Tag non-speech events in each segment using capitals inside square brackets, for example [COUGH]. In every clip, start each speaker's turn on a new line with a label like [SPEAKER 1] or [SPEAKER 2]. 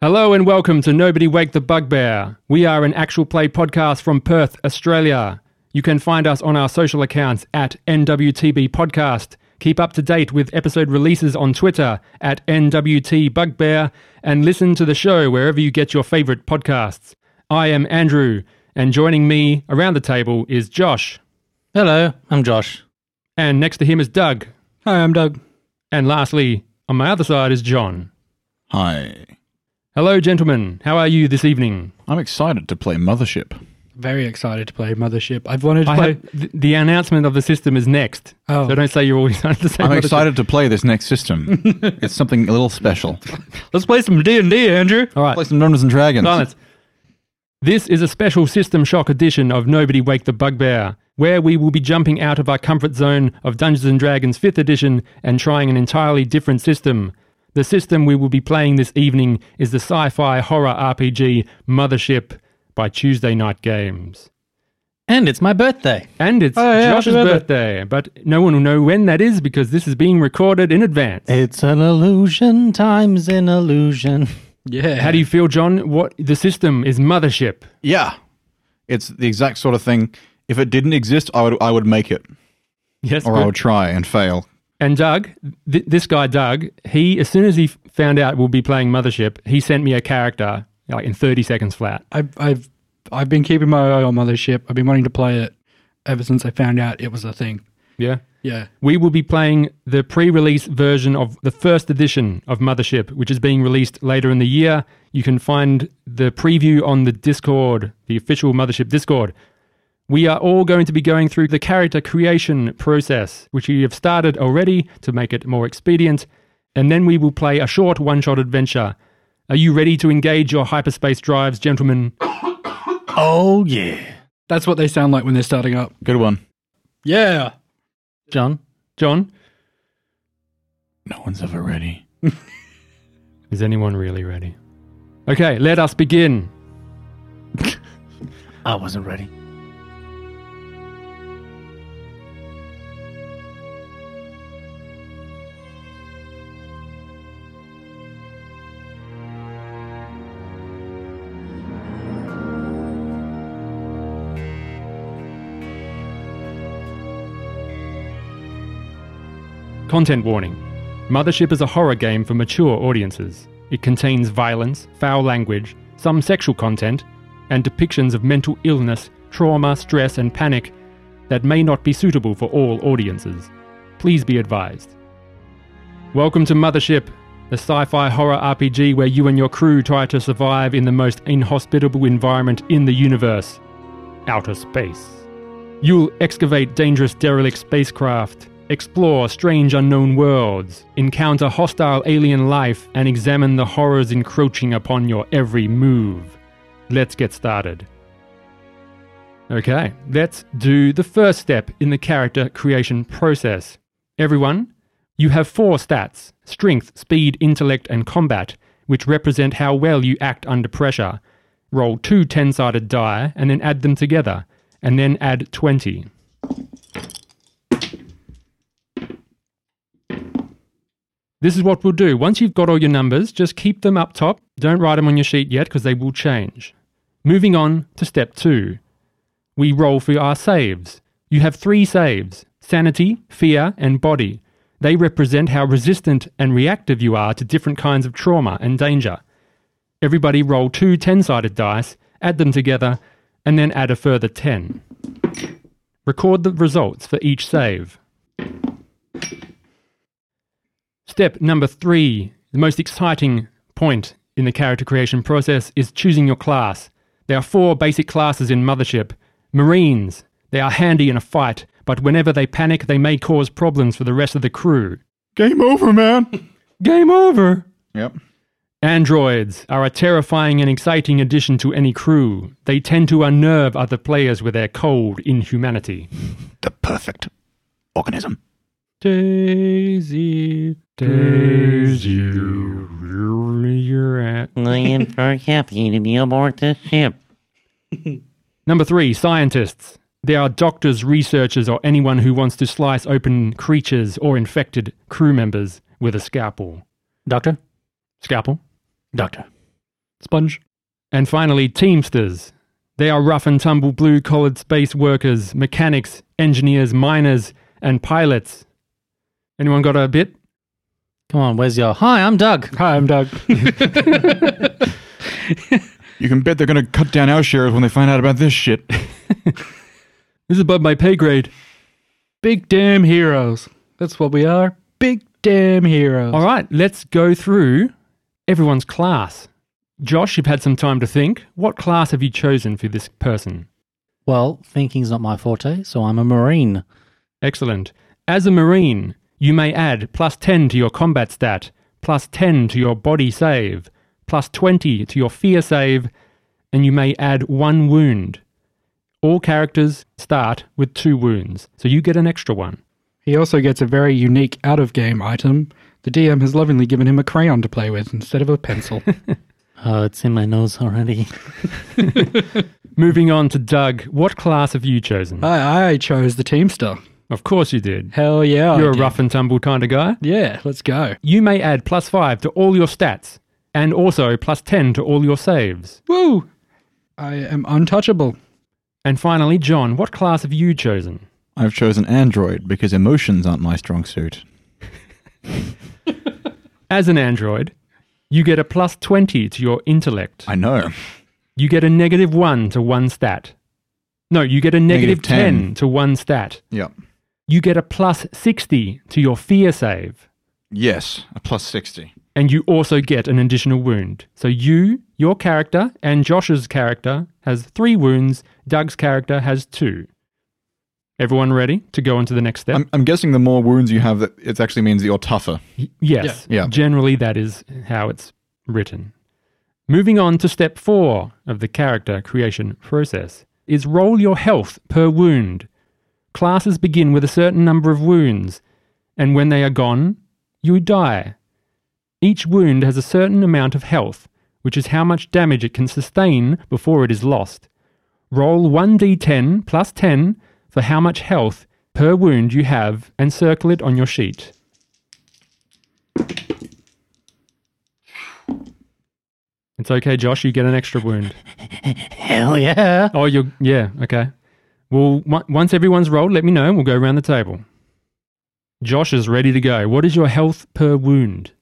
[SPEAKER 1] Hello and welcome to Nobody Wake the Bugbear. We are an actual play podcast from Perth, Australia. You can find us on our social accounts at NWTB Podcast. Keep up to date with episode releases on Twitter at NWT Bugbear and listen to the show wherever you get your favourite podcasts. I am Andrew, and joining me around the table is Josh.
[SPEAKER 2] Hello, I'm Josh.
[SPEAKER 1] And next to him is Doug.
[SPEAKER 2] Hi, I'm Doug.
[SPEAKER 1] And lastly, on my other side is John.
[SPEAKER 3] Hi.
[SPEAKER 1] Hello, gentlemen. How are you this evening?
[SPEAKER 3] I'm excited to play Mothership.
[SPEAKER 4] Very excited to play Mothership. I've wanted to
[SPEAKER 1] I
[SPEAKER 4] play.
[SPEAKER 1] have, th- the announcement of the system is next.
[SPEAKER 4] Oh.
[SPEAKER 1] So don't say you're always [LAUGHS] under the same.
[SPEAKER 3] I'm
[SPEAKER 1] mothership.
[SPEAKER 3] excited to play this next [LAUGHS] system. it's something a little special.
[SPEAKER 2] Let's play some D and D, Andrew.
[SPEAKER 1] All
[SPEAKER 3] [LAUGHS] Play
[SPEAKER 1] right,
[SPEAKER 3] some Dungeons and Dragons.
[SPEAKER 1] silence. This is a special system shock edition of Nobody Wake the Bugbear, where we will be jumping out of our comfort zone of Dungeons and Dragons 5th edition and trying an entirely different system. The system we will be playing this evening is the sci-fi horror RPG Mothership by Tuesday Night Games.
[SPEAKER 2] And it's my birthday.
[SPEAKER 1] And it's
[SPEAKER 2] Oh, yeah, happy
[SPEAKER 1] Josh's birthday, but no one will know when that is because this is being recorded in advance.
[SPEAKER 2] It's an illusion times an illusion.
[SPEAKER 4] yeah.
[SPEAKER 1] How do you feel, John? What the system is mothership.
[SPEAKER 3] Yeah. It's the exact sort of thing. If it didn't exist, I would I would make it.
[SPEAKER 1] Yes,
[SPEAKER 3] Or I
[SPEAKER 1] good.
[SPEAKER 3] would try and fail.
[SPEAKER 1] and Doug, th- this guy Doug, he as soon as he f- found out we'll be playing mothership, he sent me a character like in thirty seconds flat.
[SPEAKER 4] I've, I've, I've been keeping my eye on Mothership. I've been wanting to play it ever since I found out it was a thing.
[SPEAKER 1] Yeah,
[SPEAKER 4] Yeah.
[SPEAKER 1] we will be playing the pre-release version of the first edition of mothership, which is being released later in the year. You can find the preview on the Discord, the official mothership Discord. We are all going to be going through the character creation process, which we have started already to make it more expedient, and then we will play a short one shot adventure. Are you ready to engage your hyperspace drives, gentlemen?
[SPEAKER 2] Oh yeah,
[SPEAKER 4] That's what they sound like when they're starting up.
[SPEAKER 3] Good one.
[SPEAKER 4] Yeah.
[SPEAKER 2] John.
[SPEAKER 1] John?
[SPEAKER 3] No one's
[SPEAKER 1] [LAUGHS]
[SPEAKER 3] ever ready.
[SPEAKER 1] Is anyone really ready? Okay, let us begin.
[SPEAKER 2] I wasn't ready.
[SPEAKER 1] Content warning Mothership is a horror game for mature audiences. It contains violence, foul language, some sexual content, and depictions of mental illness, trauma, stress, and panic that may not be suitable for all audiences. Please be advised. Welcome to Mothership, the sci fi horror RPG where you and your crew try to survive in the most inhospitable environment in the universe outer space. You'll excavate dangerous derelict spacecraft, explore strange unknown worlds, encounter hostile alien life, and examine the horrors encroaching upon your every move. Let's get started. Okay, let's do the first step in the character creation process. Everyone, you have four stats strength, speed, intellect, and combat, which represent how well you act under pressure. Roll two 10 sided die and then add them together, and then add 20. This is what we'll do. Once you've got all your numbers, just keep them up top. Don't write them on your sheet yet because they will change. Moving on to step two we roll for our saves. You have three saves sanity, fear, and body. They represent how resistant and reactive you are to different kinds of trauma and danger. Everybody roll two 10 sided dice, add them together, and then add a further 10. Record the results for each save. Step number three, the most exciting point in the character creation process is choosing your class. There are four basic classes in Mothership Marines. They are handy in a fight, but whenever they panic, they may cause problems for the rest of the crew.
[SPEAKER 3] Game over, man.
[SPEAKER 1] Game over!
[SPEAKER 3] [LAUGHS] yep.
[SPEAKER 1] Androids are a terrifying and exciting addition to any crew. They tend to unnerve other players with their cold inhumanity.
[SPEAKER 3] The perfect organism.
[SPEAKER 2] Daisy.
[SPEAKER 1] You're at.
[SPEAKER 5] I am very happy to be aboard this ship.
[SPEAKER 1] Number three, scientists. They are doctors, researchers, or anyone who wants to slice open creatures or infected crew members with a scalpel.
[SPEAKER 2] Doctor.
[SPEAKER 1] Scalpel?
[SPEAKER 2] Doctor.
[SPEAKER 4] Sponge.
[SPEAKER 1] And finally, Teamsters. They are rough and tumble blue collared space workers, mechanics, engineers, miners, and pilots. Anyone got a bit?
[SPEAKER 2] Come on, where's your. Hi, I'm Doug.
[SPEAKER 4] Hi, I'm Doug.
[SPEAKER 3] You can bet they're going to cut down our shares when they find out about this shit. [LAUGHS]
[SPEAKER 1] This is above my pay grade.
[SPEAKER 4] Big damn heroes. That's what we are. Big damn heroes.
[SPEAKER 1] All right, let's go through everyone's class. Josh, you've had some time to think. What class have you chosen for this person?
[SPEAKER 2] Well, thinking's not my forte, so I'm a Marine.
[SPEAKER 1] Excellent. As a Marine, you may add plus 10 to your combat stat, plus 10 to your body save, plus 20 to your fear save, and you may add one wound. All characters start with two wounds, so you get an extra one.
[SPEAKER 4] He also gets a very unique out of game item. The DM has lovingly given him a crayon to play with instead of a
[SPEAKER 2] [LAUGHS]
[SPEAKER 4] pencil.
[SPEAKER 2] Oh, it's in my nose already. [LAUGHS]
[SPEAKER 1] Moving on to Doug, what class have you chosen?
[SPEAKER 4] I, I chose the Teamster.
[SPEAKER 1] of course you did.
[SPEAKER 4] Hell yeah. I
[SPEAKER 1] You're a
[SPEAKER 4] did.
[SPEAKER 1] rough and tumble kind of guy.
[SPEAKER 4] Yeah, let's go.
[SPEAKER 1] You may add plus 5 to all your stats, and also plus 10 to all your saves.
[SPEAKER 4] Woo! I am untouchable.
[SPEAKER 1] And finally, John, what class have you chosen?
[SPEAKER 3] I've chosen Android because emotions aren't my strong suit.
[SPEAKER 1] As an android, you get a plus 20 to your intellect.
[SPEAKER 3] I know.
[SPEAKER 1] You get a negative 1 to one stat. No, you get a negative
[SPEAKER 3] Negative 10.
[SPEAKER 1] 10 to one stat.
[SPEAKER 3] Yeah.
[SPEAKER 1] You get a plus 60 to your fear save.
[SPEAKER 3] Yes, a plus 60.
[SPEAKER 1] And you also get an additional wound. So you, your character, and Josh's character has three wounds. Doug's character has two. Everyone ready to go on to the next step?
[SPEAKER 3] I'm, I'm guessing the more wounds you have, that it actually means that you're tougher.
[SPEAKER 1] Y- Yes.
[SPEAKER 3] Yeah. Yeah.
[SPEAKER 1] Generally, that is how it's written. Moving on to step four of the character creation process is roll your health per wound. Classes begin with a certain number of wounds, and when they are gone, you die. Each wound has a certain amount of health, which is how much damage it can sustain before it is lost. Roll 1d10 plus 10 for how much health per wound you have and circle it on your sheet. It's okay, Josh. You get an extra wound.
[SPEAKER 2] Hell yeah.
[SPEAKER 1] Oh, you yeah, okay. Well, on- once everyone's rolled, let me know. and We'll go around the table. Josh is ready to go. What is your health per wound?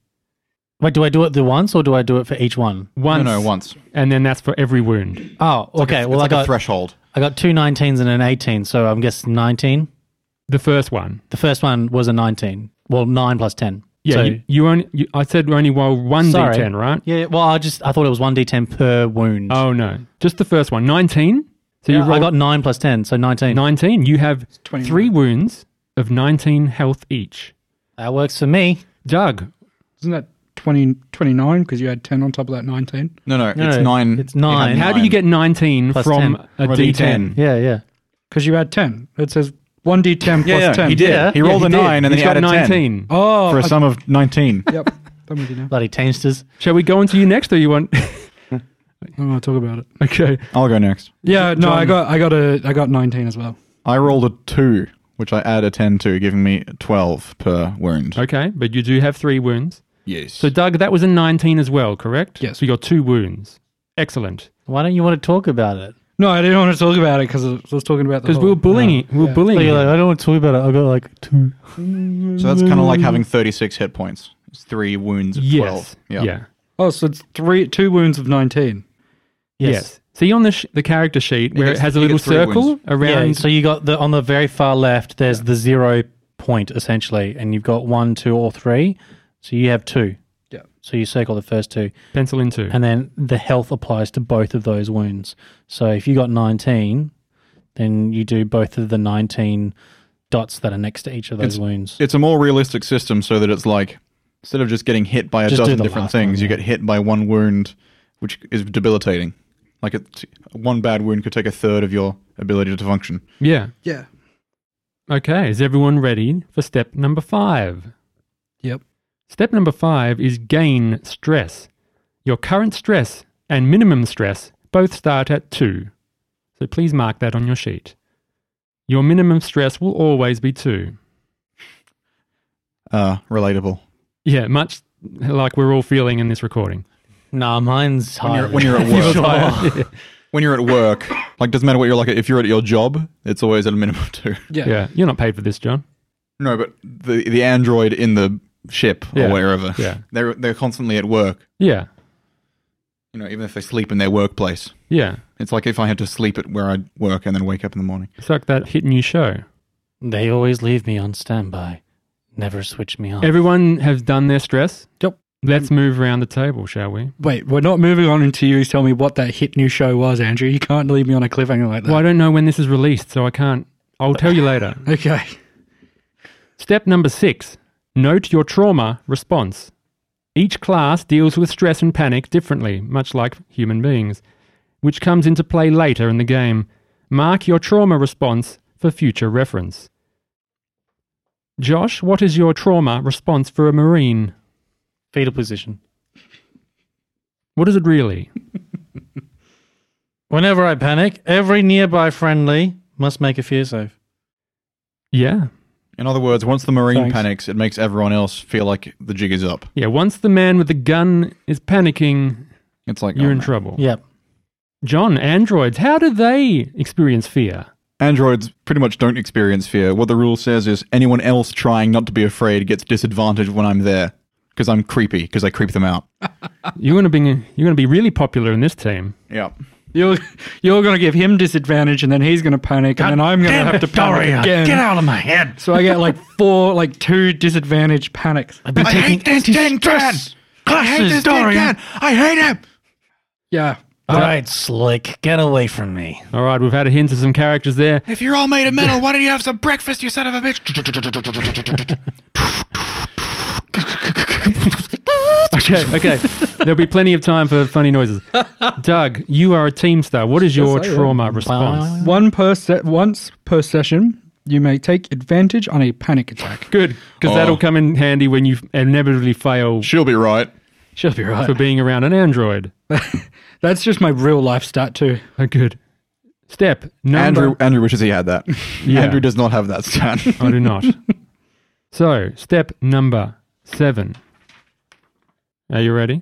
[SPEAKER 2] Wait, do I do it the once or do I do it for each one?
[SPEAKER 1] Once,
[SPEAKER 3] No, no, once.
[SPEAKER 1] and then that's for every wound.
[SPEAKER 2] Oh, okay.
[SPEAKER 3] it's
[SPEAKER 2] well, I
[SPEAKER 3] like a
[SPEAKER 2] got
[SPEAKER 3] threshold.
[SPEAKER 2] I got two 19s and an 18, so I'm guessing 19.
[SPEAKER 1] The first one.
[SPEAKER 2] The first one was a 19. Well, 9 plus 10.
[SPEAKER 1] Yeah,
[SPEAKER 2] So-
[SPEAKER 1] you, you only. You, I said only roll one
[SPEAKER 2] Sorry.
[SPEAKER 1] d10, right?
[SPEAKER 2] yeah, well, I just I thought it was 1d10 per wound.
[SPEAKER 1] Oh no, just the first one. Nineteen. So you
[SPEAKER 2] Yeah,
[SPEAKER 1] rolled
[SPEAKER 2] I got 9 plus 10, so 19.
[SPEAKER 1] nineteen. You have
[SPEAKER 4] 21.
[SPEAKER 1] three wounds of nineteen health each.
[SPEAKER 2] That works for me.
[SPEAKER 1] Doug,
[SPEAKER 4] Isn't that 20, 29? Because you had 10 on top of that 19.
[SPEAKER 3] No, no,
[SPEAKER 2] No,
[SPEAKER 3] it's
[SPEAKER 2] no,
[SPEAKER 3] nine.
[SPEAKER 2] it's nine.
[SPEAKER 1] how do you get nineteen
[SPEAKER 2] Plus
[SPEAKER 1] from
[SPEAKER 2] 10.
[SPEAKER 1] a
[SPEAKER 3] From a
[SPEAKER 1] d10?
[SPEAKER 3] D10.
[SPEAKER 2] Yeah, yeah.
[SPEAKER 4] Because you had 10. It says 1d10
[SPEAKER 3] Yeah,
[SPEAKER 4] plus
[SPEAKER 3] yeah,
[SPEAKER 4] 10.
[SPEAKER 3] he did.
[SPEAKER 2] Yeah.
[SPEAKER 3] He rolled
[SPEAKER 1] Yeah,
[SPEAKER 3] a
[SPEAKER 1] he did.
[SPEAKER 3] nine and then
[SPEAKER 1] He's
[SPEAKER 3] he
[SPEAKER 1] got
[SPEAKER 3] added 10
[SPEAKER 1] nineteen.
[SPEAKER 4] Oh,
[SPEAKER 3] for a
[SPEAKER 4] I-
[SPEAKER 3] sum of 19.
[SPEAKER 4] [LAUGHS] yep. I'm with you now.
[SPEAKER 2] Bloody Teamsters.
[SPEAKER 1] Shall we go on to you next, or you want? [LAUGHS]
[SPEAKER 4] I don't want to talk about it.
[SPEAKER 1] okay.
[SPEAKER 3] I'll go next.
[SPEAKER 4] Yeah, no, I
[SPEAKER 1] John-
[SPEAKER 4] got, I got a, I got 19 as well.
[SPEAKER 3] I rolled a two, which I add a 10 to, giving me 12 per wound.
[SPEAKER 1] Okay, but you do have three wounds.
[SPEAKER 3] Yes.
[SPEAKER 1] So, Doug, that was a 19 as well, correct?
[SPEAKER 4] Yes.
[SPEAKER 1] So you got two wounds. Excellent.
[SPEAKER 2] Why don't you want to talk about it?
[SPEAKER 4] No, I didn't want to talk about it because I was talking about the
[SPEAKER 1] Because we
[SPEAKER 4] whole-
[SPEAKER 1] were bullying. We were
[SPEAKER 4] Yeah.
[SPEAKER 1] bullying.
[SPEAKER 2] You're like,
[SPEAKER 3] oh,
[SPEAKER 2] I don't want to talk about it. I got like two.
[SPEAKER 3] So that's kind of like having 36 hit points. It's three wounds of
[SPEAKER 1] yes.
[SPEAKER 3] 12.
[SPEAKER 1] Yeah.
[SPEAKER 4] Oh, so it's three, two wounds of 19.
[SPEAKER 1] Yes. See on the sh- the character sheet where
[SPEAKER 3] gets-
[SPEAKER 1] it has a
[SPEAKER 3] you
[SPEAKER 1] little
[SPEAKER 3] get three
[SPEAKER 1] circle
[SPEAKER 3] wounds.
[SPEAKER 1] around.
[SPEAKER 2] Yeah, so you got the on the very far left. There's the zero point essentially, and you've got one, two, or three. So you have two.
[SPEAKER 4] Yeah.
[SPEAKER 2] So you circle the first two,
[SPEAKER 1] pencil in two.
[SPEAKER 2] and then the health applies to both of those wounds. So if you got 19, then you do both of the 19 dots that are next to each of those wounds.
[SPEAKER 3] It's a more realistic system so that it's like, instead of just getting hit by a
[SPEAKER 2] Just do
[SPEAKER 3] dozen
[SPEAKER 2] the
[SPEAKER 3] different
[SPEAKER 2] last one,
[SPEAKER 3] things, you
[SPEAKER 2] yeah.
[SPEAKER 3] get hit by one wound, which is debilitating. Like it, one bad wound could take a third of your ability to function.
[SPEAKER 1] yeah.
[SPEAKER 4] Yeah.
[SPEAKER 1] Okay. Is everyone ready for step number five?
[SPEAKER 4] Yep.
[SPEAKER 1] Step number five is gain stress. Your current stress and minimum stress both start at two. So please mark that on your sheet. Your minimum stress will always be two.
[SPEAKER 3] Uh, relatable.
[SPEAKER 1] Yeah, much like we're all feeling in this recording.
[SPEAKER 2] Nah, mine's
[SPEAKER 3] When
[SPEAKER 2] higher.
[SPEAKER 3] you're, when you're at
[SPEAKER 2] [LAUGHS]
[SPEAKER 3] work, [LAUGHS] when you're at work, like doesn't matter what you're like. If you're at your job, it's always at a minimum [LAUGHS] of two.
[SPEAKER 4] Yeah.
[SPEAKER 1] Yeah, you're not paid for this,
[SPEAKER 4] [LAUGHS]
[SPEAKER 1] John.
[SPEAKER 3] No, but the the android in the ship
[SPEAKER 1] Yeah.
[SPEAKER 3] or wherever,
[SPEAKER 1] Yeah.
[SPEAKER 3] they're they're constantly at work.
[SPEAKER 1] Yeah,
[SPEAKER 3] You know, even if they sleep in their workplace,
[SPEAKER 1] yeah.
[SPEAKER 3] it's like if I had to sleep at where I work and then wake up in the morning.
[SPEAKER 1] It's like that hit new show.
[SPEAKER 2] they always leave me on standby. Never switch me on.
[SPEAKER 1] Everyone has done their stress.
[SPEAKER 4] Yep.
[SPEAKER 1] Let's move around the table, shall we?
[SPEAKER 4] Wait, we're not moving on until you tell me what that hit new show was, Andrew. You can't leave me on a cliffhanger like that.
[SPEAKER 1] Well, I don't know when this is released, so I can't. I'll tell you later.
[SPEAKER 4] Okay.
[SPEAKER 1] Step number six note your trauma response. Each class deals with stress and panic differently, much like human beings, which comes into play later in the game. Mark your trauma response for future reference. Josh, what is your trauma response for a Marine?
[SPEAKER 2] Fetal position.
[SPEAKER 1] What is it really?
[SPEAKER 2] Whenever I panic, every nearby friendly must make a fear save.
[SPEAKER 1] Yeah.
[SPEAKER 3] In other words, once the marine
[SPEAKER 2] Thanks.
[SPEAKER 3] panics, it makes everyone else feel like the jig is up.
[SPEAKER 1] Yeah, once the man with the gun is panicking,
[SPEAKER 3] It's like
[SPEAKER 1] you're
[SPEAKER 3] oh,
[SPEAKER 1] in
[SPEAKER 3] no.
[SPEAKER 1] trouble.
[SPEAKER 2] Yep.
[SPEAKER 1] John, androids, how do they experience fear?
[SPEAKER 3] Androids pretty much don't experience fear. What the rule says is anyone else trying not to be afraid gets disadvantaged when I'm there because I'm creepy because I creep them out.
[SPEAKER 1] You're gonna be you're gonna be really popular in this team.
[SPEAKER 3] Yeah.
[SPEAKER 4] You're you're going to give him disadvantage, and then he's going to panic, and then I'm going to have to panic again.
[SPEAKER 2] out of my head.
[SPEAKER 4] So I
[SPEAKER 2] [LAUGHS]
[SPEAKER 4] get like four, like two disadvantage panics.
[SPEAKER 2] I've been taking
[SPEAKER 3] Dentran!
[SPEAKER 2] classes, Dorian.
[SPEAKER 3] I hate him!
[SPEAKER 4] Yeah.
[SPEAKER 2] All right, Slick, get away from me.
[SPEAKER 1] All right, we've had a hint of some characters
[SPEAKER 4] [LAUGHS]
[SPEAKER 1] there.
[SPEAKER 3] If you're all made of [LAUGHS] metal, why don't you have some breakfast, you son of a bitch?
[SPEAKER 1] Okay, [LAUGHS] okay. There'll be plenty of time for funny
[SPEAKER 4] [LAUGHS]
[SPEAKER 1] noises. Doug, you are a team star. What is your
[SPEAKER 4] Yes, I am.
[SPEAKER 1] trauma response?
[SPEAKER 4] One per se- once per session, you may take advantage on a panic attack.
[SPEAKER 1] Good, because
[SPEAKER 3] Oh.
[SPEAKER 1] that'll come in handy when you inevitably fail
[SPEAKER 3] She'll be right.
[SPEAKER 4] She'll be right.
[SPEAKER 1] for being around an android.
[SPEAKER 4] That's just my real life stat too.
[SPEAKER 1] Oh, good. Step number.
[SPEAKER 3] Andrew Andrew wishes he had that.
[SPEAKER 1] Yeah.
[SPEAKER 3] Andrew does not have that stat. [LAUGHS]
[SPEAKER 1] I do not. so, step number seven. Are you ready?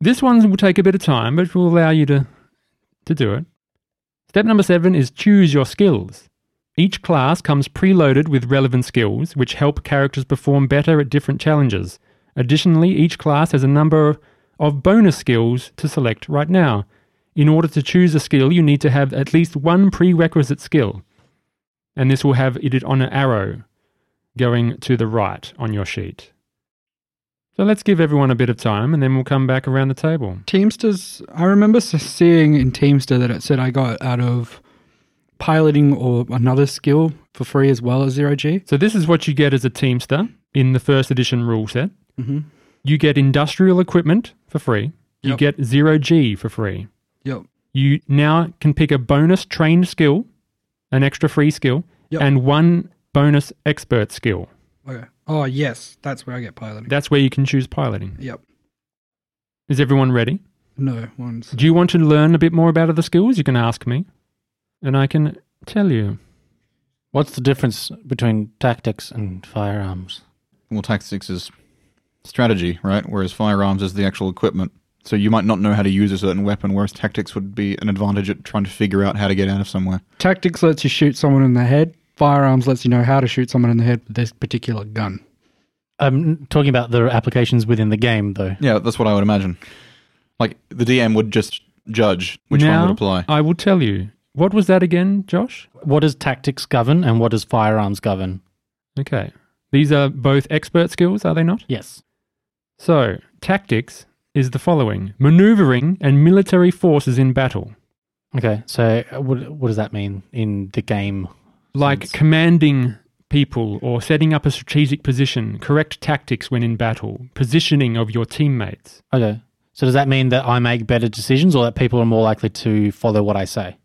[SPEAKER 1] This one will take a bit of time, but will allow you to, to do it. Step number seven is choose your skills. Each class comes preloaded with relevant skills, which help characters perform better at different challenges. Additionally, each class has a number of bonus skills to select right now. In order to choose a skill, you need to have at least one prerequisite skill and this will have it on an arrow going to the right on your sheet. So let's give everyone a bit of time and then we'll come back around the table.
[SPEAKER 4] Teamsters. I remember s- seeing in Teamster that it said I got out of piloting or another skill for free as well as zero G.
[SPEAKER 1] So this is what you get as a Teamster in the first edition rule set.
[SPEAKER 2] Mm-hmm.
[SPEAKER 4] Mhm.
[SPEAKER 1] You get industrial equipment for free. You
[SPEAKER 4] Yep.
[SPEAKER 1] get zero G for free.
[SPEAKER 4] Yep.
[SPEAKER 1] You now can pick a bonus trained skill, an extra free skill,
[SPEAKER 4] Yep.
[SPEAKER 1] and one bonus expert skill.
[SPEAKER 4] Okay. Oh yes, that's where I get piloting.
[SPEAKER 1] That's where you can choose piloting.
[SPEAKER 4] Yep.
[SPEAKER 1] Is everyone ready?
[SPEAKER 4] No one's.
[SPEAKER 1] Do you want to learn a bit more about other skills? You can ask me, and I can tell you.
[SPEAKER 2] What's the difference between tactics and firearms?
[SPEAKER 3] well, tactics is strategy, right? Whereas firearms is the actual equipment. So you might not know how to use a certain weapon, whereas tactics would be an advantage at trying to figure out how to get out of somewhere.
[SPEAKER 4] Tactics lets you shoot someone in the head. Firearms lets you know how to shoot someone in the head with this particular gun.
[SPEAKER 2] I'm talking about the applications within the game, though.
[SPEAKER 3] Yeah, that's what I would imagine. Like the DM would just judge which
[SPEAKER 1] Now,
[SPEAKER 3] one would apply.
[SPEAKER 1] I will tell you. What was that again, Josh?
[SPEAKER 2] What does tactics govern and what does firearms govern?
[SPEAKER 1] Okay. These are both expert skills, are they not?
[SPEAKER 2] Yes.
[SPEAKER 1] So, tactics is the following maneuvering and military forces in battle,
[SPEAKER 2] Okay, so uh, what, what does that mean in the game?
[SPEAKER 1] like
[SPEAKER 2] sense?
[SPEAKER 1] commanding people or setting up a strategic position, correct tactics when in battle, positioning of your teammates.
[SPEAKER 2] Okay. So does that mean that I make better decisions or that people are more likely to follow what I say?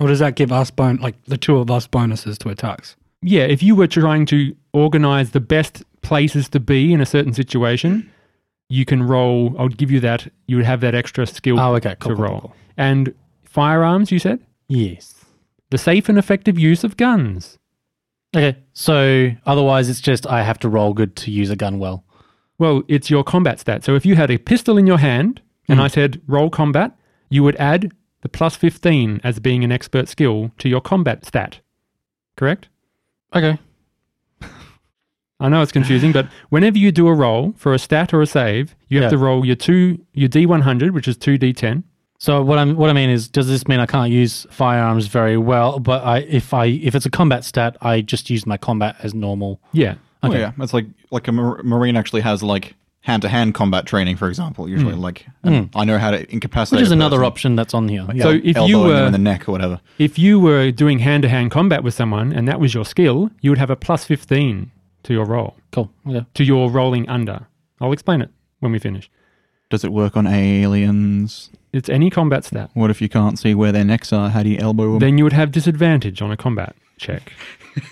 [SPEAKER 4] Or does that give us bon- like the two of us bonuses to attacks?
[SPEAKER 1] yeah, if you were trying to organize the best places to be in a certain situation, you can roll. I would give you that. You would have that extra skill
[SPEAKER 2] Oh, okay, cool,
[SPEAKER 1] to
[SPEAKER 2] cool,
[SPEAKER 1] roll.
[SPEAKER 2] cool.
[SPEAKER 1] And firearms, you said?
[SPEAKER 2] Yes.
[SPEAKER 1] The safe and effective use of guns.
[SPEAKER 2] Okay, so otherwise it's just I have to roll good to use a gun well.
[SPEAKER 1] Well, it's your combat stat. So if you had a pistol in your hand, and
[SPEAKER 2] Mm.
[SPEAKER 1] I said roll combat, you would add the plus 15 as being an expert skill to your combat stat. Correct?
[SPEAKER 2] Okay.
[SPEAKER 1] I know it's confusing,
[SPEAKER 2] [SIGHS]
[SPEAKER 1] but whenever you do a roll for a stat or a save, you have to
[SPEAKER 2] Yeah.
[SPEAKER 1] roll your two your D100, which is 2D10.
[SPEAKER 2] So what I'm what I mean is, does this mean I can't use firearms very well? But I if I if it's a combat stat, I just use my combat as normal.
[SPEAKER 1] Yeah.
[SPEAKER 3] Oh, yeah, that's like like a mar- marine actually has like hand to hand combat training, for example. Usually, like and I know how to incapacitate.
[SPEAKER 2] Which is
[SPEAKER 3] a
[SPEAKER 2] another
[SPEAKER 3] person.
[SPEAKER 2] option that's on here. Yeah.
[SPEAKER 1] So
[SPEAKER 3] El-
[SPEAKER 1] if you
[SPEAKER 3] elbowing them
[SPEAKER 1] were-
[SPEAKER 3] in the neck or whatever,
[SPEAKER 1] If you were doing hand to hand combat with someone and that was your skill, you would have a plus 15 to your roll,
[SPEAKER 2] cool. Okay.
[SPEAKER 1] to your rolling under. I'll explain it when we finish.
[SPEAKER 3] does it work on aliens?
[SPEAKER 1] It's any combat stat.
[SPEAKER 3] What if you can't see where their necks are? How do you elbow them?
[SPEAKER 1] Then you would have disadvantage on a combat check.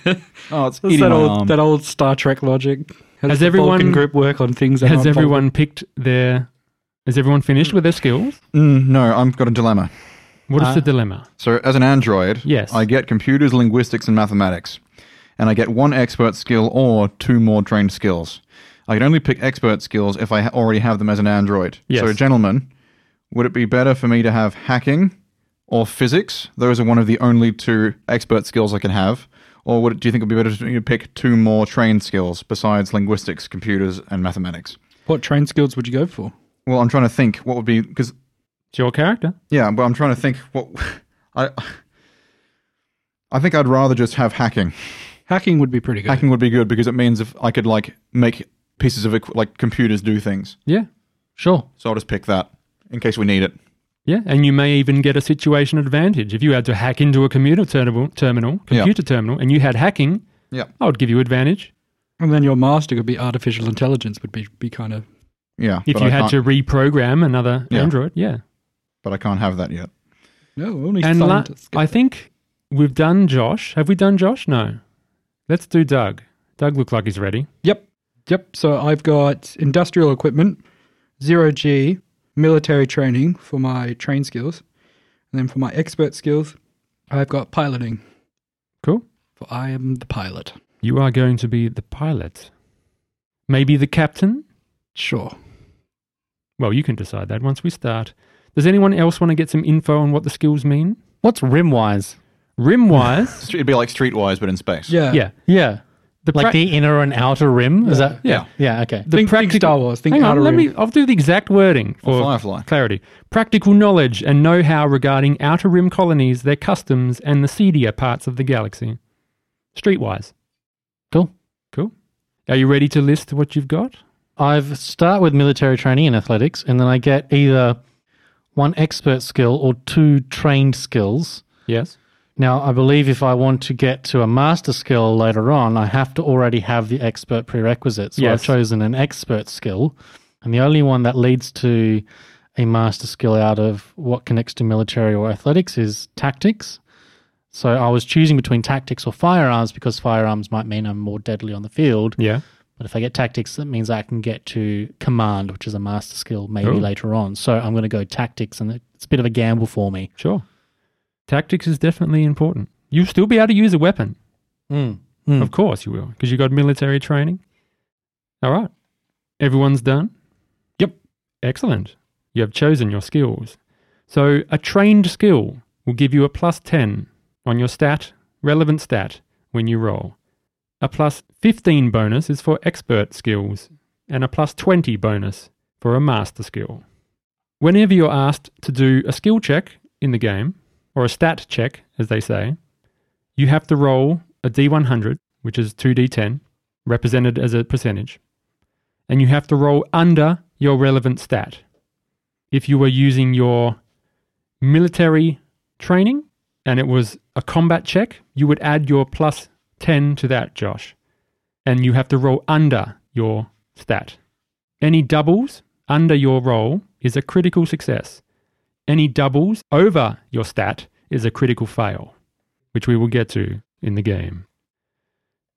[SPEAKER 3] oh, it's
[SPEAKER 4] That's
[SPEAKER 3] eating
[SPEAKER 4] that
[SPEAKER 3] my
[SPEAKER 4] old
[SPEAKER 3] arm.
[SPEAKER 4] that old Star Trek logic. How
[SPEAKER 1] Has
[SPEAKER 4] does the Vulcan
[SPEAKER 1] everyone-
[SPEAKER 4] group work on things? That
[SPEAKER 1] Has
[SPEAKER 4] aren't
[SPEAKER 1] everyone picked their. Has everyone finished with their skills?
[SPEAKER 3] Mm, no, I've got a dilemma.
[SPEAKER 1] What is
[SPEAKER 2] Uh,
[SPEAKER 1] the dilemma?
[SPEAKER 3] So, as an android,
[SPEAKER 1] Yes.
[SPEAKER 3] I get computers, linguistics, and mathematics, and I get one expert skill or two more trained skills. I can only pick expert skills if I ha- already have them as an android.
[SPEAKER 1] Yes.
[SPEAKER 3] So, gentlemen, would it be better for me to have hacking or physics? Those are one of the only two expert skills I can have. Or would it, do you think it would be better for me to pick two more trained skills besides linguistics, computers, and mathematics?
[SPEAKER 4] What train skills would you go for?
[SPEAKER 3] Well, I'm trying to think what would be because
[SPEAKER 1] It's your character.
[SPEAKER 3] Yeah, but I'm trying to think what I I think I'd rather just have hacking.
[SPEAKER 4] Hacking would be pretty good.
[SPEAKER 3] Hacking would be good because it means if I could like make pieces of equ- like computers do things.
[SPEAKER 1] Yeah.
[SPEAKER 2] Sure.
[SPEAKER 3] So I'll just pick that in case we need it.
[SPEAKER 1] Yeah, and you may even get a situation advantage if you had to hack into a computer terminal, terminal
[SPEAKER 3] Yeah.
[SPEAKER 1] computer terminal, and you had hacking.
[SPEAKER 3] Yeah.
[SPEAKER 1] I would give you advantage
[SPEAKER 4] And then your master could be artificial intelligence would be, be kind of
[SPEAKER 3] Yeah.
[SPEAKER 1] if
[SPEAKER 3] but
[SPEAKER 1] you
[SPEAKER 3] I
[SPEAKER 1] had
[SPEAKER 3] can't-
[SPEAKER 1] to reprogram another
[SPEAKER 3] Yeah.
[SPEAKER 1] Android. Yeah,
[SPEAKER 3] but I can't have that yet.
[SPEAKER 4] no only
[SPEAKER 1] and la-
[SPEAKER 4] scientists get
[SPEAKER 1] I
[SPEAKER 4] that.
[SPEAKER 1] think we've done Josh. Have we done Josh? No. Let's do Doug. Doug looked like he's ready.
[SPEAKER 4] Yep. Yep. So I've got industrial equipment, zero G, military training for my train skills. And then for my expert skills, I've got piloting.
[SPEAKER 1] Cool.
[SPEAKER 4] For I am the pilot.
[SPEAKER 1] You are going to be the pilot, maybe the captain.
[SPEAKER 4] Sure.
[SPEAKER 1] Well, you can decide that once we start. Does anyone else want to get some info on what the skills mean?
[SPEAKER 2] What's rimwise?
[SPEAKER 1] Rimwise,
[SPEAKER 3] [LAUGHS] It'd be like streetwise but in space.
[SPEAKER 4] Yeah.
[SPEAKER 1] yeah.
[SPEAKER 2] Yeah.
[SPEAKER 1] The
[SPEAKER 2] Like
[SPEAKER 1] prac-
[SPEAKER 2] the inner and outer rim? Is that
[SPEAKER 1] yeah.
[SPEAKER 2] Yeah, okay.
[SPEAKER 1] The
[SPEAKER 4] think, think
[SPEAKER 1] practical-
[SPEAKER 4] Star Wars. Think
[SPEAKER 1] Hang on,
[SPEAKER 4] Outer
[SPEAKER 1] let
[SPEAKER 4] Rim.
[SPEAKER 1] me. I'll do the exact wording
[SPEAKER 3] Or
[SPEAKER 1] for
[SPEAKER 3] Firefly.
[SPEAKER 1] clarity. Practical knowledge and know how regarding outer rim colonies, their customs, and the seedier parts of the galaxy. Streetwise.
[SPEAKER 2] Cool.
[SPEAKER 1] Cool. Are you ready to list what you've got?
[SPEAKER 2] I've start with military training and athletics, and then I get either one expert skill or two trained skills.
[SPEAKER 1] Yes.
[SPEAKER 2] Now, I believe if I want to get to a master skill later on, I have to already have the expert prerequisite. So
[SPEAKER 1] Yes.
[SPEAKER 2] I've chosen an expert skill, and the only one that leads to a master skill out of what connects to military or athletics is tactics. So I was choosing between tactics or firearms because firearms might mean I'm more deadly on the field.
[SPEAKER 1] Yeah.
[SPEAKER 2] But if I get tactics, that means I can get to command, which is a master skill maybe
[SPEAKER 1] Cool.
[SPEAKER 2] later on. So I'm going to go tactics, and it's a bit of a gamble for me.
[SPEAKER 1] Sure. Tactics is definitely important. You'll still be able to use a weapon. Hmm.
[SPEAKER 2] Mm.
[SPEAKER 1] Of course you will, because you got military training. All right. Everyone's done? Yep. Excellent. You have chosen your skills. So a trained skill will give you a plus 10 on your stat, relevant stat, when you roll. A plus 15 bonus is for expert skills, and a plus 20 bonus for a master skill. Whenever you're asked to do a skill check in the game, or a stat check, as they say, you have to roll a d100, which is 2d10, represented as a percentage, and you have to roll under your relevant stat. If you were using your military training and it was a combat check, you would add your plus 10 to that, Josh, and you have to roll under your stat. Any doubles under your roll is a critical success. Any doubles over your stat is a critical fail which we will get to in the game.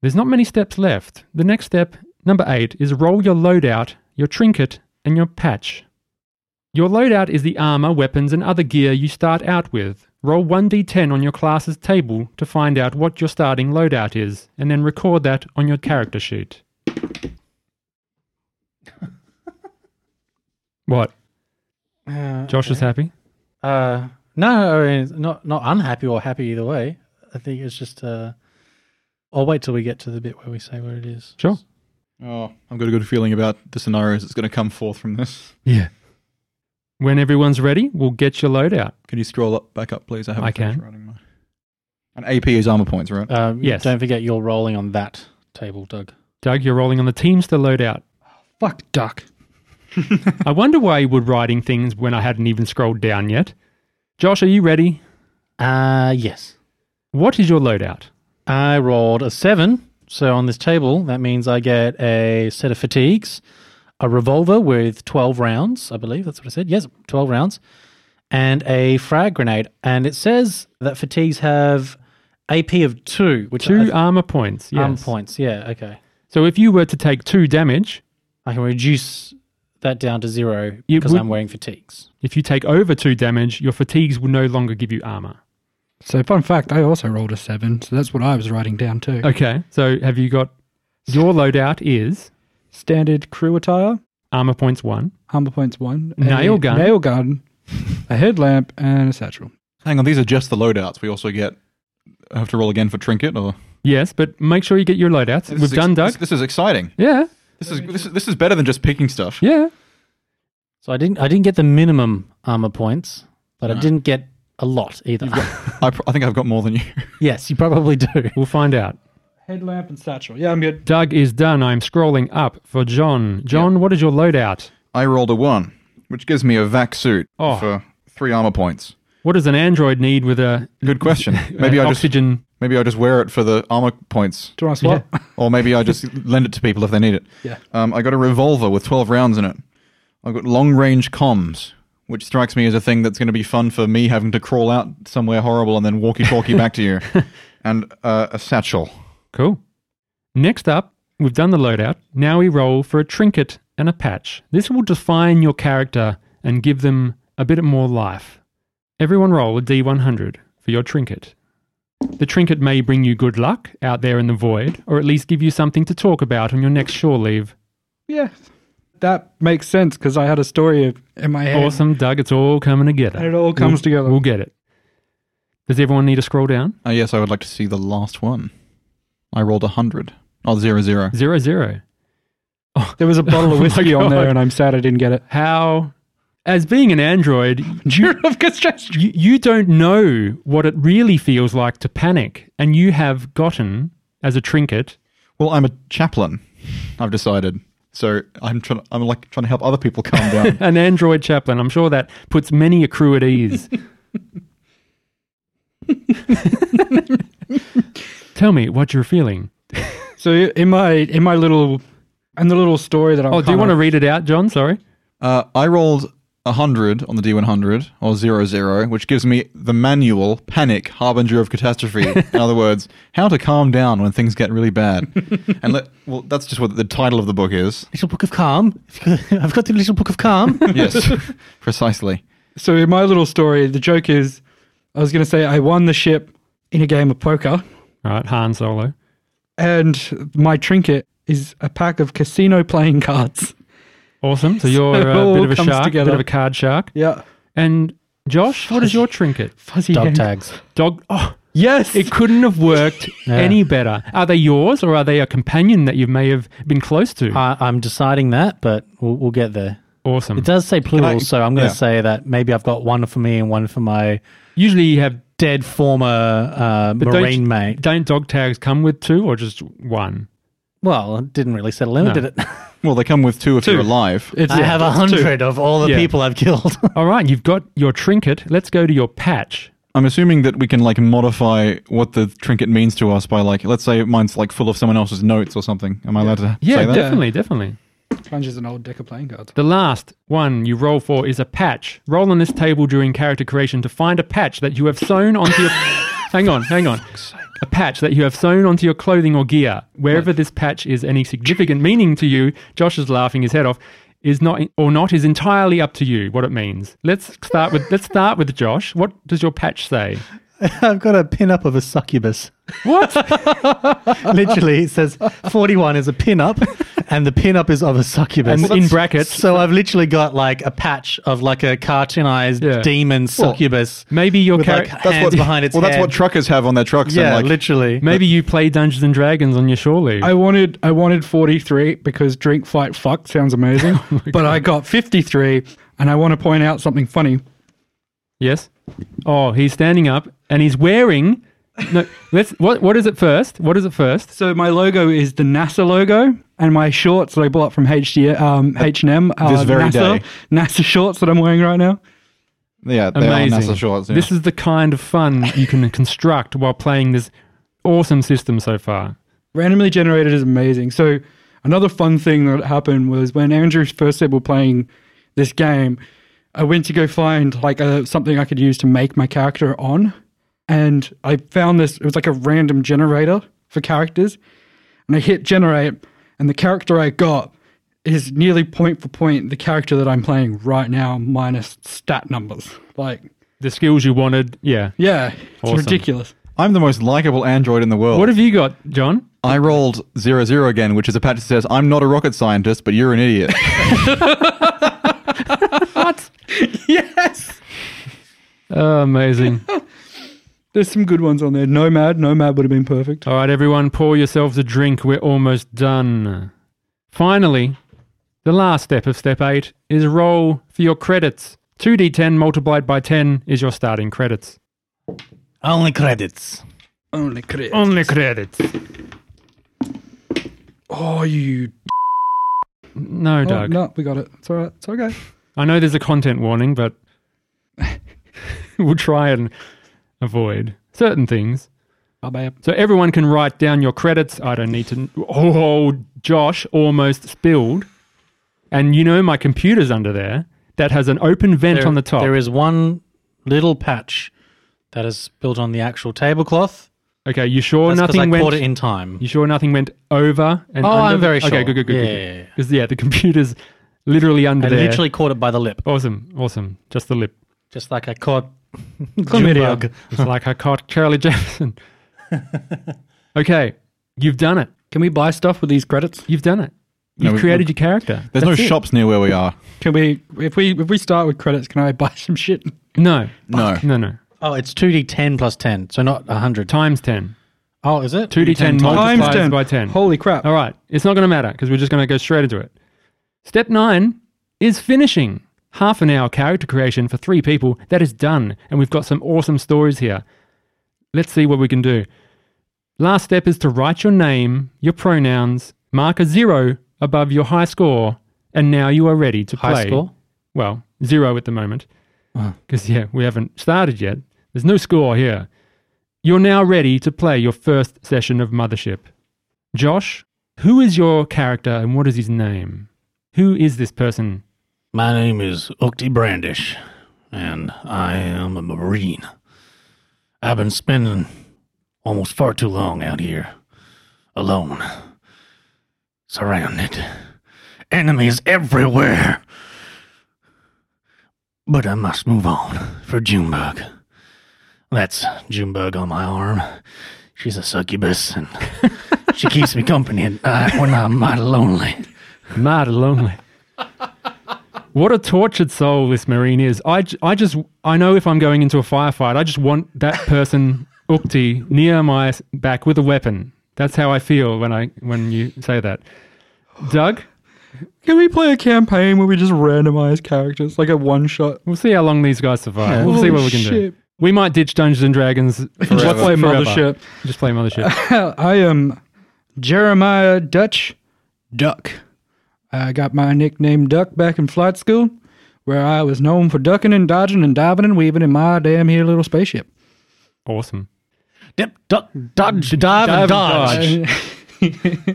[SPEAKER 1] There's not many steps left. The next step, number eight, is roll your loadout, your trinket, and your patch. Your loadout is the armor, weapons, and other gear you start out with. Roll 1d10 on your class's table to find out what your starting loadout is, and then record that on your character sheet. what?
[SPEAKER 2] Uh,
[SPEAKER 1] Josh is happy.
[SPEAKER 2] Uh, no, I mean, it's not not unhappy or happy either way. I think it's just. Uh, I'll wait till we get to the bit where we say what it is.
[SPEAKER 1] Sure.
[SPEAKER 3] Oh, I've got a good feeling about the scenarios that's going to come forth from this.
[SPEAKER 1] Yeah. When everyone's ready, we'll get your load out.
[SPEAKER 3] Can you scroll up back up, please? I haven't
[SPEAKER 1] I
[SPEAKER 3] finished
[SPEAKER 1] can. Uh.
[SPEAKER 3] writing mine. And AP is armor points, right?
[SPEAKER 2] Um,
[SPEAKER 1] Yes.
[SPEAKER 2] Don't forget you're rolling on that table, Doug.
[SPEAKER 1] Doug, you're rolling on the teams to load out.
[SPEAKER 4] Fuck duck.
[SPEAKER 1] I wonder why you were writing things when I hadn't even scrolled down yet. Josh, are you ready?
[SPEAKER 2] Uh, yes.
[SPEAKER 1] What is your loadout?
[SPEAKER 2] I rolled a seven. So on this table, that means I get a set of fatigues, a revolver with 12 rounds, I believe that's what I said. Yes, 12 rounds, and a frag grenade. And it says that fatigues have AP of two, which
[SPEAKER 1] Two
[SPEAKER 2] I-
[SPEAKER 1] armor points. Yes.
[SPEAKER 2] um, points. Yeah, okay.
[SPEAKER 1] So if you were to take two damage,
[SPEAKER 2] I can reduce that down to zero
[SPEAKER 1] You
[SPEAKER 2] because
[SPEAKER 1] would-
[SPEAKER 2] I'm wearing fatigues.
[SPEAKER 1] if you take over two damage, your fatigues will no longer give you armor.
[SPEAKER 4] So fun fact, I also rolled a seven, so that's what I was writing down too.
[SPEAKER 1] Okay. So have you got your loadout is
[SPEAKER 4] Standard crew attire,
[SPEAKER 1] armor points one.
[SPEAKER 4] humble points one, a
[SPEAKER 1] Nail gun.
[SPEAKER 4] nail gun, a headlamp, and a satchel.
[SPEAKER 3] Hang on, these are just the loadouts. We also get. I have to roll again for trinket, or
[SPEAKER 1] Yes, but make sure you get your loadouts.
[SPEAKER 3] This
[SPEAKER 1] We've
[SPEAKER 3] is ex-
[SPEAKER 1] done Doug.
[SPEAKER 3] This, this is exciting.
[SPEAKER 1] yeah.
[SPEAKER 3] This is this is this is better than just picking stuff.
[SPEAKER 1] Yeah.
[SPEAKER 2] So I didn't I didn't get the minimum armor points, but I didn't get a lot either.
[SPEAKER 3] I, pr- I think I've got more than you.
[SPEAKER 2] [LAUGHS]
[SPEAKER 3] [LAUGHS]
[SPEAKER 2] yes, you probably [LAUGHS] do.
[SPEAKER 1] We'll find out.
[SPEAKER 4] Headlamp and satchel. Yeah, I'm good.
[SPEAKER 1] Doug is done. I'm scrolling up for John. John, what is your loadout?
[SPEAKER 3] I rolled a one, which gives me a vac suit
[SPEAKER 1] Oh.
[SPEAKER 3] for three armor points.
[SPEAKER 1] What does an android need with a [LAUGHS]
[SPEAKER 3] Good question. Maybe
[SPEAKER 1] an
[SPEAKER 3] I just
[SPEAKER 1] oxygen?
[SPEAKER 3] maybe I just wear it for the armor points,
[SPEAKER 4] Do you want to swap?
[SPEAKER 3] or maybe
[SPEAKER 1] [LAUGHS]
[SPEAKER 3] I just lend it to people if they need it.
[SPEAKER 4] Yeah.
[SPEAKER 3] Um, I got a revolver with twelve rounds in it. I've got long range comms, which strikes me as a thing that's going to be fun for me having to crawl out somewhere horrible and then walkie talkie back
[SPEAKER 1] [LAUGHS]
[SPEAKER 3] to you, and uh, a satchel.
[SPEAKER 1] Cool. Next up, we've done the loadout. Now we roll for a trinket and a patch. This will define your character and give them a bit more life. Everyone roll a d100 for your trinket. The trinket may bring you good luck out there in the void, or at least give you something to talk about on your next shore leave.
[SPEAKER 4] yeah. That makes sense because I had a story of- in my head.
[SPEAKER 1] Awesome, Doug. It's all coming together.
[SPEAKER 4] And it all comes
[SPEAKER 1] We'll-
[SPEAKER 4] together.
[SPEAKER 1] We'll get it. Does everyone need to scroll down?
[SPEAKER 3] Uh, yes, I would like to see the last one. I rolled a hundred. Oh, zero zero.
[SPEAKER 1] Zero, zero.
[SPEAKER 4] There [LAUGHS] was a bottle
[SPEAKER 1] Oh
[SPEAKER 4] of
[SPEAKER 1] my
[SPEAKER 4] whiskey on
[SPEAKER 1] God.
[SPEAKER 4] there, and I'm sad I didn't get [LAUGHS] it.
[SPEAKER 1] How, as being an android,
[SPEAKER 4] [LAUGHS] Of course, just-
[SPEAKER 1] you, you don't know what it really feels like to panic, and you have gotten as a trinket.
[SPEAKER 3] Well, I'm a chaplain. I've decided. So I'm trying. I'm like trying to help other people calm [LAUGHS] down.
[SPEAKER 1] An android chaplain. I'm sure that puts many a crew at
[SPEAKER 4] [LAUGHS]
[SPEAKER 1] ease. Tell me what you're feeling.
[SPEAKER 4] so in my in my little and the little story that I'm.
[SPEAKER 1] Oh, do you want to read it out, John? Sorry.
[SPEAKER 3] Uh, I rolled a hundred on the D100 or zero zero, which gives me the manual panic harbinger of [LAUGHS] catastrophe. In other words, how to calm down when things get really [LAUGHS] bad. and let, well, that's just what the title of the book [LAUGHS] is.
[SPEAKER 2] Little Book of Calm. I've got [LAUGHS] the Little Book of Calm.
[SPEAKER 3] Yes, [LAUGHS] precisely.
[SPEAKER 4] So in my little story, the joke is, I was going to say I won the ship in a game of poker,
[SPEAKER 1] All right, Han Solo.
[SPEAKER 4] and my trinket is a pack of casino playing cards.
[SPEAKER 1] Awesome. So
[SPEAKER 4] So
[SPEAKER 1] you're
[SPEAKER 4] it
[SPEAKER 1] a
[SPEAKER 4] [LAUGHS] all
[SPEAKER 1] bit of a
[SPEAKER 4] comes
[SPEAKER 1] shark,
[SPEAKER 4] together.
[SPEAKER 1] bit of a card shark.
[SPEAKER 4] Yeah,
[SPEAKER 1] And Josh, what is your trinket?
[SPEAKER 4] fuzzy
[SPEAKER 2] [LAUGHS] Dog
[SPEAKER 4] hand.
[SPEAKER 2] tags.
[SPEAKER 1] Dog. Oh,
[SPEAKER 4] Yes,
[SPEAKER 1] It couldn't have worked
[SPEAKER 2] Yeah.
[SPEAKER 1] any better. Are they yours or are they a companion that you may have been close to?
[SPEAKER 2] I, I'm deciding that, but we'll, we'll get there.
[SPEAKER 1] awesome.
[SPEAKER 2] It does say plural,
[SPEAKER 3] I-
[SPEAKER 2] so I'm going
[SPEAKER 3] yeah.
[SPEAKER 2] to say that maybe I've got one for me and one for my
[SPEAKER 1] Usually you have
[SPEAKER 2] dead former uh,
[SPEAKER 1] don't
[SPEAKER 2] marine
[SPEAKER 1] you-
[SPEAKER 2] mate.
[SPEAKER 1] Don't dog tags come with two or just one?
[SPEAKER 2] Well, it didn't really set a limit,
[SPEAKER 1] No.
[SPEAKER 2] did it?
[SPEAKER 3] Well, they come with two if you're alive.
[SPEAKER 4] It's,
[SPEAKER 2] [LAUGHS] I have a hundred of all the
[SPEAKER 1] Yeah.
[SPEAKER 2] people I've killed.
[SPEAKER 1] All right, you've got your trinket. Let's go to your patch.
[SPEAKER 3] I'm assuming that we can like modify what the trinket means to us by like, let's say mine's like full of someone else's notes or something. Am I allowed to
[SPEAKER 1] Yeah,
[SPEAKER 3] say that?
[SPEAKER 1] definitely, definitely.
[SPEAKER 4] plunges an old deck of playing cards.
[SPEAKER 1] The last one you roll for is a patch. Roll on this table during character creation to find a patch that you have sewn onto
[SPEAKER 2] [LAUGHS]
[SPEAKER 1] your. hang on, hang on. A patch that you have sewn onto your clothing or gear. Wherever this patch is any significant meaning to you, Josh is laughing his head off. Is not or not is entirely up to you what it means. Let's start with let's start with Josh. What does your patch say?
[SPEAKER 2] [LAUGHS] I've got a pin up of a [LAUGHS] [LAUGHS] succubus. What? Literally, it says 41 is a pin up, and the pinup is of a succubus.
[SPEAKER 1] And in brackets-
[SPEAKER 2] So I've literally got like a patch of like a cartoonized
[SPEAKER 1] Yeah.
[SPEAKER 2] demon succubus.
[SPEAKER 1] Maybe your
[SPEAKER 2] with like
[SPEAKER 1] character.
[SPEAKER 2] hands behind its
[SPEAKER 3] well, that's
[SPEAKER 2] head.
[SPEAKER 3] what truckers have on their trucks.
[SPEAKER 2] yeah,
[SPEAKER 3] and like,
[SPEAKER 2] literally.
[SPEAKER 1] Maybe you play Dungeons and Dragons on your shore leave.
[SPEAKER 4] I wanted I wanted 43 because drink fight fuck sounds
[SPEAKER 3] [LAUGHS]
[SPEAKER 4] amazing,
[SPEAKER 3] Oh
[SPEAKER 4] but I got 53 and I want to point out something funny.
[SPEAKER 1] yes. Oh, he's standing up and he's wearing. No, let's. What? What is it first? What is it first?
[SPEAKER 4] So my logo is the NASA logo and my shorts that I bought from HD um, H&M uh,
[SPEAKER 3] This very
[SPEAKER 4] NASA,
[SPEAKER 3] day.
[SPEAKER 4] NASA shorts that I'm wearing right now.
[SPEAKER 3] yeah, they
[SPEAKER 1] Amazing.
[SPEAKER 3] are NASA shorts. Yeah.
[SPEAKER 1] This is the kind of fun you can [LAUGHS] construct while playing this awesome system so far.
[SPEAKER 4] randomly generated is amazing. So another fun thing that happened was when Andrew first said we're playing this game, I went to go find like a, something I could use to make my character on, and I found this. It was like a random generator for characters, and I hit generate, and the character I got is nearly point for point the character that I'm playing right now minus stat numbers. Like,
[SPEAKER 1] The skills you wanted. Yeah.
[SPEAKER 4] yeah, it's
[SPEAKER 1] Awesome.
[SPEAKER 4] ridiculous. [LAUGHS]
[SPEAKER 3] I'm the most likable android in the world.
[SPEAKER 1] What have you got, John?
[SPEAKER 3] I rolled zero zero again, which is a patch that says, "I'm not a rocket scientist, but you're
[SPEAKER 1] [LAUGHS]
[SPEAKER 3] an idiot."
[SPEAKER 4] Yes,
[SPEAKER 1] Oh, amazing.
[SPEAKER 4] there's some good ones on there. Nomad, Nomad would have been perfect.
[SPEAKER 1] [LAUGHS] All right, everyone, pour yourselves a drink. We're almost done. Finally, the last step of step eight is roll for your credits. 2d10 multiplied by 10 is your starting credits.
[SPEAKER 2] Only credits.
[SPEAKER 4] Only crit.
[SPEAKER 1] Only credits.
[SPEAKER 4] Oh, you.
[SPEAKER 1] No,
[SPEAKER 4] Oh,
[SPEAKER 1] Doug.
[SPEAKER 4] no, we got it. It's all right. It's okay.
[SPEAKER 1] I know there's a content warning, but [LAUGHS] we'll try and avoid certain things.
[SPEAKER 4] Oh, babe.
[SPEAKER 1] So everyone can write down your credits. I don't need to. Oh, Josh almost spilled. And you know my computer's under there. That has an open vent on the top.
[SPEAKER 2] There is one little patch that is built on the actual tablecloth.
[SPEAKER 1] Okay, you sure
[SPEAKER 2] That's 'cause
[SPEAKER 1] nothing
[SPEAKER 2] I
[SPEAKER 1] went?
[SPEAKER 2] caught it in time.
[SPEAKER 1] you sure nothing went over? And
[SPEAKER 2] Oh,
[SPEAKER 1] under
[SPEAKER 2] I'm very
[SPEAKER 1] okay,
[SPEAKER 2] sure.
[SPEAKER 1] Okay, good, good, good,
[SPEAKER 2] Yeah, yeah,
[SPEAKER 1] good.
[SPEAKER 2] yeah.
[SPEAKER 1] Because yeah, the computer's literally under
[SPEAKER 2] I
[SPEAKER 1] there.
[SPEAKER 2] literally caught it by the lip,
[SPEAKER 1] awesome, awesome. Just the lip.
[SPEAKER 2] just like
[SPEAKER 1] [LAUGHS]
[SPEAKER 2] I caught
[SPEAKER 4] Chlamydia.
[SPEAKER 2] Junebug.
[SPEAKER 1] It's like I caught Charlie Jefferson. okay, you've done it.
[SPEAKER 4] Can we buy stuff with these credits?
[SPEAKER 1] You've done it.
[SPEAKER 3] No,
[SPEAKER 1] You've
[SPEAKER 3] we-
[SPEAKER 1] created your character.
[SPEAKER 3] There's no
[SPEAKER 1] That's it.
[SPEAKER 3] shops near where we are.
[SPEAKER 4] Can we? If we if we start with credits, can I buy [LAUGHS] some shit?
[SPEAKER 1] No,
[SPEAKER 3] No.
[SPEAKER 1] no, no.
[SPEAKER 2] Oh, it's 2d10 plus 10, so not 100.
[SPEAKER 1] Times ten.
[SPEAKER 2] Oh, is it?
[SPEAKER 1] Two d ten
[SPEAKER 4] Times
[SPEAKER 1] multiplied
[SPEAKER 4] 10.
[SPEAKER 1] by ten.
[SPEAKER 4] Holy crap!
[SPEAKER 1] All right, it's not going to matter because we're just going to go straight into it. Step nine is finishing. Half an hour character creation for three people. That is done. And we've got some awesome stories here. Let's see what we can do. Last step is to write your name, your pronouns, mark a zero above your high score, and now you are ready to play.
[SPEAKER 2] High score? Uh-huh.
[SPEAKER 1] Well, zero at the moment. Because, yeah, we haven't started yet. There's no score here. You're now ready to play your first session of Mothership. Josh, who is your character and what is his name? Who is this person?
[SPEAKER 6] My name is Ukti Brandish, and I am a Marine. I've been spending almost far too long out here, alone, surrounded. Enemies everywhere! But I must move on for Junebug. That's Junebug on my arm. She's a succubus, and she keeps me company at night when I'm mighty lonely.
[SPEAKER 1] Mad lonely. what a tortured soul this Marine is. I, j- I just, I know if I'm going into a firefight, I just want that person, [LAUGHS] Ukti, near my s- back with a weapon. That's how I feel when I when you say that. Doug,
[SPEAKER 4] Can we play a campaign where we just randomize characters like a one shot?
[SPEAKER 1] we'll see how long these guys survive. We'll see
[SPEAKER 4] Holy
[SPEAKER 1] what we can do.
[SPEAKER 4] shit.
[SPEAKER 1] We might ditch Dungeons and Dragons.
[SPEAKER 4] Just play
[SPEAKER 1] forever.
[SPEAKER 4] Mothership.
[SPEAKER 1] Just play Mothership.
[SPEAKER 4] [LAUGHS] I am Jeremiah Dutch Duck. I got my nickname Duck back in flight school, where I was known for ducking and dodging and diving and weaving in my damn here little spaceship.
[SPEAKER 1] awesome.
[SPEAKER 6] Dip, duck, dodge,
[SPEAKER 2] Dive and
[SPEAKER 1] Dive and
[SPEAKER 2] dodge.
[SPEAKER 1] dodge.
[SPEAKER 4] Uh,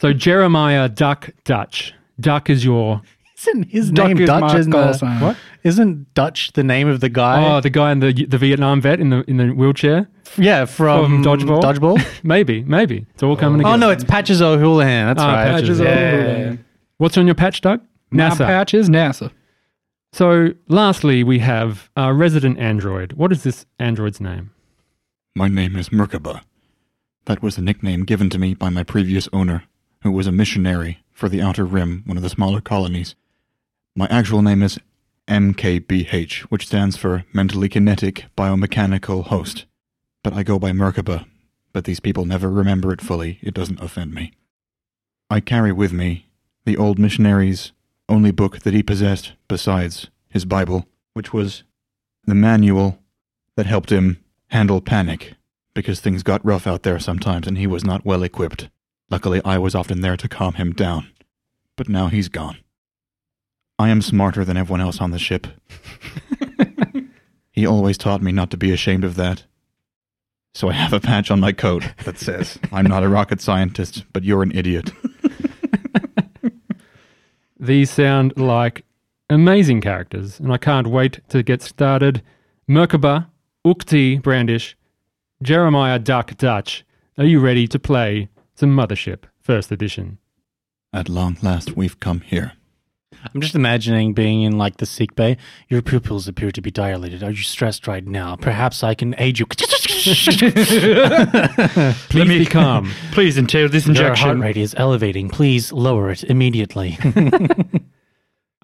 [SPEAKER 1] So Jeremiah Duck Dutch. Duck is your
[SPEAKER 2] Isn't his
[SPEAKER 4] Duck
[SPEAKER 2] name
[SPEAKER 4] is
[SPEAKER 2] Dutch?
[SPEAKER 4] my
[SPEAKER 2] Isn't,
[SPEAKER 4] call
[SPEAKER 2] the-
[SPEAKER 4] sign.
[SPEAKER 1] What?
[SPEAKER 2] isn't Dutch the name of the guy?
[SPEAKER 1] oh the guy in the the Vietnam vet in the in the wheelchair.
[SPEAKER 2] yeah, from,
[SPEAKER 1] from Dodgeball? Maybe, maybe it's all coming
[SPEAKER 2] [LAUGHS] oh,
[SPEAKER 1] together.
[SPEAKER 2] no, it's Patches O'Houlihan. That's
[SPEAKER 1] Ah,
[SPEAKER 2] right.
[SPEAKER 1] Patches
[SPEAKER 4] Patches
[SPEAKER 2] yeah.
[SPEAKER 4] O'Houlihan.
[SPEAKER 1] What's on your patch, Doug?
[SPEAKER 4] My
[SPEAKER 1] NASA.
[SPEAKER 4] patch is NASA.
[SPEAKER 1] So lastly, we have our resident android. What is this android's name?
[SPEAKER 3] My name is Merkaba. That was the nickname given to me by my previous owner, who was a missionary for the Outer Rim, one of the smaller colonies. My actual name is MKBH, which stands for Mentally Kinetic Biomechanical Host. But I go by Merkaba, but these people never remember it fully. It doesn't offend me. I carry with me the old missionary's only book that he possessed besides his Bible, which was the manual that helped him handle panic because things got rough out there sometimes and he was not well equipped. Luckily, I was often there to calm him down, but now he's gone. I am smarter than everyone else on the ship. he always taught me not to be ashamed of that. So I have a patch on my coat that says, I'm not a rocket scientist, but you're an idiot.
[SPEAKER 1] These sound like amazing characters, and I can't wait to get started. Merkaba, Ukti Brandish, Jeremiah Duck Dutch, are you ready to play some Mothership First Edition?
[SPEAKER 3] At long last, we've come here.
[SPEAKER 2] I'm just imagining being in like the sick bay. Your pupils appear to be dilated. Are you stressed right now? Perhaps I can aid you. [LAUGHS]
[SPEAKER 1] Please be calm.
[SPEAKER 4] [LAUGHS] Please entail this
[SPEAKER 2] [LAUGHS] Your heart
[SPEAKER 4] injection.
[SPEAKER 2] rate is elevating. Please lower it immediately.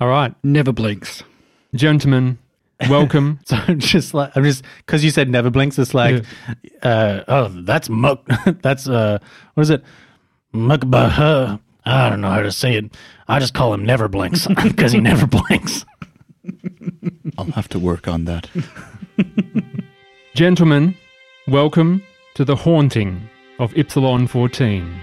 [SPEAKER 1] All right,
[SPEAKER 4] Never blinks.
[SPEAKER 2] [LAUGHS]
[SPEAKER 1] gentlemen, welcome.
[SPEAKER 6] [LAUGHS]
[SPEAKER 2] so I'm just like I'm just because you said never blinks. It's like, uh, oh, that's
[SPEAKER 6] [LAUGHS]
[SPEAKER 2] muck. that's uh, what is it?
[SPEAKER 6] Mukbaha. I don't know how to say it. I just call him Never Blinks [LAUGHS] because he never blinks.
[SPEAKER 3] I'll have to work on that.
[SPEAKER 1] Gentlemen, welcome to the haunting of Ypsilon 14.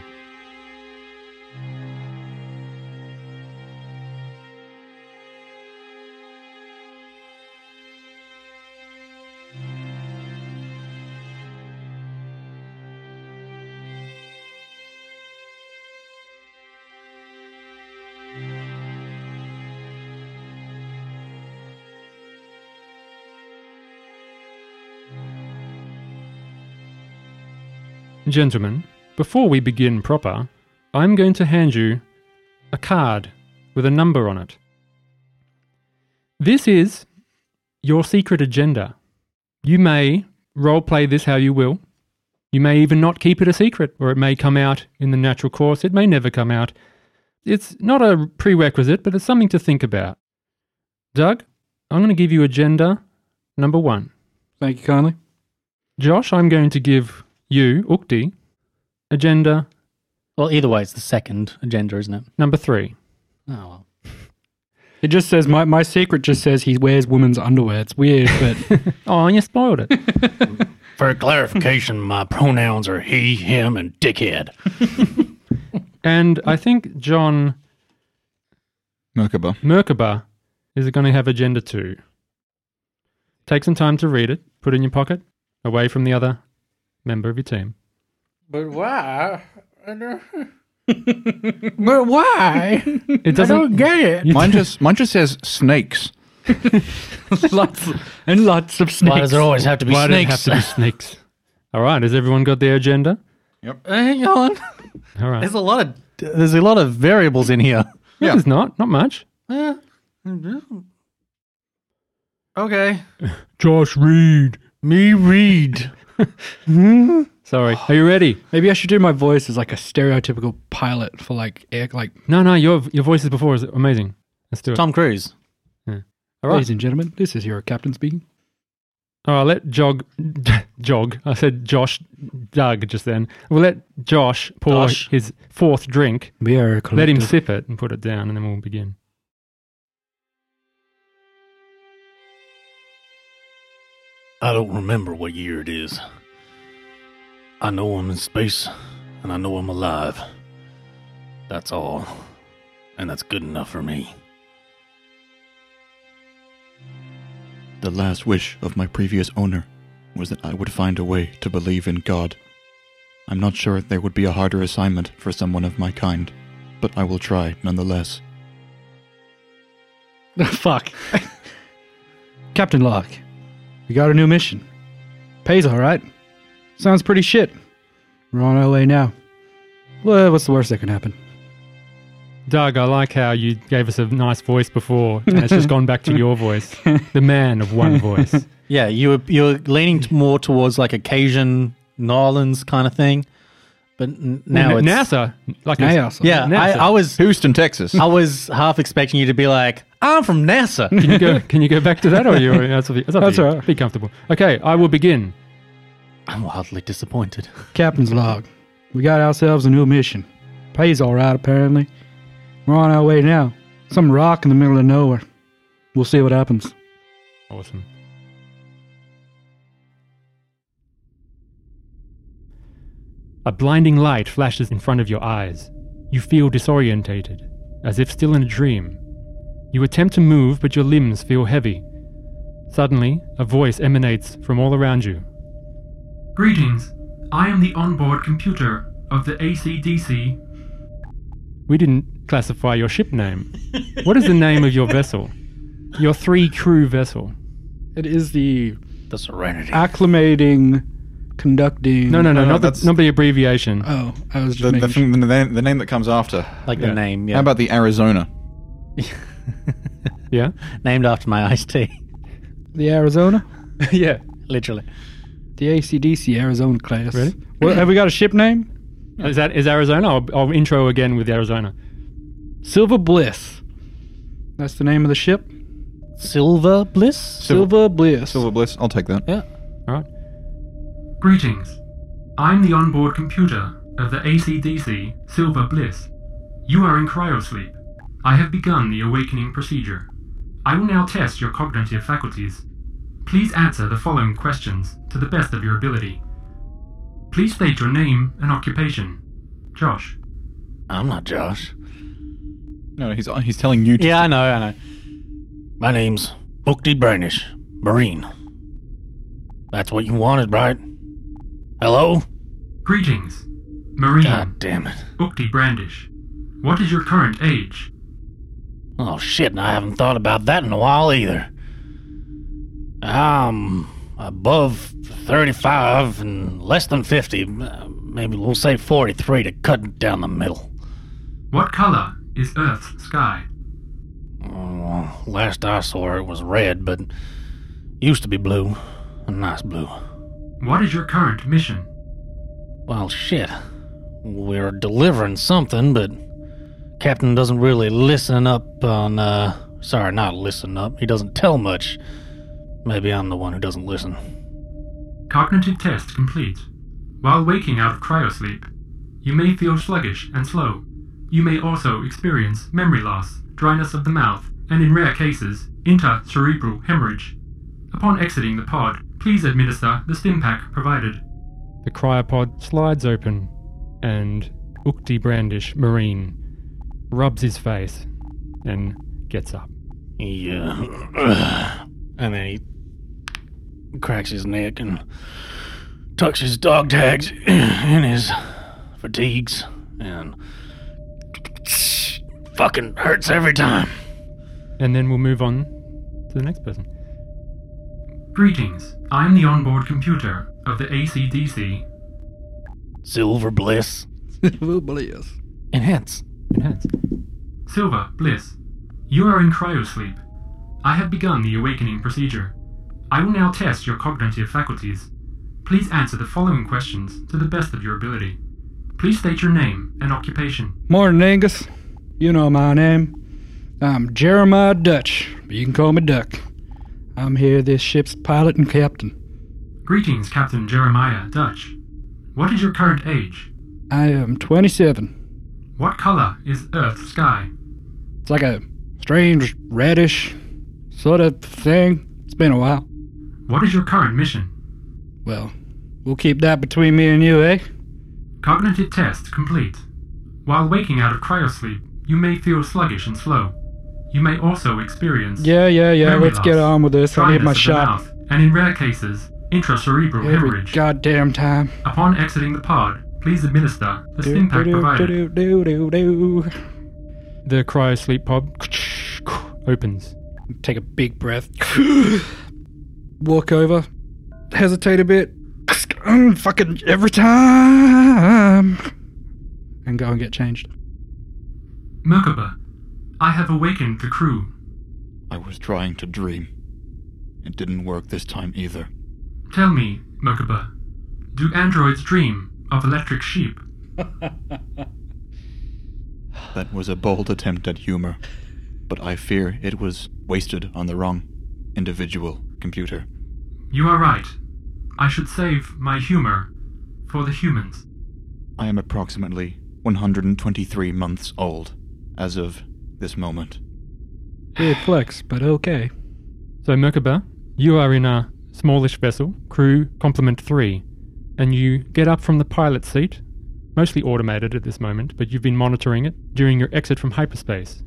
[SPEAKER 1] Gentlemen, before we begin proper, I'm going to hand you a card with a number on it. This is your secret agenda. You may roleplay this how you will. You may even not keep it a secret, or it may come out in the natural course. It may never come out. It's not a prerequisite, but it's something to think about. Doug, I'm going to give you agenda number one.
[SPEAKER 4] Thank you kindly.
[SPEAKER 1] Josh, I'm going to give you, Ukti, agenda
[SPEAKER 2] Well, either way, it's the second agenda, isn't it?
[SPEAKER 1] number three.
[SPEAKER 2] Oh well.
[SPEAKER 4] It just says my, my secret just says he wears women's underwear. It's weird, but
[SPEAKER 1] Oh, and you spoiled
[SPEAKER 2] [LAUGHS]
[SPEAKER 1] it.
[SPEAKER 6] For clarification, [LAUGHS] my pronouns are he, him, and dickhead.
[SPEAKER 1] and I think John
[SPEAKER 3] Merkaba.
[SPEAKER 1] Merkaba is going to have agenda two. Take some time to read it, put it in your pocket, away from the other member of your team.
[SPEAKER 7] [LAUGHS] But why? but why?
[SPEAKER 1] It doesn't.
[SPEAKER 7] Get it.
[SPEAKER 3] Mine just, mine just says snakes.
[SPEAKER 4] [LAUGHS] lots and lots of
[SPEAKER 6] Why
[SPEAKER 4] snakes.
[SPEAKER 6] does there always have to be
[SPEAKER 1] Why does it have
[SPEAKER 6] snakes?
[SPEAKER 1] to be snakes? All right, has everyone got their agenda?
[SPEAKER 2] Hang on.
[SPEAKER 1] All right.
[SPEAKER 2] [LAUGHS] There's a lot of there's a lot of variables in here.
[SPEAKER 1] No,
[SPEAKER 3] Yeah.
[SPEAKER 1] there's not. Not much.
[SPEAKER 2] Okay.
[SPEAKER 1] Josh, read.
[SPEAKER 2] Me read.
[SPEAKER 1] Sorry. Are you ready?
[SPEAKER 4] Maybe I should do my voice as like a stereotypical pilot for like air, like
[SPEAKER 1] No, no. Your your voices before is amazing. Let's do it.
[SPEAKER 2] Tom Cruise.
[SPEAKER 1] All right.
[SPEAKER 4] ladies and gentlemen. This is your captain speaking.
[SPEAKER 1] All right, let Jog, [LAUGHS] Jog, I said Josh, Doug just then. We'll let Josh pour
[SPEAKER 2] Josh.
[SPEAKER 1] his fourth drink,
[SPEAKER 4] We are a
[SPEAKER 1] let him
[SPEAKER 4] collective-
[SPEAKER 1] sip it and put it down, and then we'll begin.
[SPEAKER 6] I don't remember what year it is. I know I'm in space, and I know I'm alive. That's all. And that's good enough for me.
[SPEAKER 3] The last wish of my previous owner was that I would find a way to believe in God. I'm not sure there would be a harder assignment for someone of my kind, but I will try nonetheless.
[SPEAKER 4] [LAUGHS] Fuck. Captain Locke, we got a new mission. Pays all right. Sounds pretty shit. We're on our way now. Well, what's the worst that can happen?
[SPEAKER 1] Doug, I like how you gave us a nice voice before, and it's just gone back to your voice, the man of one voice.
[SPEAKER 2] Yeah, you were you're leaning t- more towards like a Cajun New Orleans kind of thing. but n- now
[SPEAKER 1] N-
[SPEAKER 2] it's
[SPEAKER 1] NASA, like a-
[SPEAKER 4] NASA.
[SPEAKER 2] Yeah, I,
[SPEAKER 1] NASA.
[SPEAKER 2] I was
[SPEAKER 3] Houston, Texas.
[SPEAKER 2] I was half expecting you to be like, I'm from
[SPEAKER 1] [LAUGHS]
[SPEAKER 2] NASA.
[SPEAKER 1] Can you go? Can you go back to that, or you? That's, up to you. that's, up to
[SPEAKER 4] That's
[SPEAKER 1] you.
[SPEAKER 4] all right.
[SPEAKER 1] Be comfortable. Okay, I will begin.
[SPEAKER 2] I'm wildly disappointed.
[SPEAKER 4] Captain's log. We got ourselves a new mission. Pays all right, apparently. We're on our way now. Some rock in the middle of nowhere. We'll see what happens.
[SPEAKER 1] Awesome. A blinding light flashes in front of your eyes. You feel disorientated, as if still in a dream. You attempt to move, but your limbs feel heavy. Suddenly, a voice emanates from all around you. Greetings. I am the onboard computer of the ACDC. We didn't classify your ship name. what is the name of your vessel? Your three crew vessel.
[SPEAKER 4] It is the
[SPEAKER 6] The Serenity.
[SPEAKER 4] acclimating, conducting.
[SPEAKER 1] No, no, no,
[SPEAKER 3] no,
[SPEAKER 1] not,
[SPEAKER 3] that's-
[SPEAKER 1] the, not the abbreviation.
[SPEAKER 4] Oh, I was just
[SPEAKER 3] the, the,
[SPEAKER 4] making sure.
[SPEAKER 3] thing, the, name, the name that comes after.
[SPEAKER 2] Like
[SPEAKER 1] Yeah.
[SPEAKER 2] the name, yeah.
[SPEAKER 3] How about the Arizona?
[SPEAKER 1] yeah?
[SPEAKER 2] [LAUGHS] Named after my iced tea, [LAUGHS]
[SPEAKER 4] The Arizona?
[SPEAKER 1] yeah.
[SPEAKER 2] literally.
[SPEAKER 4] The ACDC Arizona class.
[SPEAKER 1] Really?
[SPEAKER 4] What, have we got a ship name?
[SPEAKER 1] Is that is Arizona? I'll, I'll intro again with Arizona.
[SPEAKER 4] Silver Bliss. That's the name of the ship?
[SPEAKER 2] Silver Bliss?
[SPEAKER 4] Silver Bliss.
[SPEAKER 3] Silver Bliss. I'll take that.
[SPEAKER 2] Yeah.
[SPEAKER 1] All right. Greetings. I'm the onboard computer of the ACDC Silver Bliss. You are in cryosleep. I have begun the awakening procedure. I will now test your cognitive faculties. Please answer the following questions to the best of your ability. Please state your name and occupation. Josh.
[SPEAKER 6] I'm not Josh.
[SPEAKER 3] No, he's he's telling you. To
[SPEAKER 2] Yeah, I know, I know.
[SPEAKER 6] My name's Bookty Brandish, Marine. That's what you wanted, right? Hello?
[SPEAKER 1] Greetings. Marine.
[SPEAKER 6] God damn it.
[SPEAKER 1] Bookty Brandish. What is your current age?
[SPEAKER 6] Oh shit, and I haven't thought about that in a while either. I'm above 35 and less than 50. uh, Maybe we'll say 43 to cut down the middle.
[SPEAKER 1] What color is Earth's sky?
[SPEAKER 6] Oh, last I saw it was red, but used to be blue. A nice blue.
[SPEAKER 1] What is your current mission?
[SPEAKER 6] Well, shit. We're delivering something, but Captain doesn't really listen up on, uh, sorry, not listen up. He doesn't tell much. Maybe I'm the one who doesn't listen.
[SPEAKER 1] Cognitive test complete. While waking out of cryosleep, you may feel sluggish and slow. You may also experience memory loss, dryness of the mouth, and in rare cases, intercerebral hemorrhage. Upon exiting the pod, please administer the stim pack provided. The cryopod slides open, and Ukti Brandish Marine rubs his face and gets up.
[SPEAKER 6] He, uh, [SIGHS] and then he cracks his neck and tucks his dog tags [CLEARS THROAT] in his fatigues and [SNIFFS] fucking hurts every time.
[SPEAKER 1] And then we'll move on to the next person. Greetings. I'm the onboard computer of the ACDC.
[SPEAKER 6] Silver bliss.
[SPEAKER 4] Silver Bliss.
[SPEAKER 6] Enhance.
[SPEAKER 1] Enhance. Silver, Bliss. You are in cryosleep. I have begun the awakening procedure. I will now test your cognitive faculties. Please answer the following questions to the best of your ability. Please state your name and occupation.
[SPEAKER 4] Morning, Angus. You know my name. I'm Jeremiah Dutch. but You can call me Duck. I'm here, this ship's pilot and captain.
[SPEAKER 1] Greetings, Captain Jeremiah Dutch. What is your current age?
[SPEAKER 4] I am 27.
[SPEAKER 1] What color is Earth's sky?
[SPEAKER 4] It's like a strange, reddish sort of thing. It's been a while.
[SPEAKER 1] What is your current mission?
[SPEAKER 4] Well, we'll keep that between me and you, eh?
[SPEAKER 1] Cognitive test complete. While waking out of cryosleep, you may feel sluggish and slow. You may also experience
[SPEAKER 4] Yeah, yeah, yeah.
[SPEAKER 1] Memory
[SPEAKER 4] Let's get
[SPEAKER 1] loss.
[SPEAKER 4] on with this. I need
[SPEAKER 1] dryness
[SPEAKER 4] my
[SPEAKER 1] of the
[SPEAKER 4] shot
[SPEAKER 1] mouth, and in rare cases, intracerebral
[SPEAKER 4] every
[SPEAKER 1] hemorrhage.
[SPEAKER 4] goddamn time.
[SPEAKER 1] Upon exiting the pod, please administer the stim pack provided.
[SPEAKER 4] Do-do-do-do-do-do.
[SPEAKER 1] The cryosleep
[SPEAKER 4] [SNIFFS]
[SPEAKER 1] pod opens.
[SPEAKER 4] Take a big breath. [GASPS] Walk over. Hesitate a bit. [SNIFFS] Mm, Fucking every time. And go and get changed.
[SPEAKER 1] Merkaba, I have awakened the crew.
[SPEAKER 3] I was trying to dream. It didn't work this time either.
[SPEAKER 1] Tell me, Merkaba, do androids dream of electric sheep?
[SPEAKER 3] That was a bold attempt at humor, but I fear it was wasted on the wrong individual computer.
[SPEAKER 1] You are right. I should save my humor for the humans.
[SPEAKER 3] I am approximately 123 months old as of this moment.
[SPEAKER 4] Weird flex, but okay.
[SPEAKER 1] So, Merkaba, you are in a smallish vessel, crew complement three, and you get up from the pilot seat, mostly automated at this moment, but you've been monitoring it during your exit from hyperspace.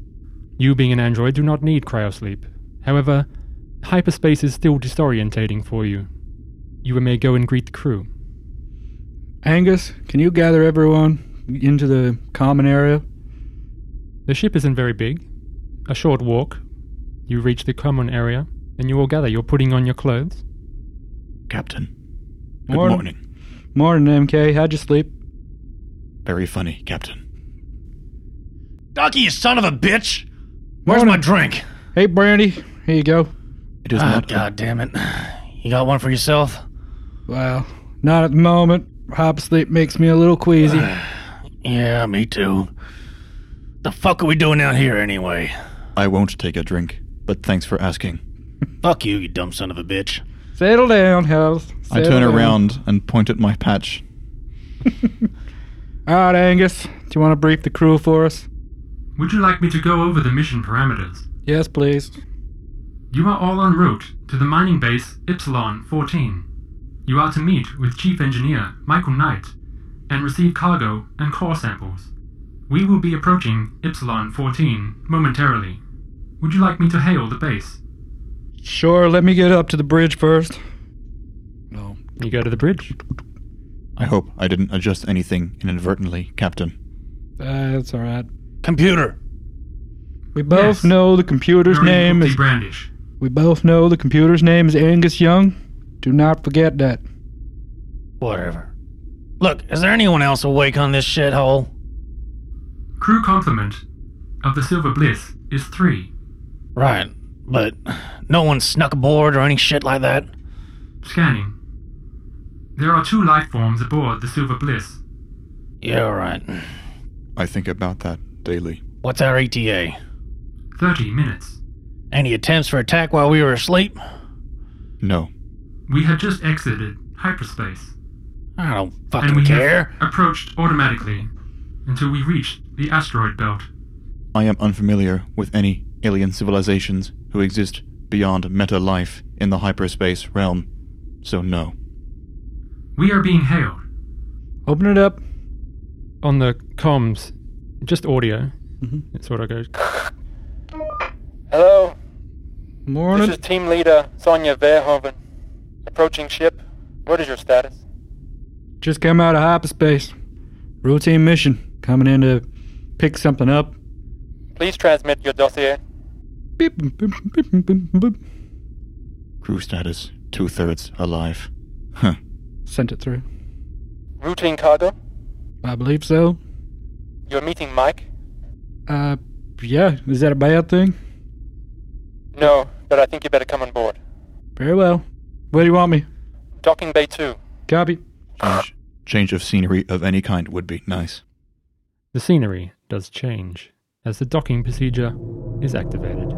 [SPEAKER 1] You, being an android, do not need cryosleep. However, hyperspace is still disorientating for you. You may go and greet the crew.
[SPEAKER 4] Angus, can you gather everyone into the common area?
[SPEAKER 1] The ship isn't very big. A short walk, you reach the common area, and you all gather. You're putting on your clothes.
[SPEAKER 3] Captain, good
[SPEAKER 4] Morning.
[SPEAKER 3] morning.
[SPEAKER 4] Morning, MK. How'd you sleep?
[SPEAKER 3] Very funny, Captain.
[SPEAKER 6] Ducky, you son of a bitch! Where's my drink?
[SPEAKER 4] Hey, Brandy. Here you go.
[SPEAKER 3] It is
[SPEAKER 6] Ah,
[SPEAKER 3] not.
[SPEAKER 6] God damn it. You got one for yourself?
[SPEAKER 4] Well, not at the moment. Hop sleep makes me a little
[SPEAKER 3] [SIGHS]
[SPEAKER 4] queasy.
[SPEAKER 6] Yeah, me too. The fuck are we doing out here anyway?
[SPEAKER 3] I won't take a drink, but thanks for asking.
[SPEAKER 6] Fuck you, you dumb son of a bitch.
[SPEAKER 4] Settle down, House.
[SPEAKER 3] I turn around and point at my patch.
[SPEAKER 4] All right, Angus. Do you want to brief the crew for us?
[SPEAKER 1] Would you like me to go over the mission parameters?
[SPEAKER 4] Yes, please.
[SPEAKER 1] You are all en route to the mining base Ypsilon 14. You are to meet with Chief Engineer Michael Knight and receive cargo and core samples. We will be approaching Ypsilon 14 momentarily. Would you like me to hail the base?
[SPEAKER 4] Sure, let me get up to the bridge first. No.
[SPEAKER 1] You go to the bridge.
[SPEAKER 3] I hope I didn't adjust anything inadvertently, Captain.
[SPEAKER 4] That's all right.
[SPEAKER 6] Computer!
[SPEAKER 4] We both
[SPEAKER 1] Yes.
[SPEAKER 4] know the computer's name is.
[SPEAKER 1] Brandish.
[SPEAKER 4] We both know the computer's name is Angus Young. Do not forget that.
[SPEAKER 6] Whatever. Look, is there anyone else awake on this shithole?
[SPEAKER 1] Crew complement of the Silver Bliss is three.
[SPEAKER 6] Right, but no one snuck aboard or any shit like that?
[SPEAKER 1] Scanning. There are two life forms aboard the Silver Bliss.
[SPEAKER 6] Yeah, alright.
[SPEAKER 3] I think about that daily.
[SPEAKER 6] What's our ETA?
[SPEAKER 1] 30 minutes.
[SPEAKER 6] Any attempts for attack while we were asleep?
[SPEAKER 3] No,
[SPEAKER 1] We have just exited hyperspace.
[SPEAKER 6] I don't
[SPEAKER 1] and
[SPEAKER 6] fucking
[SPEAKER 1] we
[SPEAKER 6] care.
[SPEAKER 1] have approached automatically until we reached the asteroid belt.
[SPEAKER 3] I am unfamiliar with any alien civilizations who exist beyond meta life in the hyperspace realm, so no.
[SPEAKER 1] We are being hailed.
[SPEAKER 4] Open it up.
[SPEAKER 1] On the comms, just audio.
[SPEAKER 6] Mm-hmm.
[SPEAKER 1] It sort of goes.
[SPEAKER 8] Hello,
[SPEAKER 4] Morning.
[SPEAKER 8] this is Team Leader Sonja Verhoeven. Approaching ship. What is your status?
[SPEAKER 4] Just come out of hyperspace. Routine mission. Coming in to pick something up.
[SPEAKER 8] Please transmit your dossier.
[SPEAKER 4] Beep, boop, boop, boop, boop, boop, boop.
[SPEAKER 3] Crew status two thirds alive. Huh.
[SPEAKER 4] Sent it through.
[SPEAKER 8] Routine cargo.
[SPEAKER 4] I believe so.
[SPEAKER 8] You're meeting Mike?
[SPEAKER 4] Uh, yeah. Is that a bad thing?
[SPEAKER 8] No, but I think you better come on board.
[SPEAKER 4] Very well. Where do you want me?
[SPEAKER 8] Docking Bay 2.
[SPEAKER 4] Copy.
[SPEAKER 3] Change, change of scenery of any kind would be nice.
[SPEAKER 1] The scenery does change as the docking procedure is activated.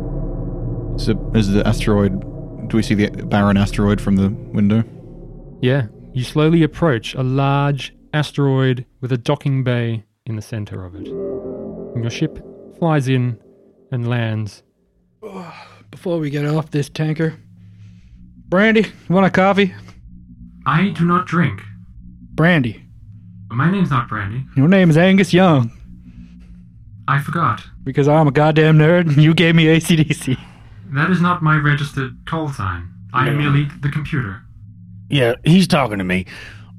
[SPEAKER 3] So, is the asteroid. Do we see the barren asteroid from the window?
[SPEAKER 1] Yeah, you slowly approach a large asteroid with a docking bay in the center of it. And your ship flies in and lands.
[SPEAKER 4] Before we get off this tanker, Brandy, want a coffee?
[SPEAKER 1] I do not drink.
[SPEAKER 4] Brandy,
[SPEAKER 1] My name's not Brandy.
[SPEAKER 4] your name is Angus Young
[SPEAKER 1] I forgot.
[SPEAKER 4] because I'm a goddamn nerd and you gave me ACDC.
[SPEAKER 1] That is not my registered call sign. I am merely the computer.
[SPEAKER 6] Yeah, he's talking to me.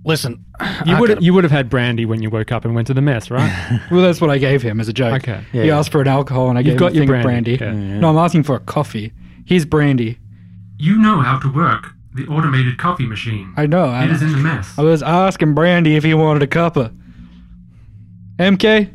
[SPEAKER 6] Listen,
[SPEAKER 1] You
[SPEAKER 6] I
[SPEAKER 1] would
[SPEAKER 6] gotta-
[SPEAKER 1] you would have had brandy when you woke up and went to the mess, right?
[SPEAKER 4] Well, that's what I gave him as a joke.
[SPEAKER 1] Okay.
[SPEAKER 4] He asked for an alcohol and I
[SPEAKER 1] You've
[SPEAKER 4] gave
[SPEAKER 1] got
[SPEAKER 4] him
[SPEAKER 1] your
[SPEAKER 4] a thing of
[SPEAKER 1] brandy.
[SPEAKER 4] brandy.
[SPEAKER 1] Okay.
[SPEAKER 4] No, I'm asking for a coffee. He's brandy.
[SPEAKER 1] you know how to work the automated coffee machine.
[SPEAKER 4] I know.
[SPEAKER 1] it is
[SPEAKER 4] I,
[SPEAKER 1] in the mess.
[SPEAKER 4] I was asking Brandy if he wanted a cuppa. MK, would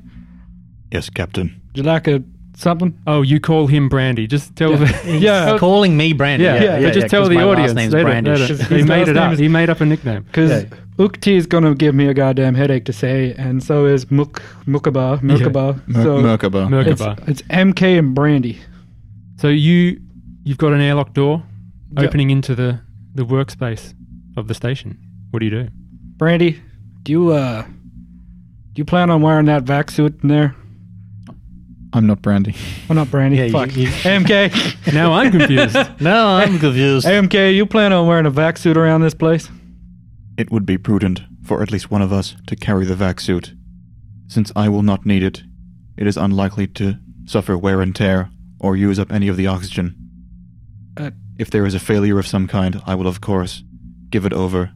[SPEAKER 3] Yes, Captain.
[SPEAKER 4] you like a something?
[SPEAKER 1] Oh, you call him Brandy. Just tell the.
[SPEAKER 4] [LAUGHS] Yeah,
[SPEAKER 9] Calling me Brandon.
[SPEAKER 1] Yeah, but just tell
[SPEAKER 9] 'cause
[SPEAKER 1] the
[SPEAKER 9] my
[SPEAKER 1] audience.
[SPEAKER 9] Last name's
[SPEAKER 1] they don't-
[SPEAKER 9] Brandon.
[SPEAKER 1] they don't- [LAUGHS]
[SPEAKER 4] His
[SPEAKER 1] he made
[SPEAKER 4] last
[SPEAKER 1] it
[SPEAKER 4] name
[SPEAKER 1] up.
[SPEAKER 4] is-
[SPEAKER 1] He made up a nickname.
[SPEAKER 4] because
[SPEAKER 9] Yeah.
[SPEAKER 4] Ukti is gonna give me a goddamn headache to say, and so is Muk Mukaba Mukaba. So
[SPEAKER 3] Merkaba.
[SPEAKER 4] it's,
[SPEAKER 1] Merkaba.
[SPEAKER 4] it's MK and Brandy.
[SPEAKER 1] So you you've got an airlock door
[SPEAKER 4] Yep.
[SPEAKER 1] opening into the the workspace of the station. What do you do?
[SPEAKER 4] Brandy, do you uh do you plan on wearing that vac suit in there?
[SPEAKER 3] I'm not Brandy.
[SPEAKER 4] Oh, not Brandy.
[SPEAKER 2] you-
[SPEAKER 4] Fuck.
[SPEAKER 2] you-
[SPEAKER 4] MK,
[SPEAKER 1] [LAUGHS] Now I'm confused.
[SPEAKER 2] No, I'm confused.
[SPEAKER 4] MK, you plan on wearing a vac suit around this place?
[SPEAKER 3] It would be prudent for at least one of us to carry the vac suit. Since I will not need it, it is unlikely to suffer wear and tear or use up any of the oxygen.
[SPEAKER 4] Uh,
[SPEAKER 3] if there is a failure of some kind, I will, of course, give it over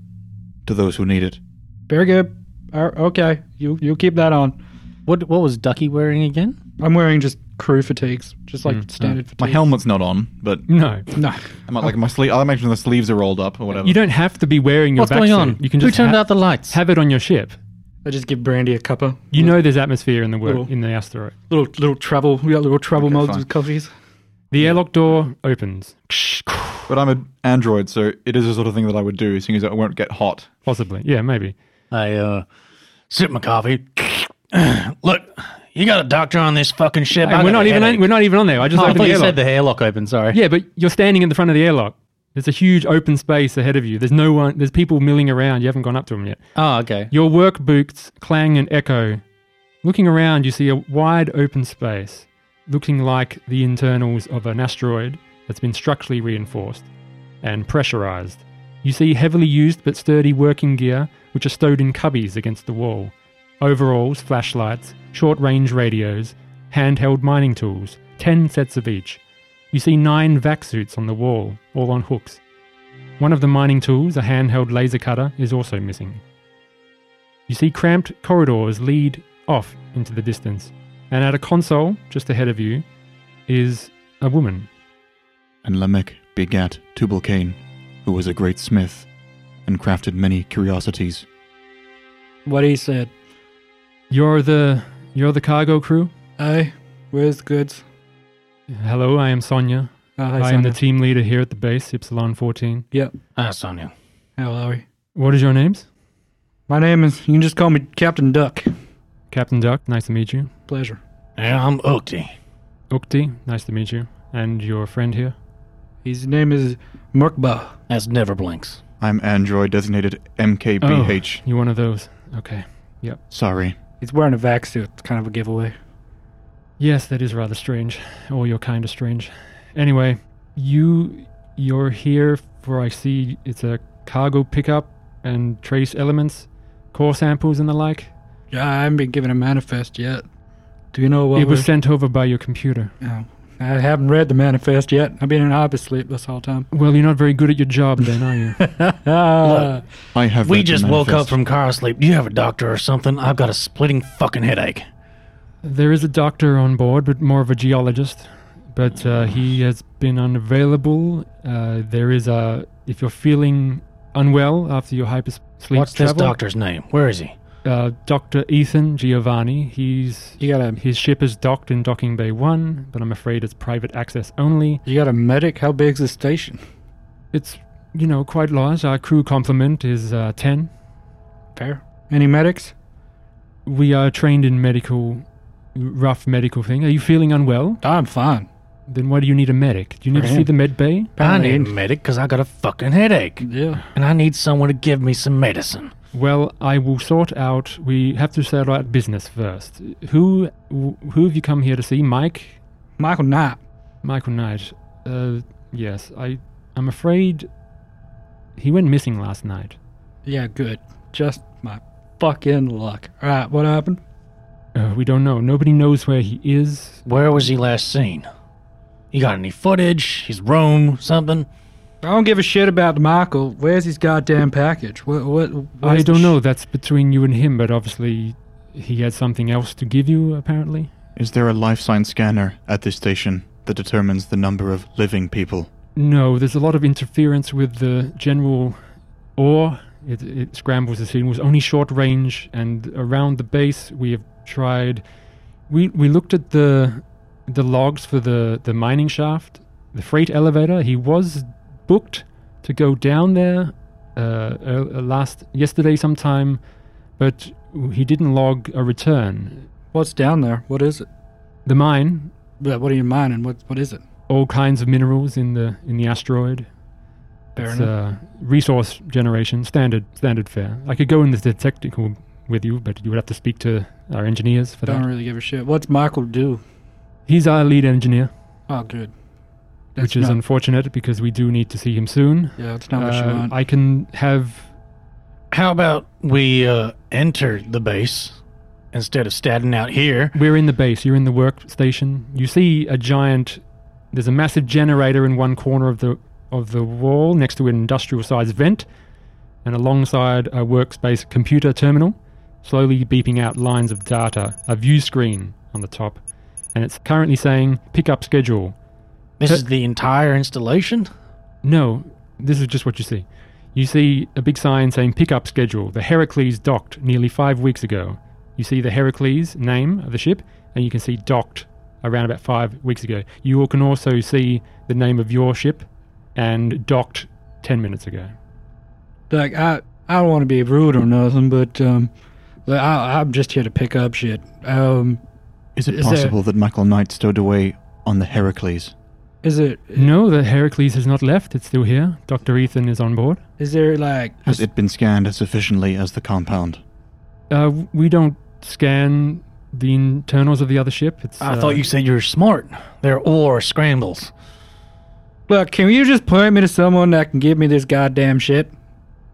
[SPEAKER 3] to those who need it.
[SPEAKER 4] Very good. Uh, okay, you you keep that on.
[SPEAKER 2] What what was Ducky wearing again?
[SPEAKER 4] I'm wearing just crew fatigues, just like standard fatigues.
[SPEAKER 3] My helmet's not on, but
[SPEAKER 1] No,
[SPEAKER 4] No.
[SPEAKER 3] I might, like my sleeve. I imagine the sleeves are rolled up or whatever.
[SPEAKER 1] you don't have to be wearing your
[SPEAKER 2] What's going
[SPEAKER 1] vaccine.
[SPEAKER 2] on?
[SPEAKER 1] You can
[SPEAKER 2] Who
[SPEAKER 1] just
[SPEAKER 2] turned
[SPEAKER 1] ha-
[SPEAKER 2] out the lights?
[SPEAKER 1] have it on your ship.
[SPEAKER 4] I just give Brandy a cuppa.
[SPEAKER 1] You know there's atmosphere in the work,
[SPEAKER 4] Cool.
[SPEAKER 1] in the asteroid.
[SPEAKER 4] Little little travel. We got little travel
[SPEAKER 3] Okay,
[SPEAKER 4] mugs
[SPEAKER 3] fine.
[SPEAKER 4] with coffees.
[SPEAKER 1] The airlock door opens,
[SPEAKER 3] but I'm an android, so it is the sort of thing that I would do, seeing as I won't get hot.
[SPEAKER 1] possibly. Yeah, maybe.
[SPEAKER 6] I uh, sip my coffee. [CLEARS THROAT] Look,
[SPEAKER 9] You got a doctor on this fucking ship. I
[SPEAKER 1] we're
[SPEAKER 9] got
[SPEAKER 1] not
[SPEAKER 9] a
[SPEAKER 1] even
[SPEAKER 9] headache.
[SPEAKER 1] we're not even on there. I just
[SPEAKER 2] Oh, I
[SPEAKER 1] opened
[SPEAKER 2] thought
[SPEAKER 1] the
[SPEAKER 2] you
[SPEAKER 1] airlock.
[SPEAKER 2] said the airlock open. Sorry.
[SPEAKER 1] Yeah, but you're standing in the front of the airlock. There's a huge open space ahead of you. There's no one. There's people milling around. You haven't gone up to them yet.
[SPEAKER 2] Oh, okay.
[SPEAKER 1] Your work boots clang and echo. Looking around, you see a wide open space, looking like the internals of an asteroid that's been structurally reinforced and pressurized. You see heavily used but sturdy working gear, which are stowed in cubbies against the wall. Overalls, flashlights, short range radios, handheld mining tools, ten sets of each. You see nine vac suits on the wall, all on hooks. One of the mining tools, a handheld laser cutter, is also missing. You see cramped corridors lead off into the distance, and at a console just ahead of you is a woman.
[SPEAKER 3] And Lamech begat Tubal Cain, who was a great smith, and crafted many curiosities.
[SPEAKER 4] What he said.
[SPEAKER 1] You're the you're the cargo crew.
[SPEAKER 4] Hey, where's the goods?
[SPEAKER 1] Hello, I am Sonia.
[SPEAKER 4] Oh, hi,
[SPEAKER 1] I am the
[SPEAKER 4] Sonia.
[SPEAKER 1] team leader here at the base, Ypsilon 14.
[SPEAKER 4] Yep.
[SPEAKER 6] ah, Sonia.
[SPEAKER 4] How are we?
[SPEAKER 1] What is your names?
[SPEAKER 4] My name is. You can just call me Captain Duck.
[SPEAKER 1] Captain Duck, nice to meet you.
[SPEAKER 4] Pleasure.
[SPEAKER 6] Yeah, I'm Ukti.
[SPEAKER 1] Ukti, nice to meet you. And your friend here?
[SPEAKER 4] His name is Murkba.
[SPEAKER 6] That's never blinks.
[SPEAKER 3] I'm android designated MKBH.
[SPEAKER 1] Oh, you're one of those. Okay.
[SPEAKER 3] Oh. Sorry.
[SPEAKER 4] He's wearing a vac suit. It's kind of a giveaway.
[SPEAKER 1] Yes, that is rather strange. Or you're kind of strange. Anyway, you you're here for I see it's a cargo pickup and trace elements, core samples and the like.
[SPEAKER 4] Yeah, I haven't been given a manifest yet. Do you know what
[SPEAKER 1] it was
[SPEAKER 4] we're-
[SPEAKER 1] sent over by your computer.
[SPEAKER 4] No. I haven't read the manifest yet. I've been in hyper sleep this whole time.
[SPEAKER 1] Well, you're not very good at your job then, are you?
[SPEAKER 4] Ah,
[SPEAKER 3] I have
[SPEAKER 6] We
[SPEAKER 3] read the
[SPEAKER 6] just woke up
[SPEAKER 3] manifest.
[SPEAKER 6] from car sleep. Do you have a doctor or something? I've got a splitting fucking headache.
[SPEAKER 1] there is a doctor on board, but more of a geologist. But uh, he has been unavailable. Uh, there is a if you're feeling unwell after your hypersleep
[SPEAKER 6] What's
[SPEAKER 1] travel,
[SPEAKER 6] this doctor's name? Where is he?
[SPEAKER 1] Uh, Doctor Ethan Giovanni. He's
[SPEAKER 4] you got a
[SPEAKER 1] Um, His ship is docked in Docking Bay 1, but I'm afraid it's private access only.
[SPEAKER 4] you got a medic? How big's the station?
[SPEAKER 1] It's, you know, quite large. Our crew complement is uh, 10.
[SPEAKER 4] Fair. Any medics?
[SPEAKER 1] We are trained in medical, rough medical thing. Are you feeling unwell?
[SPEAKER 4] I'm fine.
[SPEAKER 1] Then why do you need a medic? Do you need to
[SPEAKER 4] Right.
[SPEAKER 1] see the med bay?
[SPEAKER 6] I need a
[SPEAKER 4] Apparently-
[SPEAKER 6] medic because I got a fucking headache.
[SPEAKER 4] Yeah.
[SPEAKER 6] And I need someone to give me some medicine.
[SPEAKER 1] Well, I will sort out. We have to sort out business first. Who, who have you come here to see? Mike,
[SPEAKER 4] Michael Knight.
[SPEAKER 1] Michael Knight. Uh, yes, I, I'm afraid he went missing last night.
[SPEAKER 4] Yeah, good. Just my fucking luck. All right, what happened?
[SPEAKER 1] Uh, we don't know. Nobody knows where he is.
[SPEAKER 6] Where was he last seen? You got any footage? He's roam something?
[SPEAKER 4] I don't give a shit about Michael. Where's his goddamn package? What? What?
[SPEAKER 1] I
[SPEAKER 4] where's the
[SPEAKER 1] don't
[SPEAKER 4] sh-
[SPEAKER 1] know. That's between you and him, but obviously he had something else to give you, apparently.
[SPEAKER 3] Is there a life sign scanner at this station that determines the number of living people?
[SPEAKER 1] No, there's a lot of interference with the general ore. It, it scrambles the signals, only short range, and around the base we have tried. We, we looked at the the logs for the, the mining shaft, the freight elevator. He was booked to go down there uh, uh, last yesterday sometime, but he didn't log a return.
[SPEAKER 4] What's down there? What is it?
[SPEAKER 1] The mine,
[SPEAKER 4] Yeah, What are you mining? What What is it?
[SPEAKER 1] all kinds of minerals in the in the asteroid.
[SPEAKER 4] Fair
[SPEAKER 1] It's,
[SPEAKER 4] enough.
[SPEAKER 1] uh, resource generation, standard standard fare. I could go into the technical with you, but you would have to speak to our engineers for
[SPEAKER 4] Don't
[SPEAKER 1] that.
[SPEAKER 4] really give a shit. What's Michael do?
[SPEAKER 1] He's our lead engineer,
[SPEAKER 4] Oh, good.
[SPEAKER 1] which is
[SPEAKER 4] not,
[SPEAKER 1] unfortunate because we do need to see him soon.
[SPEAKER 4] yeah, it's not what you
[SPEAKER 1] Uh,
[SPEAKER 4] want.
[SPEAKER 1] I can have
[SPEAKER 9] How about we uh, enter the base instead of standing out here?
[SPEAKER 1] We're in the base. You're in the workstation. You see a giant. There's a massive generator in one corner of the of the wall, next to an industrial sized vent, and alongside a workspace computer terminal, slowly beeping out lines of data. A view screen on the top, and it's currently saying pickup schedule.
[SPEAKER 9] This is the entire installation.
[SPEAKER 1] No, this is just what you see. You see a big sign saying pickup schedule. The Heracles docked nearly five weeks ago. You see the Heracles name of the ship, and you can see docked around about five weeks ago. You all can also see the name of your ship and docked 10 minutes ago.
[SPEAKER 4] Like I, I don't want to be rude or nothing, but um, like, I, I'm just here to pick up shit. Um,
[SPEAKER 3] Is it
[SPEAKER 4] Is there-
[SPEAKER 3] possible that Michael Knight stowed away on the Heracles?
[SPEAKER 4] is it
[SPEAKER 1] No, the Heracles has not left. It's still here. Dr. Ethan is on board.
[SPEAKER 4] is there like
[SPEAKER 3] Has it been scanned as efficiently as the compound?
[SPEAKER 1] Uh, we don't scan the internals of the other ship. It's,
[SPEAKER 9] I
[SPEAKER 1] uh,
[SPEAKER 9] thought you said you were smart. They're ore scrambles.
[SPEAKER 4] look? Can you just point me to someone that can give me this goddamn shit?
[SPEAKER 1] uh,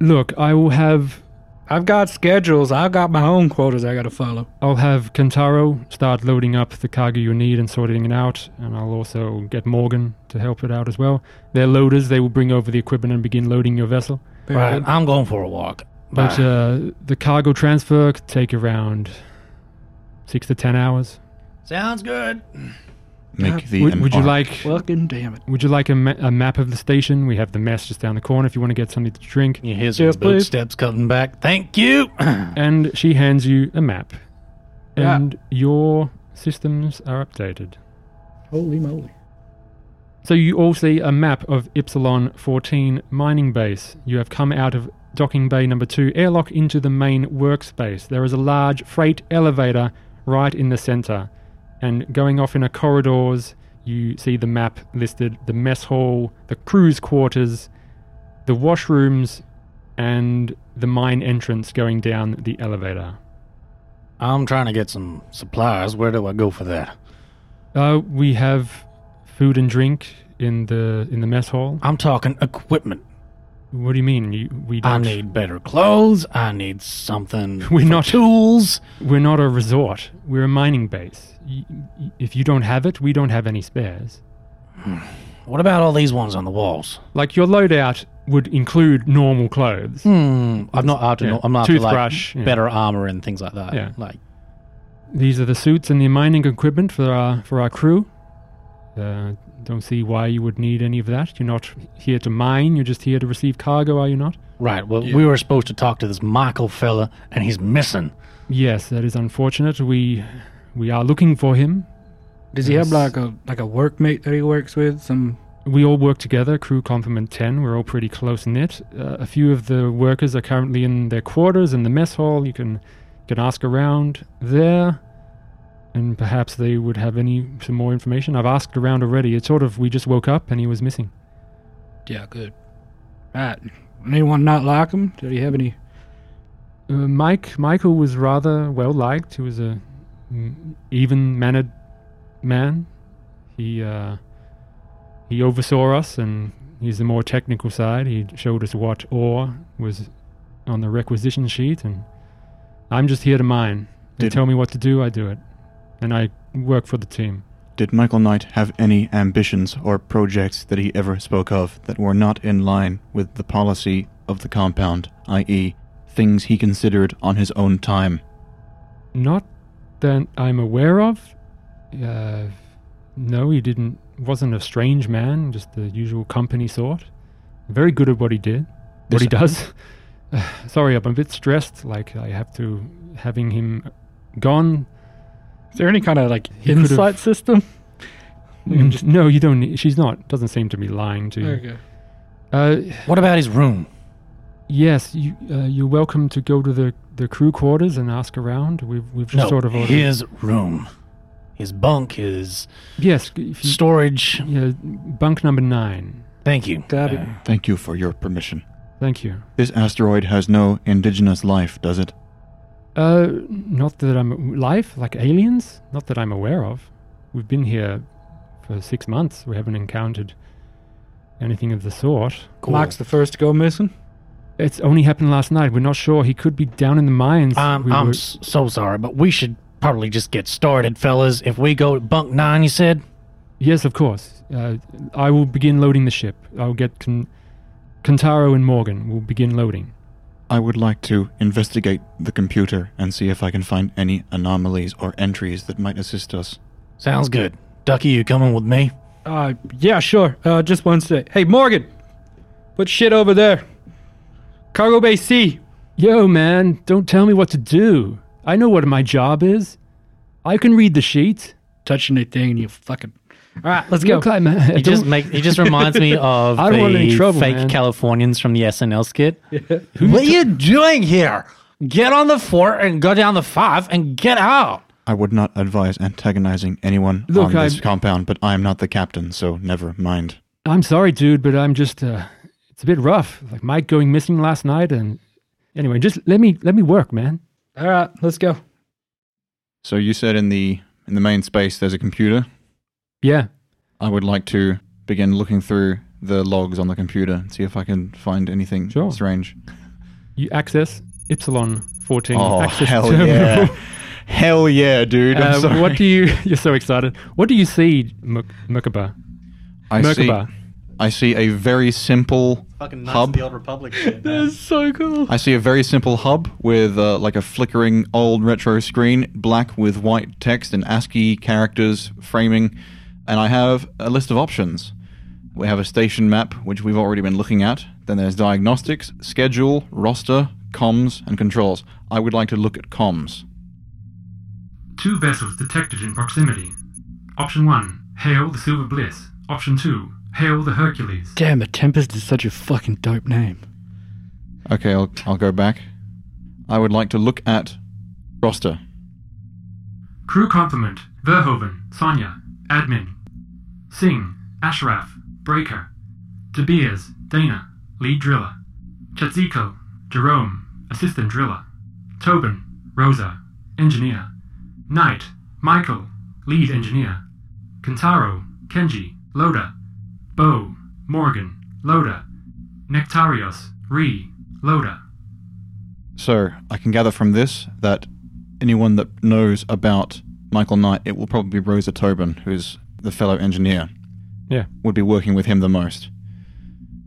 [SPEAKER 1] Look, I will have
[SPEAKER 4] I've got schedules. I've got my own quotas I gotta follow.
[SPEAKER 1] I'll have Kentaro start loading up the cargo you need and sorting it out, and I'll also get Morgan to help it out as well. They're loaders, they will bring over the equipment and begin loading your vessel.
[SPEAKER 4] Very
[SPEAKER 9] Right.
[SPEAKER 4] good.
[SPEAKER 9] I'm going for a walk.
[SPEAKER 3] Ah.
[SPEAKER 1] But uh, the cargo transfer could take around six to ten hours.
[SPEAKER 9] Sounds good.
[SPEAKER 3] Make the
[SPEAKER 1] Would, would you
[SPEAKER 3] embark-
[SPEAKER 1] like
[SPEAKER 4] Fucking damn it!
[SPEAKER 1] Would you like a, ma- a map of the station? We have the mess just down the corner if you want to get something to drink.
[SPEAKER 9] You hear some
[SPEAKER 4] Yes,
[SPEAKER 9] boot
[SPEAKER 4] please.
[SPEAKER 9] steps coming back. Thank you. [CLEARS THROAT]
[SPEAKER 1] And she hands you a map,
[SPEAKER 4] Yeah.
[SPEAKER 1] and your systems are updated.
[SPEAKER 4] Holy moly!
[SPEAKER 1] So you all see a map of Ypsilon 14 mining base. You have come out of docking bay number 2 airlock into the main workspace. There is a large freight elevator right in the center. And going off in a corridors, you see the map listed, the mess hall, the crew's quarters, the washrooms, and the mine entrance going down the elevator.
[SPEAKER 9] I'm trying to get some supplies. Where do I go for that?
[SPEAKER 1] Uh, we have food and drink in the in the mess hall.
[SPEAKER 9] I'm talking equipment.
[SPEAKER 1] What do you mean? You, we don't
[SPEAKER 9] I need better clothes. I need something.
[SPEAKER 1] We're
[SPEAKER 9] for
[SPEAKER 1] not-
[SPEAKER 9] tools.
[SPEAKER 1] We're not a resort. We're a mining base. Y- y- If you don't have it, we don't have any spares.
[SPEAKER 9] What about all these ones on the walls?
[SPEAKER 1] Like your loadout would include normal clothes.
[SPEAKER 9] Hmm. I'm not after.
[SPEAKER 1] Yeah.
[SPEAKER 9] I'm not after
[SPEAKER 1] Toothbrush,
[SPEAKER 9] like
[SPEAKER 1] yeah.
[SPEAKER 9] better armor and things like that.
[SPEAKER 1] Yeah.
[SPEAKER 9] Like
[SPEAKER 1] These are the suits and the mining equipment for our for our crew. Uh, don't see why you would need any of that. You're not here to mine. You're just here to receive cargo, are you not?
[SPEAKER 9] right. Well, we were supposed to talk to this Michael fella, and he's missing.
[SPEAKER 1] Yes, that is unfortunate. We we are looking for him.
[SPEAKER 4] Does he have like a like a workmate that he works with? Some
[SPEAKER 1] We all work together, Crew Complement 10. We're all pretty close knit. Uh, a few of the workers are currently in their quarters in the mess hall. You can can ask around there, and perhaps they would have any some more information. I've asked around already. It's sort of we just woke up and he was missing.
[SPEAKER 4] yeah, good. Right. Anyone not like him? Did he have any?
[SPEAKER 1] Uh, Mike Michael was rather well liked. He was a even mannered man. He uh, he oversaw us, and he's the more technical side. He showed us what ore was on the requisition sheet, and I'm just here to mine. They
[SPEAKER 3] Did-
[SPEAKER 1] tell me what to do, I do it, and I work for the team.
[SPEAKER 3] Did Michael Knight have any ambitions or projects that he ever spoke of that were not in line with the policy of the compound, i.e., things he considered on his own time?
[SPEAKER 1] Not that I'm aware of. Uh, no, he didn't. Wasn't a strange man. Just the usual company sort. Very good at what he did. What
[SPEAKER 3] This-
[SPEAKER 1] he does. [LAUGHS] Sorry, I'm a bit stressed. Like I have to having him gone.
[SPEAKER 4] Is there any kind of like
[SPEAKER 1] He could've-
[SPEAKER 4] insight system?
[SPEAKER 1] Mm, no, you don't. need- She's not. Doesn't seem to be lying to you.
[SPEAKER 4] Mm-hmm. Okay.
[SPEAKER 1] Uh,
[SPEAKER 9] What about his room?
[SPEAKER 1] yes, you, uh, you're welcome to go to the, the crew quarters and ask around. We've we've just
[SPEAKER 9] no,
[SPEAKER 1] sort of ordered.
[SPEAKER 9] his room, his bunk, his
[SPEAKER 1] Yes, if you,
[SPEAKER 9] storage.
[SPEAKER 1] yeah, bunk number nine.
[SPEAKER 9] Thank you. Uh,
[SPEAKER 4] Got it.
[SPEAKER 3] Thank you for your permission.
[SPEAKER 1] Thank you.
[SPEAKER 3] This asteroid has no indigenous life, does it?
[SPEAKER 1] Uh, not that I'm life like aliens. Not that I'm aware of. We've been here for six months. We haven't encountered anything of the sort.
[SPEAKER 4] Mark's the first to go missing.
[SPEAKER 1] It's only happened last night. We're not sure. He could be down in the mines.
[SPEAKER 9] Um,
[SPEAKER 1] We
[SPEAKER 9] I'm
[SPEAKER 1] were-
[SPEAKER 9] s so sorry, but we should probably just get started, fellas. If we go to bunk nine, you said?
[SPEAKER 1] Yes, of course. Uh, I will begin loading the ship. I'll get Con- Kentaro and Morgan. will begin loading.
[SPEAKER 3] I would like to investigate the computer and see if I can find any anomalies or entries that might assist us.
[SPEAKER 9] Sounds good. Ducky, you coming with me?
[SPEAKER 4] Uh, yeah, sure. Uh, just one sec. Hey, Morgan, put shit over there. Cargo Bay C.
[SPEAKER 1] Yo, man, don't tell me what to do. I know what my job is. I can read the sheet.
[SPEAKER 4] Touching a thing and you fucking. All right, let's [LAUGHS] go.
[SPEAKER 1] Yo, Clyde, [LAUGHS] man, I
[SPEAKER 2] He just
[SPEAKER 1] don't-
[SPEAKER 2] make he just reminds
[SPEAKER 1] [LAUGHS]
[SPEAKER 2] me of
[SPEAKER 1] I don't want any
[SPEAKER 2] the
[SPEAKER 1] trouble,
[SPEAKER 2] fake
[SPEAKER 1] man.
[SPEAKER 2] Californians from the SNL skit. what are you doing here? Get on the four and go down the five and get out.
[SPEAKER 3] I would not advise antagonizing anyone
[SPEAKER 1] Look,
[SPEAKER 3] on this
[SPEAKER 1] I'm-
[SPEAKER 3] compound, but I am not the captain, so never mind.
[SPEAKER 1] I'm sorry, dude, but I'm just. Uh, it's a bit rough. Like Mike going missing last night, and anyway, just let me let me work, man.
[SPEAKER 4] All right, let's go.
[SPEAKER 3] So you said in the in the main space there's a computer.
[SPEAKER 1] Yeah.
[SPEAKER 3] I would like to begin looking through the logs on the computer and see if I can find anything
[SPEAKER 1] Sure.
[SPEAKER 3] strange.
[SPEAKER 1] You access Epsilon 14.
[SPEAKER 3] Oh,
[SPEAKER 1] access
[SPEAKER 3] hell
[SPEAKER 1] terminal. [LAUGHS]
[SPEAKER 3] yeah. Hell yeah, dude. [LAUGHS] I'm
[SPEAKER 1] Uh,
[SPEAKER 3] sorry.
[SPEAKER 1] what do you? [LAUGHS] You're so excited. What do you see, Muk- Mukaba?
[SPEAKER 3] I
[SPEAKER 1] Merkaba.
[SPEAKER 3] see I see a very simple hub.
[SPEAKER 9] old Republic
[SPEAKER 1] [LAUGHS] So cool.
[SPEAKER 3] I see a very simple hub with uh, like a flickering old retro screen, black with white text and ASCII characters framing, and I have a list of options. We have a station map, which we've already been looking at. Then there's diagnostics, schedule, roster, comms, and controls. I would like to look at comms.
[SPEAKER 1] Two vessels detected in proximity. Option one: hail the Silver Bliss. Option two: hail the Hercules.
[SPEAKER 4] Damn, the Tempest is such a fucking dope name.
[SPEAKER 3] Okay, I'll, I'll go back. I would like to look at roster.
[SPEAKER 1] Crew complement: Verhoeven, Sonia, Admin, Singh, Ashraf, Breaker, De Beers, Dana, Lead Driller, Chatziko, Jerome, Assistant Driller, Tobin, Rosa, Engineer, Knight, Michael, Lead Engineer, Kentaro, Kenji, Loda, Bo, Morgan, Loda, Nectarios, Ree, Loda.
[SPEAKER 3] So I can gather from this that anyone that knows about Michael Knight, it will probably be Rosa Tobin, who's the fellow engineer.
[SPEAKER 1] Yeah.
[SPEAKER 3] Would be working with him the most.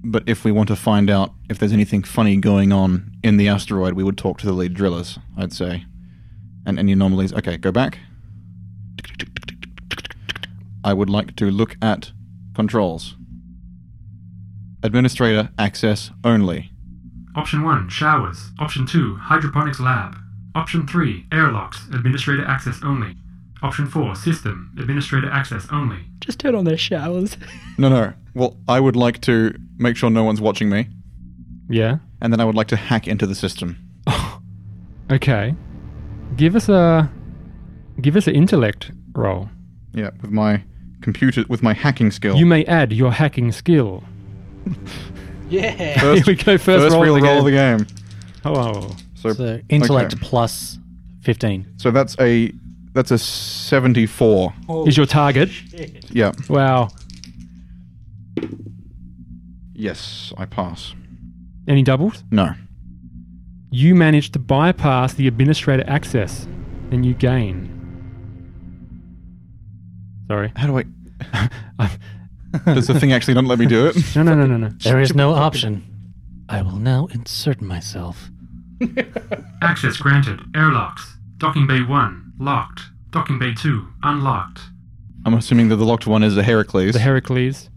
[SPEAKER 3] But if we want to find out if there's anything funny going on in the asteroid, we would talk to the lead drillers, I'd say. And any anomalies. Okay, go back. I would like to look at controls. Administrator access only.
[SPEAKER 1] Option 1, showers. Option 2, hydroponics lab. Option 3, airlocks, administrator access only. Option 4, system, administrator access only.
[SPEAKER 4] Just turn on their showers.
[SPEAKER 3] No, no. Well, I would like to make sure no one's watching me,
[SPEAKER 1] Yeah.
[SPEAKER 3] and then I would like to hack into the system.
[SPEAKER 1] Okay. Give us a give us an intellect roll.
[SPEAKER 3] Yeah, with my computer, with my hacking skill.
[SPEAKER 1] You [LAUGHS] may add your hacking skill.
[SPEAKER 7] Yeah.
[SPEAKER 3] first,
[SPEAKER 1] Here we go, first roll
[SPEAKER 3] real
[SPEAKER 1] of the
[SPEAKER 3] roll of the game.
[SPEAKER 1] Oh.
[SPEAKER 3] So,
[SPEAKER 2] So intellect
[SPEAKER 3] Okay.
[SPEAKER 2] plus fifteen.
[SPEAKER 3] so that's a that's a seventy-four.
[SPEAKER 1] Is your target?
[SPEAKER 3] Yeah.
[SPEAKER 1] Wow.
[SPEAKER 3] Yes, I pass.
[SPEAKER 1] Any doubles?
[SPEAKER 3] No.
[SPEAKER 1] You manage to bypass the administrator access and you gain. Sorry.
[SPEAKER 3] How do
[SPEAKER 1] [LAUGHS]
[SPEAKER 3] I? Does the thing actually not let me do it?
[SPEAKER 1] No, no, no, no, no.
[SPEAKER 9] There is no option. I will now insert myself.
[SPEAKER 1] Access granted. Airlocks. Docking bay 1, locked. Docking bay 2, unlocked.
[SPEAKER 3] I'm assuming that the locked one is a Heracles.
[SPEAKER 1] The Heracles.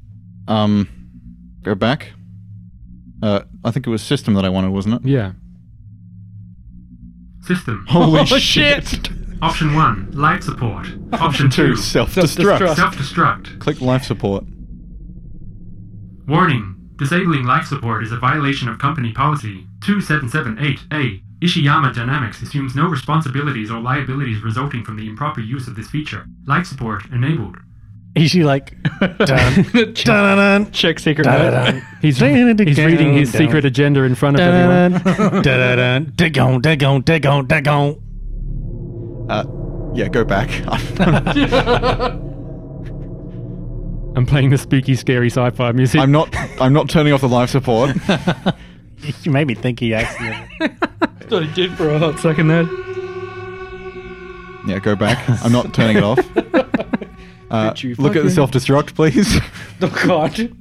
[SPEAKER 3] um, go back. Uh, I think it was system that I wanted, wasn't
[SPEAKER 1] [LAUGHS]
[SPEAKER 3] it?
[SPEAKER 1] Yeah. Oh, System.
[SPEAKER 3] Holy shit! [LAUGHS]
[SPEAKER 1] Option one, life support. Option two,
[SPEAKER 3] Two, self destruct.
[SPEAKER 1] self destruct.
[SPEAKER 3] Click life support.
[SPEAKER 1] Warning Disabling life support is a violation of company policy 2778A. Ishiyama Dynamics assumes no responsibilities or liabilities resulting from the improper use of this feature. Life support enabled.
[SPEAKER 9] Is she like
[SPEAKER 1] [LAUGHS]
[SPEAKER 9] dun dun dun
[SPEAKER 4] Check secret
[SPEAKER 9] dun
[SPEAKER 4] note.
[SPEAKER 9] dun?
[SPEAKER 1] He's, he's reading his secret agenda in front of
[SPEAKER 9] Dun
[SPEAKER 1] everyone. [LAUGHS]
[SPEAKER 9] dun dun dig on dig on dig on dig
[SPEAKER 2] [LAUGHS]
[SPEAKER 9] on.
[SPEAKER 3] Uh, yeah, go back. [LAUGHS] I'm
[SPEAKER 1] I'm playing the spooky, scary sci fi music.
[SPEAKER 3] not. I'm not turning off the life support.
[SPEAKER 9] You made me think he accidentally.
[SPEAKER 4] That's what he did for a hot second there.
[SPEAKER 3] Yeah, go back. I'm not turning it off. Uh,
[SPEAKER 4] Did you
[SPEAKER 3] look at
[SPEAKER 4] fucking-
[SPEAKER 3] the self destruct, please.
[SPEAKER 4] [LAUGHS] Oh, God.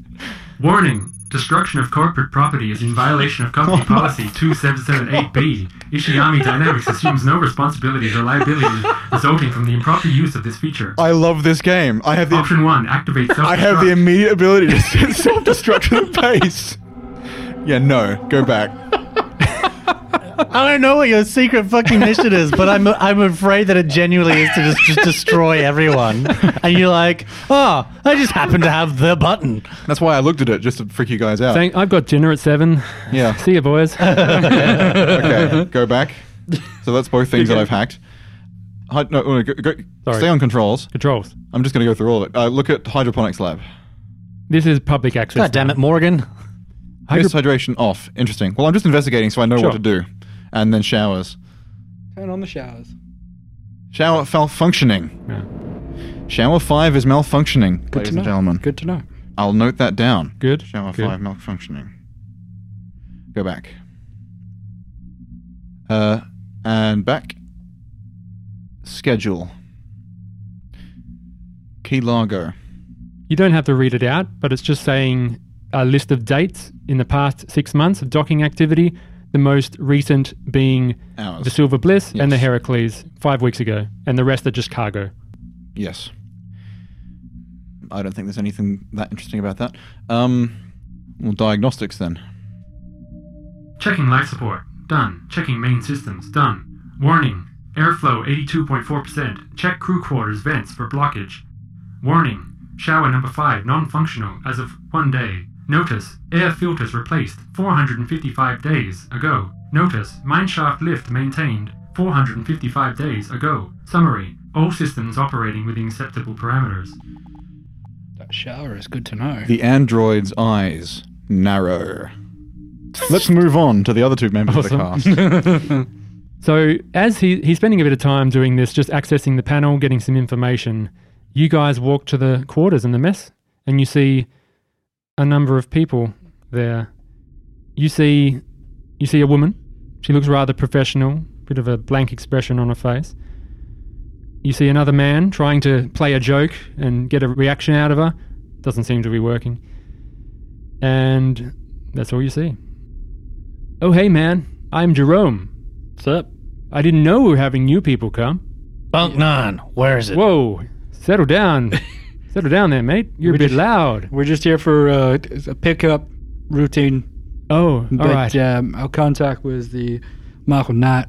[SPEAKER 1] Warning Destruction of corporate property is in violation of [LAUGHS] company policy 2778B. Ishiyami Dynamics assumes no responsibilities or liabilities resulting from the improper use of this feature.
[SPEAKER 3] I love this game. I have the.
[SPEAKER 1] [LAUGHS] Option one, activate self
[SPEAKER 3] I have the immediate ability to self destruct in base. Yeah, no, go back.
[SPEAKER 9] I don't know what your secret fucking mission is, but I'm I'm afraid that it genuinely is to just, just destroy everyone. And you're like, oh, I just happen to have the button.
[SPEAKER 3] That's why I looked at it just to freak you guys out.
[SPEAKER 1] Thank, I've got dinner at seven.
[SPEAKER 3] Yeah.
[SPEAKER 1] See you,
[SPEAKER 3] [LAUGHS]
[SPEAKER 1] boys.
[SPEAKER 3] okay, go back. So that's both things that I've hacked. Hi, no, no, go, go,
[SPEAKER 1] Sorry.
[SPEAKER 3] stay on controls.
[SPEAKER 1] Controls.
[SPEAKER 3] I'm just going to go through all of it. Uh, look at hydroponics lab.
[SPEAKER 1] This is public access.
[SPEAKER 9] God damn it, Morgan.
[SPEAKER 1] Hydro-
[SPEAKER 3] Mist hydration off. Interesting. Well, I'm just investigating, so I know
[SPEAKER 1] Sure.
[SPEAKER 3] what to do. And then showers.
[SPEAKER 4] Turn on the showers.
[SPEAKER 3] Shower malfunctioning.
[SPEAKER 1] Yeah.
[SPEAKER 3] Shower five is malfunctioning,
[SPEAKER 4] Good
[SPEAKER 3] ladies
[SPEAKER 4] to know.
[SPEAKER 3] and gentlemen.
[SPEAKER 4] Good to know.
[SPEAKER 3] I'll note that down.
[SPEAKER 1] Good.
[SPEAKER 3] Shower
[SPEAKER 1] Good.
[SPEAKER 3] five malfunctioning. Go back. Uh, and back. Schedule. Key Largo.
[SPEAKER 1] You don't have to read it out, but it's just saying a list of dates in the past six months of docking activity. The most recent being
[SPEAKER 3] Hours.
[SPEAKER 1] the Silver Bliss and the
[SPEAKER 3] Yes.
[SPEAKER 1] Heracles five weeks ago, and the rest are just cargo.
[SPEAKER 3] Yes. I don't think there's anything that interesting about that. Um, well, diagnostics then.
[SPEAKER 1] Checking life support. Done. Checking main systems. Done. Warning. Airflow 82.4%. Check crew quarters vents for blockage. Warning. Shower number 5 non functional as of one day. Notice. Air filters replaced 455 days ago. Notice. Mineshaft lift maintained 455 days ago. Summary. All systems operating within acceptable parameters.
[SPEAKER 4] That shower is good to know.
[SPEAKER 3] The android's eyes narrow. Let's move on to the other two members of the cast.
[SPEAKER 1] So as he, he's spending a bit of time doing this, just accessing the panel, getting some information, you guys walk to the quarters in the mess and you see a number of people there. You see you see a woman. She looks rather professional, bit of a blank expression on her face. You see another man trying to play a joke and get a reaction out of her. Doesn't seem to be working. And that's all you see. Oh hey man, I'm Jerome.
[SPEAKER 2] What's up?
[SPEAKER 1] I didn't know we were having new people come.
[SPEAKER 9] Bunk nine, where is it?
[SPEAKER 1] Whoa, settle
[SPEAKER 4] [LAUGHS]
[SPEAKER 1] down. settle down there, mate. You're a bit loud.
[SPEAKER 4] We're just here for uh, a pickup routine.
[SPEAKER 1] Oh, all
[SPEAKER 4] But
[SPEAKER 1] right.
[SPEAKER 4] um, our contact was the Michael Knight.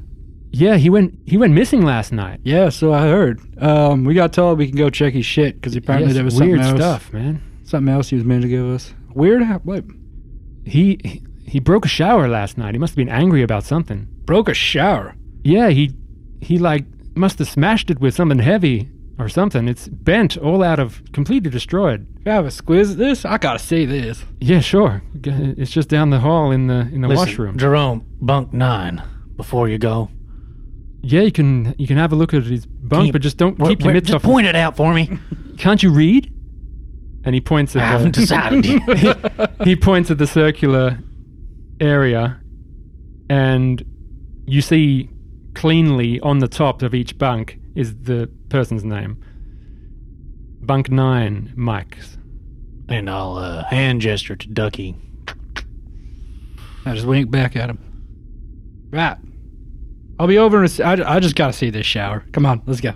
[SPEAKER 1] yeah, he went he went missing last night.
[SPEAKER 4] Yeah, so I heard. Um, we got told we can go check his shit because apparently
[SPEAKER 1] Yes,
[SPEAKER 4] there was
[SPEAKER 1] weird
[SPEAKER 4] something else.
[SPEAKER 1] stuff, man.
[SPEAKER 4] Something else he was meant to give us. Weird. How, what?
[SPEAKER 1] He he- he broke a shower last night. He must have been angry about something.
[SPEAKER 4] Broke a shower.
[SPEAKER 1] Yeah, he he like must have smashed it with something heavy or something. It's bent all out of completely destroyed.
[SPEAKER 4] You have a squiz at this? I gotta see
[SPEAKER 1] [LAUGHS]
[SPEAKER 4] this.
[SPEAKER 1] Yeah, sure. G- It's just down the hall in the in the
[SPEAKER 9] Listen,
[SPEAKER 1] washroom.
[SPEAKER 9] Jerome, bunk nine, before you go.
[SPEAKER 1] yeah, you can you can have a look at his bunk,
[SPEAKER 9] you-
[SPEAKER 1] but just don't
[SPEAKER 9] Where-
[SPEAKER 1] keep your
[SPEAKER 9] where-
[SPEAKER 1] mitts
[SPEAKER 9] just
[SPEAKER 1] off.
[SPEAKER 9] point it out for me.
[SPEAKER 1] Can't you read? And he points
[SPEAKER 9] [LAUGHS]
[SPEAKER 1] at
[SPEAKER 9] I
[SPEAKER 1] the- [LAUGHS]
[SPEAKER 9] haven't decided yet.
[SPEAKER 1] he, he points at the circular area, and you see cleanly on the top of each bunk is the person's name. Bunk nine, Mike's.
[SPEAKER 9] [LAUGHS] And I'll uh, hand gesture to Ducky.
[SPEAKER 4] [LAUGHS] I just wink back at him. Right. I'll be over in a s I I just gotta see this shower. Come on, let's go.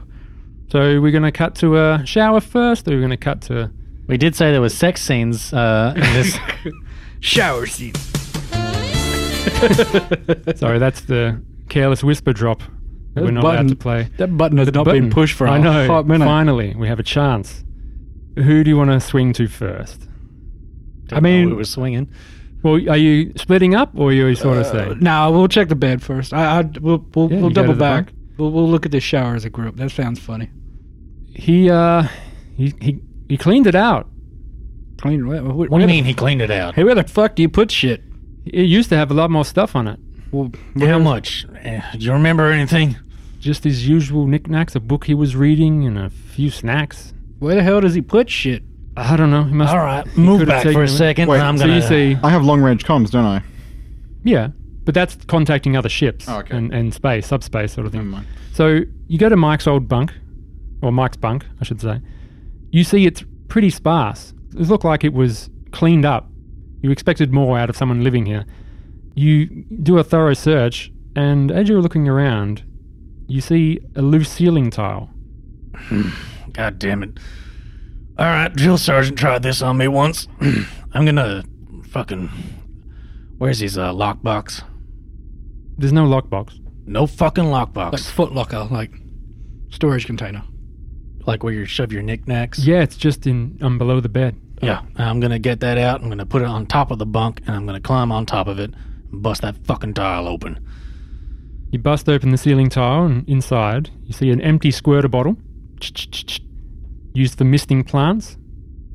[SPEAKER 1] So we're gonna cut to a shower first, or we're gonna cut to
[SPEAKER 9] We did say there was sex scenes uh, in this.
[SPEAKER 1] [LAUGHS]
[SPEAKER 4] Shower seat.
[SPEAKER 1] sorry, that's the careless whisper drop. We're not allowed to play.
[SPEAKER 4] That button has not
[SPEAKER 1] Button.
[SPEAKER 4] been pushed for a
[SPEAKER 1] I know.
[SPEAKER 4] hot minute.
[SPEAKER 1] Finally, we have a chance. Who do you want to swing to first?
[SPEAKER 4] [LAUGHS] I mean,
[SPEAKER 10] we were swinging.
[SPEAKER 1] Well, are you splitting up or are you sort
[SPEAKER 4] Uh,
[SPEAKER 1] of saying?
[SPEAKER 4] Now we'll check the bed first. I, I we'll we'll,
[SPEAKER 1] Yeah,
[SPEAKER 4] we'll
[SPEAKER 1] you go to
[SPEAKER 4] double
[SPEAKER 1] the
[SPEAKER 4] back.
[SPEAKER 1] back.
[SPEAKER 4] We'll, we'll look at the shower as a group. That sounds funny.
[SPEAKER 1] He uh, he he he cleaned it out.
[SPEAKER 4] Clean. Where, where,
[SPEAKER 10] What do
[SPEAKER 4] where
[SPEAKER 10] you
[SPEAKER 4] the-
[SPEAKER 10] mean he cleaned it out?
[SPEAKER 4] hey, where the fuck do you put shit?
[SPEAKER 1] It used to have a lot more stuff on it.
[SPEAKER 4] Well,
[SPEAKER 10] How much? Eh, Do you remember anything?
[SPEAKER 1] Just his usual knickknacks, a book he was reading, and a few snacks.
[SPEAKER 4] where the hell does he put shit?
[SPEAKER 1] I don't know. He must.
[SPEAKER 10] All right,
[SPEAKER 1] he
[SPEAKER 10] move
[SPEAKER 1] could've
[SPEAKER 10] back
[SPEAKER 1] taken
[SPEAKER 10] for a
[SPEAKER 1] it.
[SPEAKER 10] second.
[SPEAKER 3] Wait,
[SPEAKER 10] and I'm
[SPEAKER 1] So
[SPEAKER 10] gonna.
[SPEAKER 1] you see,
[SPEAKER 3] I have long range comms, don't I?
[SPEAKER 1] yeah, but that's contacting other ships
[SPEAKER 3] Oh, okay.
[SPEAKER 1] and, and space, subspace sort of thing.
[SPEAKER 3] Never mind.
[SPEAKER 1] So you go to Mike's old bunk, or Mike's bunk, I should say. You see it's pretty sparse. It looked like it was cleaned up. You expected more out of someone living here. You do a thorough search, and as you're looking around, you see a loose ceiling tile.
[SPEAKER 2] God damn it. All right, drill sergeant tried this on me once. [CLEARS THROAT] I'm gonna fucking. Where's his uh, lockbox?
[SPEAKER 1] There's no lockbox.
[SPEAKER 2] No fucking
[SPEAKER 4] Like
[SPEAKER 2] lockbox.
[SPEAKER 4] foot locker, like storage container.
[SPEAKER 2] Like where you shove your knickknacks.
[SPEAKER 1] Yeah, it's just in um, below the bed.
[SPEAKER 2] Yeah, I'm gonna get that out. I'm gonna put it on top of the bunk, and I'm gonna climb on top of it and bust that fucking tile open.
[SPEAKER 1] You bust open the ceiling tile, and inside you see an empty squirter bottle Ch-ch-ch-ch. used for misting plants.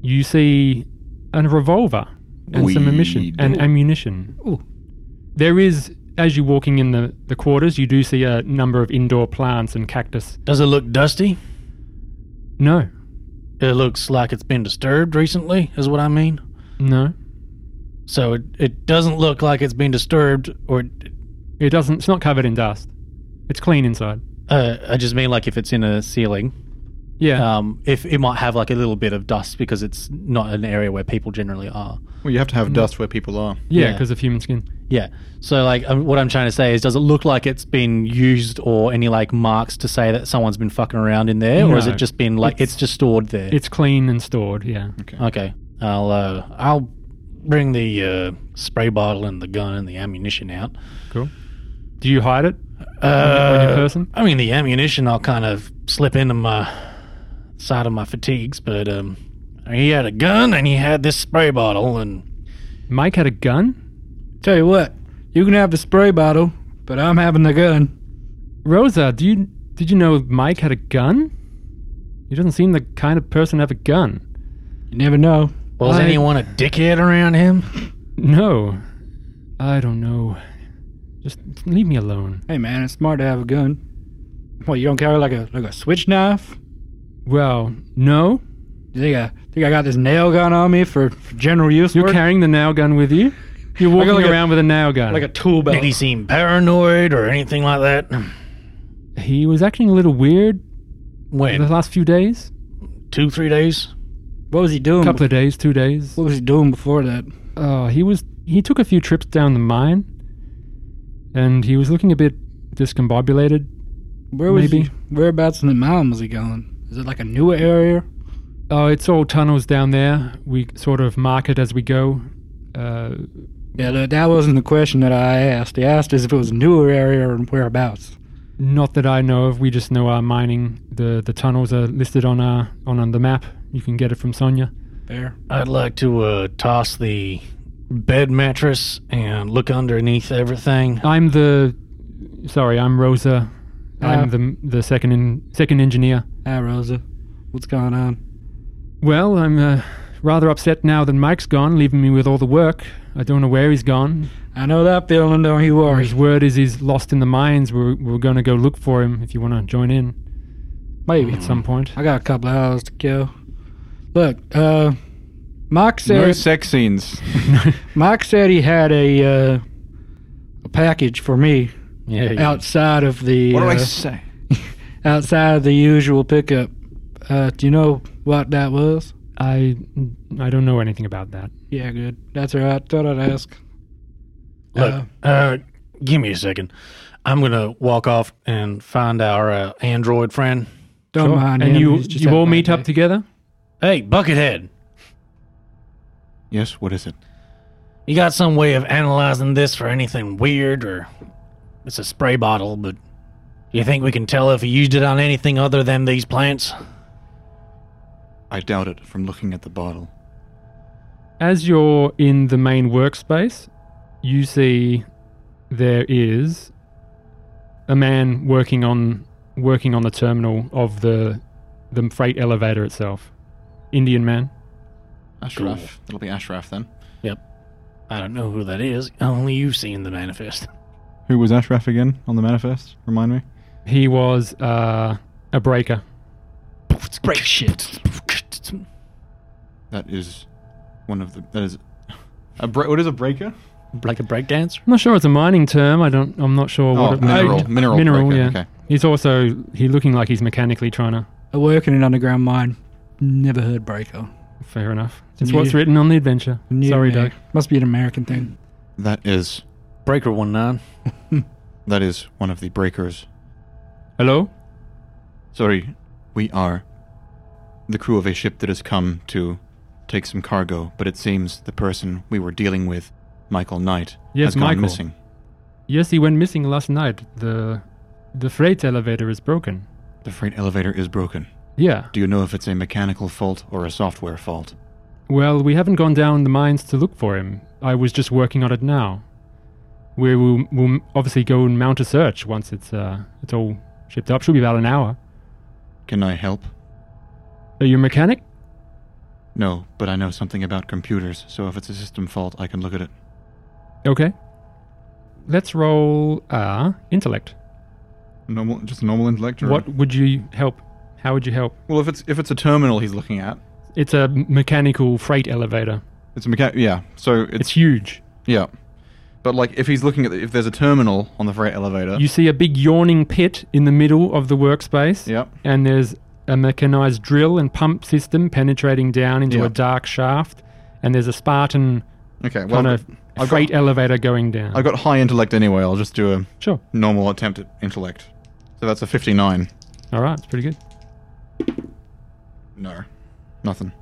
[SPEAKER 1] You see a revolver and some ammunition
[SPEAKER 3] Weed.
[SPEAKER 1] and ammunition.
[SPEAKER 4] Ooh.
[SPEAKER 1] There is, as you're walking in the, the quarters, you do see a number of indoor plants and cactus.
[SPEAKER 2] Does it look dusty?
[SPEAKER 1] No,
[SPEAKER 2] It looks like it's been disturbed recently, is what I mean.
[SPEAKER 1] no,
[SPEAKER 2] So it, it doesn't look like it's been disturbed, or
[SPEAKER 1] it doesn't. It's not covered in dust. It's clean inside.
[SPEAKER 11] Uh, I just mean like if it's in a ceiling,
[SPEAKER 1] Yeah,
[SPEAKER 11] um, if it might have like a little bit of dust because it's not an area where people generally are.
[SPEAKER 3] Well, you have to have dust where people are.
[SPEAKER 1] yeah,
[SPEAKER 11] yeah.
[SPEAKER 1] because of human skin.
[SPEAKER 11] Yeah. So like um, what I'm trying to say is, does it look like it's been used or any like marks to say that someone's been fucking around in there, or has
[SPEAKER 1] No.
[SPEAKER 11] it just been like it's, just stored there?
[SPEAKER 1] It's clean and stored. Yeah.
[SPEAKER 11] okay.
[SPEAKER 2] I'll uh, I'll bring the uh, spray bottle and the gun and the ammunition out.
[SPEAKER 1] Do you hide it
[SPEAKER 2] Uh,
[SPEAKER 1] on your person?
[SPEAKER 2] I mean, the ammunition I'll kind of slip into my side of my fatigues, but um, he had a gun and he had this spray bottle, and
[SPEAKER 1] Mike had a gun.
[SPEAKER 4] Tell you what, you can have the spray bottle, but I'm having the gun.
[SPEAKER 1] Rosa, do you did you know Mike had a gun? He doesn't seem the kind of person to have a gun.
[SPEAKER 4] You never know.
[SPEAKER 2] was
[SPEAKER 1] I-
[SPEAKER 2] anyone a dickhead around him?
[SPEAKER 1] No, I don't know. Just leave me alone.
[SPEAKER 4] Hey man, it's smart to have a gun. What you don't carry like a like a switch knife?
[SPEAKER 1] Well, no,
[SPEAKER 4] You think I think I got this nail gun on me for, for general use?
[SPEAKER 1] you're
[SPEAKER 4] work?
[SPEAKER 1] carrying the nail gun with you. You're
[SPEAKER 4] I got
[SPEAKER 1] walking
[SPEAKER 4] like a-
[SPEAKER 1] around with a nail gun.
[SPEAKER 4] like a tool belt.
[SPEAKER 2] Did he seem paranoid or anything like that?
[SPEAKER 1] he was acting a little weird the
[SPEAKER 2] When
[SPEAKER 1] last few days,
[SPEAKER 2] two, three days?
[SPEAKER 4] What was he doing?
[SPEAKER 1] a couple of days, two days.
[SPEAKER 4] what was he doing before that?
[SPEAKER 1] Oh, he was he took a few trips down the mine, and he was looking a bit discombobulated.
[SPEAKER 4] Where was
[SPEAKER 1] Maybe.
[SPEAKER 4] he? Whereabouts in the mountain was he going? Is it like a newer area?
[SPEAKER 1] Oh, it's all tunnels down there. We sort of mark it as we go. Uh,
[SPEAKER 4] Yeah, that, that wasn't the question that I asked. I asked is if it was a newer area or whereabouts.
[SPEAKER 1] not that I know of. We just know our mining. the The tunnels are listed on our on, on the map. You can get it from Sonia.
[SPEAKER 4] There.
[SPEAKER 2] I'd like to uh, toss the bed mattress and look underneath
[SPEAKER 4] Uh-huh.
[SPEAKER 2] everything.
[SPEAKER 1] I'm the sorry. I'm Rosa.
[SPEAKER 4] Ah.
[SPEAKER 1] I'm the the second in, second engineer.
[SPEAKER 4] Hi, Rosa. What's going on?
[SPEAKER 1] Well, I'm uh, rather upset now that Mike's gone, leaving me with all the work. I don't know where he's gone.
[SPEAKER 4] I know that feeling, don't you worry.
[SPEAKER 1] His word is he's lost in the mines. We're we're going to go look for him. If you want to join in
[SPEAKER 4] Maybe.
[SPEAKER 1] at some point.
[SPEAKER 4] I got a couple hours to kill. Look, uh, Mike
[SPEAKER 3] No
[SPEAKER 4] said
[SPEAKER 3] sex scenes.
[SPEAKER 1] [LAUGHS]
[SPEAKER 4] Mike said he had a uh, a package for me
[SPEAKER 11] Yeah.
[SPEAKER 4] outside of the
[SPEAKER 3] What do I
[SPEAKER 4] uh,
[SPEAKER 3] say?
[SPEAKER 4] outside of the usual pickup. Uh, do you know what that was?
[SPEAKER 1] I I don't know anything about that.
[SPEAKER 4] Yeah, good. That's all right. Thought I'd ask.
[SPEAKER 2] Look, uh, give me a second. I'm gonna walk off and find our uh, android friend.
[SPEAKER 4] Don't
[SPEAKER 1] Sure.
[SPEAKER 4] mind
[SPEAKER 1] and
[SPEAKER 4] him.
[SPEAKER 1] you
[SPEAKER 4] He's just
[SPEAKER 1] you
[SPEAKER 4] had a
[SPEAKER 1] all
[SPEAKER 4] bad
[SPEAKER 1] meet up
[SPEAKER 4] day.
[SPEAKER 1] together.
[SPEAKER 2] Hey, Buckethead,
[SPEAKER 3] Yes, what is it?
[SPEAKER 2] you got some way of analyzing this for anything weird or? It's a spray bottle, but
[SPEAKER 6] You think we can tell if he used it on anything other than these plants?
[SPEAKER 3] I doubt it from looking at the bottle.
[SPEAKER 1] As you're in the main workspace, you see there is a man working on working on the terminal of the the freight elevator itself. Indian man.
[SPEAKER 3] Ashraf. It'll be Ashraf then.
[SPEAKER 6] I don't know who that is. Only you've seen the manifest. [LAUGHS]
[SPEAKER 3] Who was Ashraf again on the manifest? Remind me.
[SPEAKER 1] He was uh, a breaker.
[SPEAKER 6] Break shit.
[SPEAKER 3] That is one of the. That is. A bre- what is a breaker?
[SPEAKER 2] Like a breakdancer?
[SPEAKER 1] I'm not sure it's a mining term. I don't. I'm not sure
[SPEAKER 3] Oh,
[SPEAKER 1] what it-
[SPEAKER 3] mineral.
[SPEAKER 1] I-
[SPEAKER 3] mineral.
[SPEAKER 1] mineral.
[SPEAKER 3] breaker.
[SPEAKER 1] Yeah.
[SPEAKER 3] Okay.
[SPEAKER 1] He's also he looking like he's mechanically trying to.
[SPEAKER 4] I work in an underground mine. Never heard breaker.
[SPEAKER 1] Fair enough. It's
[SPEAKER 4] New-
[SPEAKER 1] what's written on the adventure.
[SPEAKER 4] New
[SPEAKER 1] Sorry,
[SPEAKER 4] Ameri-
[SPEAKER 1] Doug.
[SPEAKER 4] Must be an American thing.
[SPEAKER 3] That is.
[SPEAKER 6] Breaker one nine.
[SPEAKER 3] That is one of the breakers.
[SPEAKER 1] Hello.
[SPEAKER 3] Sorry, we are the crew of a ship that has come to take some cargo, but it seems the person we were dealing with, Michael Knight,
[SPEAKER 1] Yes,
[SPEAKER 3] has gone
[SPEAKER 1] Michael.
[SPEAKER 3] missing.
[SPEAKER 1] Yes, he went missing last night. the The freight elevator is broken.
[SPEAKER 3] The freight elevator is broken.
[SPEAKER 1] Yeah.
[SPEAKER 3] Do you know if it's a mechanical fault or a software fault?
[SPEAKER 1] Well, we haven't gone down the mines to look for him. I was just working on it now. We will we'll obviously go and mount a search once it's uh, it's all shipped up. Should be about an hour.
[SPEAKER 3] Can I help?
[SPEAKER 1] Are you a mechanic?
[SPEAKER 3] No, but I know something about computers, so if it's a system fault, I can look at it.
[SPEAKER 1] Okay. Let's roll uh, intellect.
[SPEAKER 3] Normal, just normal intellect.
[SPEAKER 1] What would you help? How would you help?
[SPEAKER 3] Well, if it's if it's a terminal he's looking at,
[SPEAKER 1] It's a mechanical freight elevator.
[SPEAKER 3] it's a mecha- Yeah, so
[SPEAKER 1] It's, huge.
[SPEAKER 3] yeah, but like if he's looking at the, if there's a terminal on the freight elevator.
[SPEAKER 1] You see a big yawning pit in the middle of the workspace.
[SPEAKER 3] Yep.
[SPEAKER 1] and there's a mechanized drill and pump system penetrating down into
[SPEAKER 3] Yeah.
[SPEAKER 1] a dark shaft, and there's a Spartan
[SPEAKER 3] Okay. Well,
[SPEAKER 1] kind of
[SPEAKER 3] I've
[SPEAKER 1] freight
[SPEAKER 3] got-
[SPEAKER 1] elevator going down.
[SPEAKER 3] I've got high intellect anyway. I'll just do a
[SPEAKER 1] sure.
[SPEAKER 3] normal attempt at intellect. So that's a 59.
[SPEAKER 1] All right, it's pretty good.
[SPEAKER 3] No, nothing.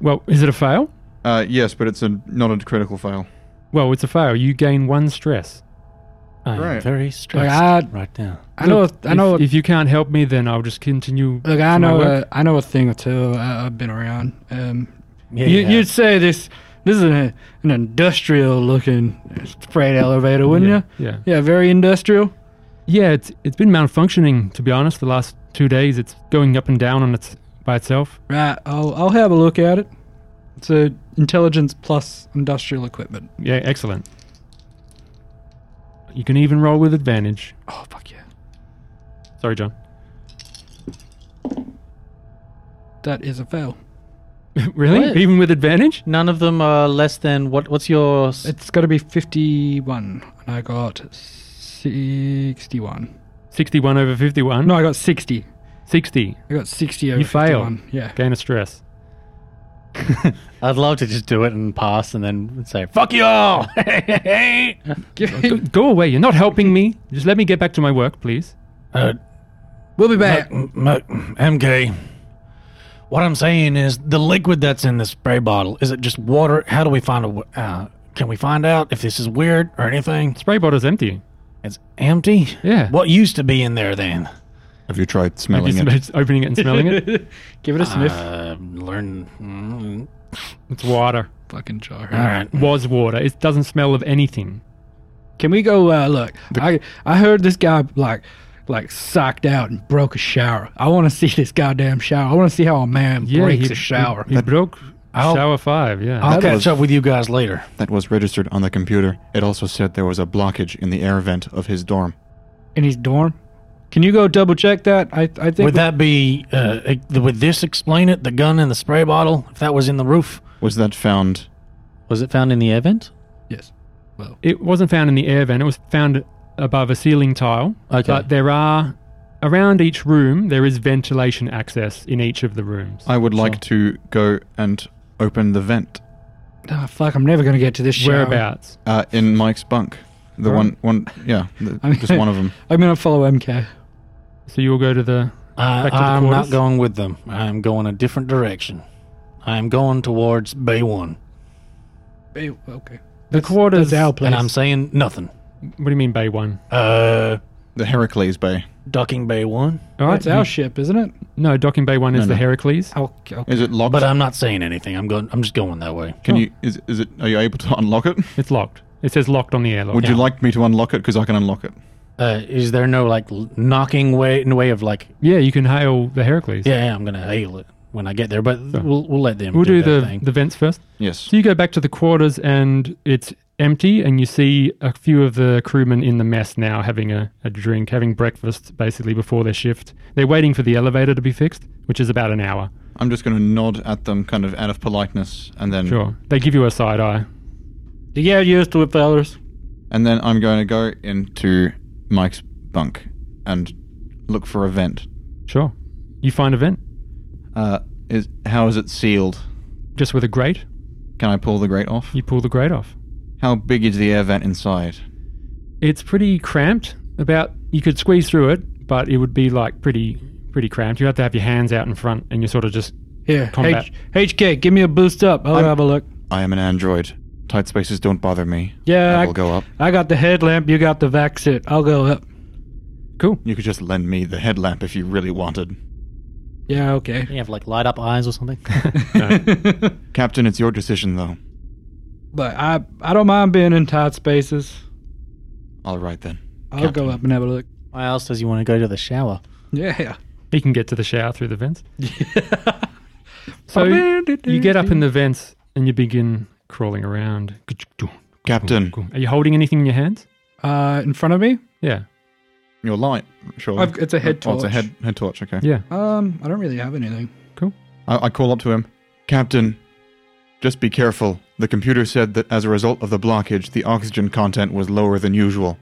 [SPEAKER 1] Well, is it a fail?
[SPEAKER 3] Uh, yes, but it's a not a critical fail.
[SPEAKER 1] Well, it's a fail. You gain one stress.
[SPEAKER 6] I am
[SPEAKER 3] Right.
[SPEAKER 6] very
[SPEAKER 4] Like,
[SPEAKER 6] stressed
[SPEAKER 4] I,
[SPEAKER 6] right now.
[SPEAKER 4] I know,
[SPEAKER 1] Look,
[SPEAKER 4] I know,
[SPEAKER 1] If, if you can't help me, then I'll just continue.
[SPEAKER 4] look, I
[SPEAKER 1] to my
[SPEAKER 4] know,
[SPEAKER 1] work.
[SPEAKER 4] a, I know a thing or two. I, I've been around. Um,
[SPEAKER 6] Yeah,
[SPEAKER 4] you,
[SPEAKER 6] yeah.
[SPEAKER 4] You'd say this, this is a, an industrial looking freight elevator, wouldn't
[SPEAKER 1] yeah,
[SPEAKER 4] you?
[SPEAKER 1] yeah,
[SPEAKER 4] uh, Yeah, very industrial.
[SPEAKER 1] yeah. It's it's been malfunctioning to be honest. The last two days, it's going up and down on its by itself.
[SPEAKER 4] Right, I'll, I'll have a look at it. It's a intelligence plus industrial equipment.
[SPEAKER 1] Yeah, excellent. You can even roll with advantage.
[SPEAKER 4] Oh fuck yeah,
[SPEAKER 1] Sorry, John. [LAUGHS]
[SPEAKER 4] that is a fail.
[SPEAKER 1] really?
[SPEAKER 2] What?
[SPEAKER 1] Even with advantage?
[SPEAKER 2] None of them are less than what? What's your? s-
[SPEAKER 4] It's got to be fifty-one, and I got sixty-one.
[SPEAKER 1] 61 over 51?
[SPEAKER 4] No, I got sixty.
[SPEAKER 1] 60.
[SPEAKER 4] I got sixty over
[SPEAKER 1] You failed.
[SPEAKER 4] 51. Yeah.
[SPEAKER 1] [LAUGHS] Gain of stress.
[SPEAKER 2] I'd love to just do it and pass, and then say "fuck you [LAUGHS] all."
[SPEAKER 1] Go, go away. You're not helping me. Just let me get back to my work, please.
[SPEAKER 6] [LAUGHS] Uh,
[SPEAKER 4] We'll be back.
[SPEAKER 6] M- M- MK, what I'm saying is the liquid that's in the spray bottle, is it just water? How do we find a, w- uh, can we find out if this is weird or anything?
[SPEAKER 1] Spray bottle's empty.
[SPEAKER 6] It's empty?
[SPEAKER 1] Yeah.
[SPEAKER 6] What used to be in there then?
[SPEAKER 3] Have you
[SPEAKER 1] Have
[SPEAKER 3] tried
[SPEAKER 1] you
[SPEAKER 3] smelling it?
[SPEAKER 1] sm- [LAUGHS] opening it and smelling it?
[SPEAKER 4] Give it Ah. a sniff.
[SPEAKER 6] Uh, learn. mm,
[SPEAKER 1] It's water.
[SPEAKER 4] Fucking jar.
[SPEAKER 6] all right.
[SPEAKER 1] Was water. It doesn't smell of anything.
[SPEAKER 4] Can we go? Uh, look, I I heard this guy like like socked out and broke a shower. I want to see this goddamn shower. I want to see how a man
[SPEAKER 1] Yeah,
[SPEAKER 4] breaks
[SPEAKER 1] he-
[SPEAKER 4] a shower.
[SPEAKER 1] He broke
[SPEAKER 4] Oh.
[SPEAKER 6] I'll-
[SPEAKER 1] shower five,
[SPEAKER 2] Ah.
[SPEAKER 1] yeah.
[SPEAKER 6] I'll
[SPEAKER 3] That
[SPEAKER 6] catch
[SPEAKER 3] was-
[SPEAKER 6] up with you guys later.
[SPEAKER 3] That was registered on the computer. It also said there was a blockage in the air vent of his dorm.
[SPEAKER 4] in his dorm. Can you go double check that? I I think
[SPEAKER 6] Would that be, uh, ex- would this explain it? The gun and the spray bottle, if that was in the roof?
[SPEAKER 3] Was that found?
[SPEAKER 2] Was it found in the event?
[SPEAKER 4] yes.
[SPEAKER 1] It wasn't found in the air vent. It was found above a ceiling tile.
[SPEAKER 2] Okay.
[SPEAKER 1] But there are, around each room, there is ventilation access in each of the rooms.
[SPEAKER 3] I would like to go and open the vent
[SPEAKER 4] Oh, fuck! I'm never gonna get to this shower.
[SPEAKER 1] Whereabouts?
[SPEAKER 3] uh, in Mike's bunk. The one, one, yeah, the,
[SPEAKER 4] I mean-
[SPEAKER 3] just one of them.
[SPEAKER 4] I'm gonna follow MK.
[SPEAKER 1] So you'll go to the
[SPEAKER 6] Uh,
[SPEAKER 1] Back to the
[SPEAKER 6] I'm not
[SPEAKER 1] quarters?
[SPEAKER 6] going with them. I am going a different direction. I am going towards Bay One,
[SPEAKER 4] Hey, okay.
[SPEAKER 1] the quarters.
[SPEAKER 4] That's our place.
[SPEAKER 6] and I'm saying nothing.
[SPEAKER 1] What do you mean, Bay One?
[SPEAKER 6] Uh,
[SPEAKER 3] The Heracles Bay.
[SPEAKER 9] Docking Bay 1.
[SPEAKER 1] All right.
[SPEAKER 4] That's our ship, isn't it?
[SPEAKER 1] no, docking bay one is the Heracles.
[SPEAKER 4] I'll, I'll-
[SPEAKER 3] Is it locked?
[SPEAKER 2] uh,
[SPEAKER 6] But I'm not saying anything. I'm going. I'm just going that way.
[SPEAKER 1] Oh.
[SPEAKER 2] oh.
[SPEAKER 3] Can you? Is, is it? Are you able to unlock it?
[SPEAKER 1] It's locked. It says locked on the airlock.
[SPEAKER 3] Would you like me to unlock it? Because I can unlock it.
[SPEAKER 9] Uh, is there no like l- knocking way in way of like
[SPEAKER 1] yeah, you can hail the Heracles.
[SPEAKER 9] yeah, yeah I'm gonna hail it when I get there, but we'll we'll let them
[SPEAKER 1] We'll
[SPEAKER 9] do,
[SPEAKER 1] do,
[SPEAKER 9] their
[SPEAKER 1] the
[SPEAKER 9] thing.
[SPEAKER 1] the vents first.
[SPEAKER 3] Yes.
[SPEAKER 1] So you go back to the quarters and it's empty, and you see a few of the crewmen in the mess now having a, a drink, having breakfast basically before their shift. They're waiting for the elevator to be fixed, which is about an hour.
[SPEAKER 3] I'm just going to nod at them, kind of out of politeness, and then
[SPEAKER 1] Sure. They give you a side eye.
[SPEAKER 4] you get used to it, fellas.
[SPEAKER 3] and then I'm going to go into Mike's bunk and look for a vent.
[SPEAKER 1] Sure. You find a vent
[SPEAKER 3] Uh, is how is it sealed?
[SPEAKER 1] just with a grate.
[SPEAKER 3] Can I pull the grate off?
[SPEAKER 1] You pull the grate off.
[SPEAKER 3] How big is the air vent inside?
[SPEAKER 1] It's pretty cramped. About you could squeeze through it, but it would be like pretty pretty cramped. You have to have your hands out in front, and you're sort of just
[SPEAKER 4] Here,
[SPEAKER 1] Combat.
[SPEAKER 4] H- HK, give me a boost up. I'll
[SPEAKER 3] I'm-
[SPEAKER 4] have a look.
[SPEAKER 3] I am an android. Tight spaces don't bother me.
[SPEAKER 4] Yeah,
[SPEAKER 3] I
[SPEAKER 4] Uh, I-
[SPEAKER 3] will go up.
[SPEAKER 4] I got the headlamp. You got the vaxit. I'll go up.
[SPEAKER 1] cool.
[SPEAKER 3] You could just lend me the headlamp if you really wanted.
[SPEAKER 4] Yeah, okay.
[SPEAKER 9] you have like light up eyes or
[SPEAKER 1] [LAUGHS]
[SPEAKER 9] something.
[SPEAKER 3] Captain, it's your decision though.
[SPEAKER 4] But I, I don't mind being in tight spaces.
[SPEAKER 3] All right then.
[SPEAKER 4] I'll
[SPEAKER 3] Captain.
[SPEAKER 4] go up and have a look.
[SPEAKER 9] Why else does you want to go to the shower?
[SPEAKER 4] Yeah.
[SPEAKER 1] He can get to the shower through the vents. so you get up in the vents and you begin crawling around.
[SPEAKER 4] Oh,
[SPEAKER 3] Captain,
[SPEAKER 1] Are you holding anything in your hands?
[SPEAKER 4] Uh, in front of me?
[SPEAKER 1] Yeah,
[SPEAKER 3] your light. Sure.
[SPEAKER 4] I've, it's a head
[SPEAKER 3] Oh,
[SPEAKER 4] torch.
[SPEAKER 3] it's a head head torch. Okay.
[SPEAKER 1] yeah.
[SPEAKER 4] Um, I don't really have anything.
[SPEAKER 3] I, I call up to him. Captain, just be careful. The computer said that as a result of the blockage, the oxygen content was lower than usual.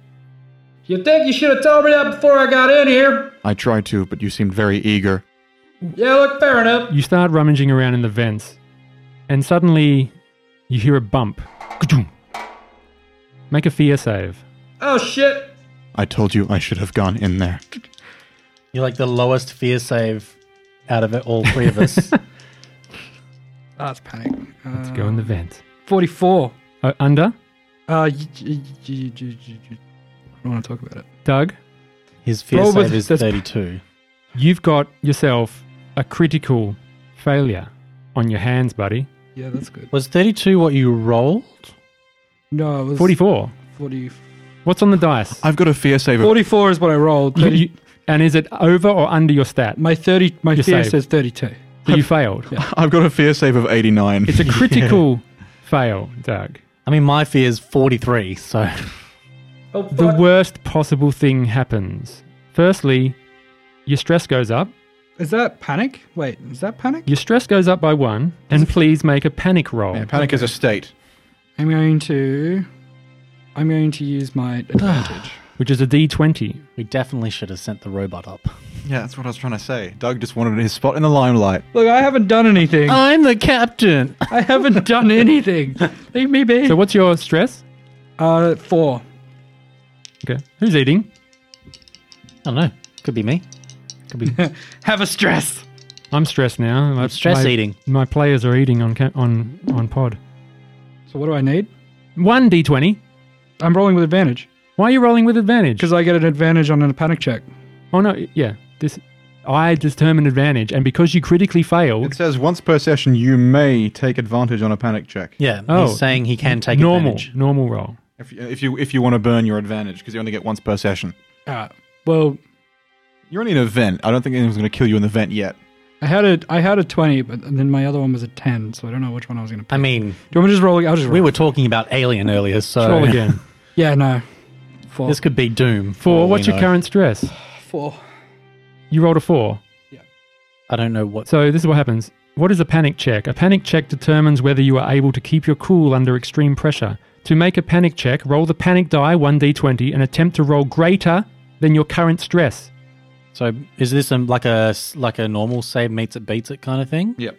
[SPEAKER 7] You think you should have told me that before I got in here?
[SPEAKER 3] I tried to, but you seemed very eager.
[SPEAKER 7] Yeah, look, fair enough.
[SPEAKER 1] You start rummaging around in the vents, and suddenly you hear a bump. Make a fear save.
[SPEAKER 7] Oh shit.
[SPEAKER 3] I told you I should have gone in there.
[SPEAKER 9] You're like the lowest fear save out of it, all three of us.
[SPEAKER 1] [LAUGHS]
[SPEAKER 4] That's panic. Uh,
[SPEAKER 1] Let's go in the vent.
[SPEAKER 4] 44.
[SPEAKER 1] Oh, under
[SPEAKER 4] Uh, y- y- y- y- y- y- y- I don't want to talk about it.
[SPEAKER 1] Doug,
[SPEAKER 9] His fear
[SPEAKER 4] Roll with
[SPEAKER 9] save is
[SPEAKER 4] this-
[SPEAKER 9] 32.
[SPEAKER 1] you've got yourself a critical failure on your hands, buddy.
[SPEAKER 4] Yeah, that's good.
[SPEAKER 9] Was 32 what you rolled?
[SPEAKER 4] No, it was
[SPEAKER 1] 44.
[SPEAKER 4] 40
[SPEAKER 1] What's on the dice?
[SPEAKER 3] I've got a fear saver.
[SPEAKER 4] 44 is what I rolled.
[SPEAKER 1] You-
[SPEAKER 4] 30
[SPEAKER 1] you- and is it over or under your stat?
[SPEAKER 4] my 30, my
[SPEAKER 1] You're
[SPEAKER 4] fear
[SPEAKER 1] saved.
[SPEAKER 4] says 32.
[SPEAKER 1] So you failed.
[SPEAKER 3] I've got a fear save of 89.
[SPEAKER 9] [LAUGHS]
[SPEAKER 1] It's a critical fail, Doug.
[SPEAKER 9] I mean, my fear is 43, so. [LAUGHS]
[SPEAKER 7] Oh fuck.
[SPEAKER 1] The worst possible thing happens. Firstly, your stress goes up.
[SPEAKER 4] Is that panic? Wait, is that panic?
[SPEAKER 1] Your stress goes up by one, and please make a panic roll.
[SPEAKER 3] Yeah, panic is a state.
[SPEAKER 4] I'm going to. I'm going to use my advantage.
[SPEAKER 1] which is a d20.
[SPEAKER 9] We definitely should have sent the robot up.
[SPEAKER 3] Yeah, that's what I was trying to say. Doug just wanted his spot in the limelight.
[SPEAKER 4] Look, I haven't done anything.
[SPEAKER 2] Uh.
[SPEAKER 9] I'm the captain!
[SPEAKER 4] I haven't done anything. Leave me be.
[SPEAKER 1] So what's your stress?
[SPEAKER 4] uh, four.
[SPEAKER 1] Okay. Who's eating?
[SPEAKER 9] I don't know. Could be me.
[SPEAKER 4] Have a stress.
[SPEAKER 1] I'm stressed now. My,
[SPEAKER 9] Stress
[SPEAKER 1] my-
[SPEAKER 9] eating.
[SPEAKER 1] My players are eating on ca- on on pod.
[SPEAKER 4] So what do I need?
[SPEAKER 1] One d20.
[SPEAKER 4] I'm rolling with advantage
[SPEAKER 1] Why are you rolling with advantage?
[SPEAKER 4] because I get an advantage on a panic check.
[SPEAKER 1] Oh no, yeah. This I determine advantage, and because you critically failed,
[SPEAKER 3] It says once per session you may take advantage on a panic check.
[SPEAKER 9] Yeah,
[SPEAKER 1] Oh.
[SPEAKER 9] he's saying he can take
[SPEAKER 1] normal
[SPEAKER 9] advantage.
[SPEAKER 1] normal roll.
[SPEAKER 3] If, if you if you want to burn your advantage, because you only get once per session.
[SPEAKER 4] Uh, well,
[SPEAKER 3] You're only in an event. I don't think anyone's going to kill you in the vent yet.
[SPEAKER 4] I had a I had a twenty, but and then my other one was a ten, so I don't know which one I was gonna. Pick.
[SPEAKER 9] I mean,
[SPEAKER 4] Do you want me to just roll? I'll just roll.
[SPEAKER 9] we were talking about Alien earlier, so
[SPEAKER 1] Roll again.
[SPEAKER 4] yeah, no.
[SPEAKER 9] [LAUGHS]
[SPEAKER 4] Four.
[SPEAKER 9] this could be Doom. for all
[SPEAKER 1] Four.
[SPEAKER 9] we
[SPEAKER 1] What's your
[SPEAKER 9] know.
[SPEAKER 1] current stress?
[SPEAKER 4] four.
[SPEAKER 1] You rolled a four.
[SPEAKER 9] I don't know what.
[SPEAKER 1] So this is what happens. What is a panic check? A panic check determines whether you are able to keep your cool under extreme pressure. To make a panic check, roll the panic die 1d20 and attempt to roll greater than your current stress.
[SPEAKER 9] So is this um like a s- like a normal save meets it beats it kind of thing?
[SPEAKER 3] Yep.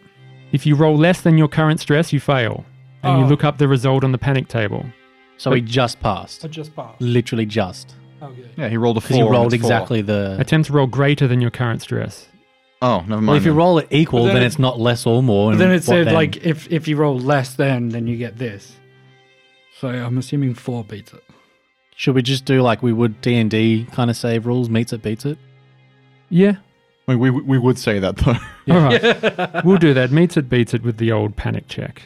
[SPEAKER 1] If you roll less than your current stress, you fail. And you
[SPEAKER 4] Oh.
[SPEAKER 1] look up the result on the panic table.
[SPEAKER 9] So he just passed,
[SPEAKER 4] I just passed.
[SPEAKER 9] literally just
[SPEAKER 4] Oh, good.
[SPEAKER 3] Yeah, he rolled a
[SPEAKER 9] because
[SPEAKER 3] four.
[SPEAKER 9] he
[SPEAKER 3] and
[SPEAKER 9] rolled
[SPEAKER 3] it's four.
[SPEAKER 9] exactly the.
[SPEAKER 1] Attempt to roll greater than your current stress.
[SPEAKER 3] Oh, never mind.
[SPEAKER 9] Well, if you
[SPEAKER 3] then.
[SPEAKER 9] roll it equal,
[SPEAKER 4] But
[SPEAKER 9] then,
[SPEAKER 4] then it-
[SPEAKER 9] it's not less or more.
[SPEAKER 4] But
[SPEAKER 9] and
[SPEAKER 4] then it
[SPEAKER 9] what
[SPEAKER 4] said
[SPEAKER 9] then?
[SPEAKER 4] like if if you roll less than, then you get this. So I'm assuming four beats it.
[SPEAKER 2] Should we just do like we would D and D kind of save rules? Meets it, beats it.
[SPEAKER 1] Yeah.
[SPEAKER 3] We, we, we would say that though. [LAUGHS]
[SPEAKER 1] All right. we'll do that. Meets it, beats it with the old panic check.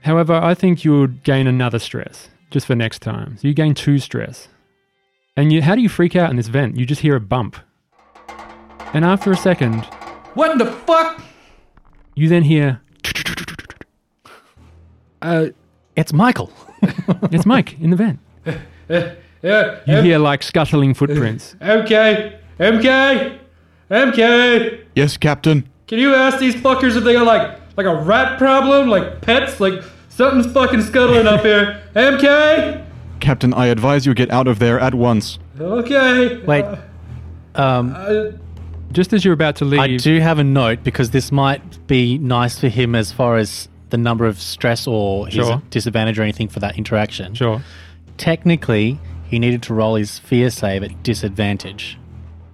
[SPEAKER 1] However, I think you would gain another stress just for next time. So you gain two stress. And you, how do you freak out in this vent? You just hear a bump. And after a second,
[SPEAKER 7] What in the fuck?
[SPEAKER 1] you then hear
[SPEAKER 4] Uh,
[SPEAKER 2] It's Michael.
[SPEAKER 1] it's Mike in the vent.
[SPEAKER 7] Yeah,
[SPEAKER 1] You hear like scuttling
[SPEAKER 2] [LAUGHS]
[SPEAKER 1] footprints.
[SPEAKER 7] MK, MK, MK.
[SPEAKER 3] yes, Captain.
[SPEAKER 7] Can you ask these fuckers if they got like like a rat problem, like pets, like something's fucking scuttling up here? MK.
[SPEAKER 3] Captain, I advise you get out of there at once.
[SPEAKER 7] Okay.
[SPEAKER 2] Wait. Um,
[SPEAKER 7] Uh,
[SPEAKER 1] Just as you're about to leave,
[SPEAKER 2] I do have a note because this might be nice for him as far as the number of stress or his
[SPEAKER 1] Sure.
[SPEAKER 2] disadvantage or anything for that interaction.
[SPEAKER 1] sure.
[SPEAKER 2] Technically, he needed to roll his fear save at disadvantage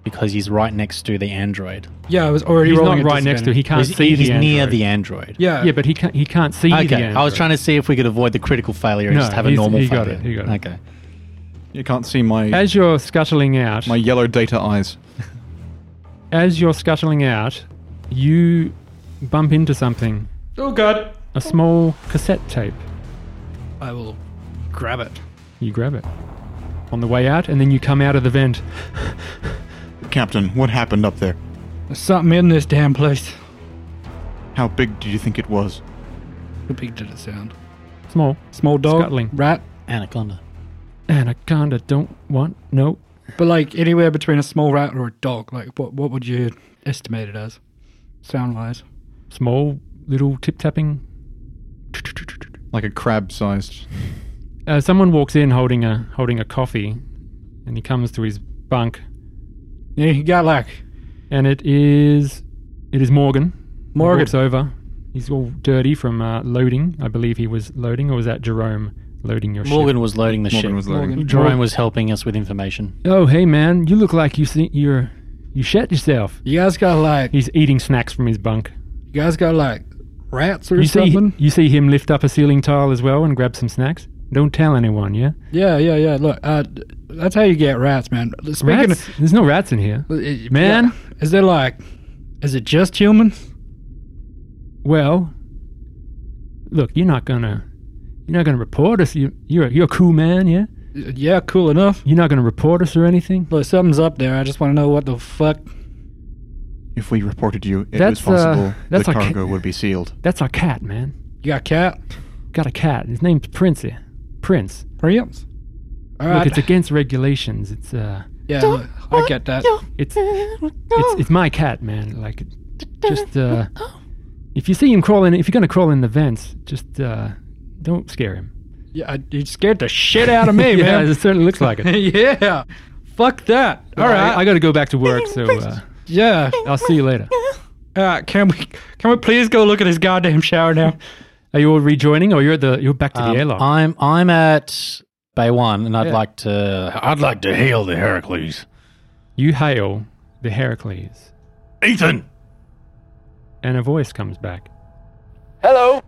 [SPEAKER 2] because he's right next to the android.
[SPEAKER 4] yeah, I was already
[SPEAKER 1] He's
[SPEAKER 4] rolling
[SPEAKER 1] not
[SPEAKER 4] at
[SPEAKER 1] right next to. He
[SPEAKER 4] disadvantage.
[SPEAKER 1] can't
[SPEAKER 2] he's
[SPEAKER 1] see.
[SPEAKER 2] he's
[SPEAKER 1] the
[SPEAKER 2] near
[SPEAKER 1] android.
[SPEAKER 2] the android.
[SPEAKER 4] Yeah,
[SPEAKER 1] Yeah, but he can't. He can't see. the
[SPEAKER 2] Okay. I was
[SPEAKER 1] android.
[SPEAKER 2] trying to see if we could avoid the critical failure and
[SPEAKER 1] No,
[SPEAKER 2] just have a
[SPEAKER 1] he's-
[SPEAKER 2] normal
[SPEAKER 1] he got
[SPEAKER 2] failure.
[SPEAKER 1] it, he got it.
[SPEAKER 2] Okay.
[SPEAKER 3] You can't see my
[SPEAKER 1] As you're scuttling out,
[SPEAKER 3] my yellow data eyes.
[SPEAKER 1] as you're scuttling out, you bump into something.
[SPEAKER 7] oh god.
[SPEAKER 1] A small cassette tape.
[SPEAKER 4] I will grab it.
[SPEAKER 1] You grab it on the way out, and then you come out of the vent.
[SPEAKER 3] Captain, what happened up there?
[SPEAKER 4] There's something in this damn place.
[SPEAKER 3] How big do you think it was?
[SPEAKER 4] How big did it sound?
[SPEAKER 1] Small
[SPEAKER 4] Small dog,
[SPEAKER 1] Scuttling.
[SPEAKER 4] rat,
[SPEAKER 2] Anaconda.
[SPEAKER 1] anaconda. Don't want no.
[SPEAKER 4] but like anywhere between a small rat or a dog. Like, what what would you estimate it as, sound wise?
[SPEAKER 1] Small little tip tapping.
[SPEAKER 3] Like a crab sized.
[SPEAKER 1] Uh, someone walks in holding a holding a coffee, and he comes to his bunk,
[SPEAKER 4] Yeah, you got like
[SPEAKER 1] and it is it is Morgan. He
[SPEAKER 4] Morgan.
[SPEAKER 1] walks over. He's all dirty from uh, loading. I believe he was loading, or was that Jerome loading your ship?
[SPEAKER 2] Morgan was loading the
[SPEAKER 3] Morgan
[SPEAKER 2] ship.
[SPEAKER 3] was loading.
[SPEAKER 4] Morgan.
[SPEAKER 2] Jerome was helping us with information.
[SPEAKER 1] Oh, hey man, you look like you see, you're you shat yourself.
[SPEAKER 4] You guys got like
[SPEAKER 1] He's eating snacks from his bunk.
[SPEAKER 4] you guys got like rats or
[SPEAKER 1] You see,
[SPEAKER 4] something?
[SPEAKER 1] you see him lift up a ceiling tile as well and grab some snacks. Don't tell anyone, yeah.
[SPEAKER 4] Yeah, yeah, yeah. Look, uh, d- that's how you get rats, man. Speaking
[SPEAKER 1] Rats?
[SPEAKER 4] of
[SPEAKER 1] There's no rats in here.
[SPEAKER 4] Uh,
[SPEAKER 1] Man.
[SPEAKER 4] yeah. is there like, is it just humans?
[SPEAKER 1] Well, look, you're not gonna you're not gonna report us. You you're a, you're a cool man, yeah.
[SPEAKER 4] Uh, Yeah, cool enough.
[SPEAKER 1] You're not gonna report us or anything.
[SPEAKER 4] Look, something's up there. I just want to know what the fuck.
[SPEAKER 3] If we reported you, it
[SPEAKER 1] That's,
[SPEAKER 3] was possible
[SPEAKER 1] uh, that's
[SPEAKER 3] the
[SPEAKER 1] a ca-
[SPEAKER 3] cargo would be sealed.
[SPEAKER 1] That's our cat, man.
[SPEAKER 4] You got a cat?
[SPEAKER 1] Got a cat. His name's Princey. Prince.
[SPEAKER 4] Prince? All
[SPEAKER 1] Look,
[SPEAKER 4] right.
[SPEAKER 1] it's against regulations. It's uh,
[SPEAKER 4] yeah, look, I get that.
[SPEAKER 1] it's it's it's my cat, man. Like, just uh, if you see him crawling, if you're gonna crawl in the vents, just uh, don't scare him.
[SPEAKER 4] Yeah, I, you scared the shit out
[SPEAKER 1] [LAUGHS]
[SPEAKER 4] of me,
[SPEAKER 1] yeah,
[SPEAKER 4] man.
[SPEAKER 1] it certainly looks like it.
[SPEAKER 4] yeah. Fuck that. [LAUGHS] All right.
[SPEAKER 1] I, got to go back to work, so uh,
[SPEAKER 4] yeah.
[SPEAKER 1] I'll see you later.
[SPEAKER 4] All right. Can we can we please go look at this goddamn shower now?
[SPEAKER 1] Are you all rejoining, or you're at the you're back to
[SPEAKER 2] Um,
[SPEAKER 1] the airlock?
[SPEAKER 2] I'm I'm at Bay One, and I'd like to.
[SPEAKER 6] I'd like to hail the Heracles.
[SPEAKER 1] you hail the Heracles,
[SPEAKER 6] Ethan!
[SPEAKER 1] and a voice comes back.
[SPEAKER 8] Hello.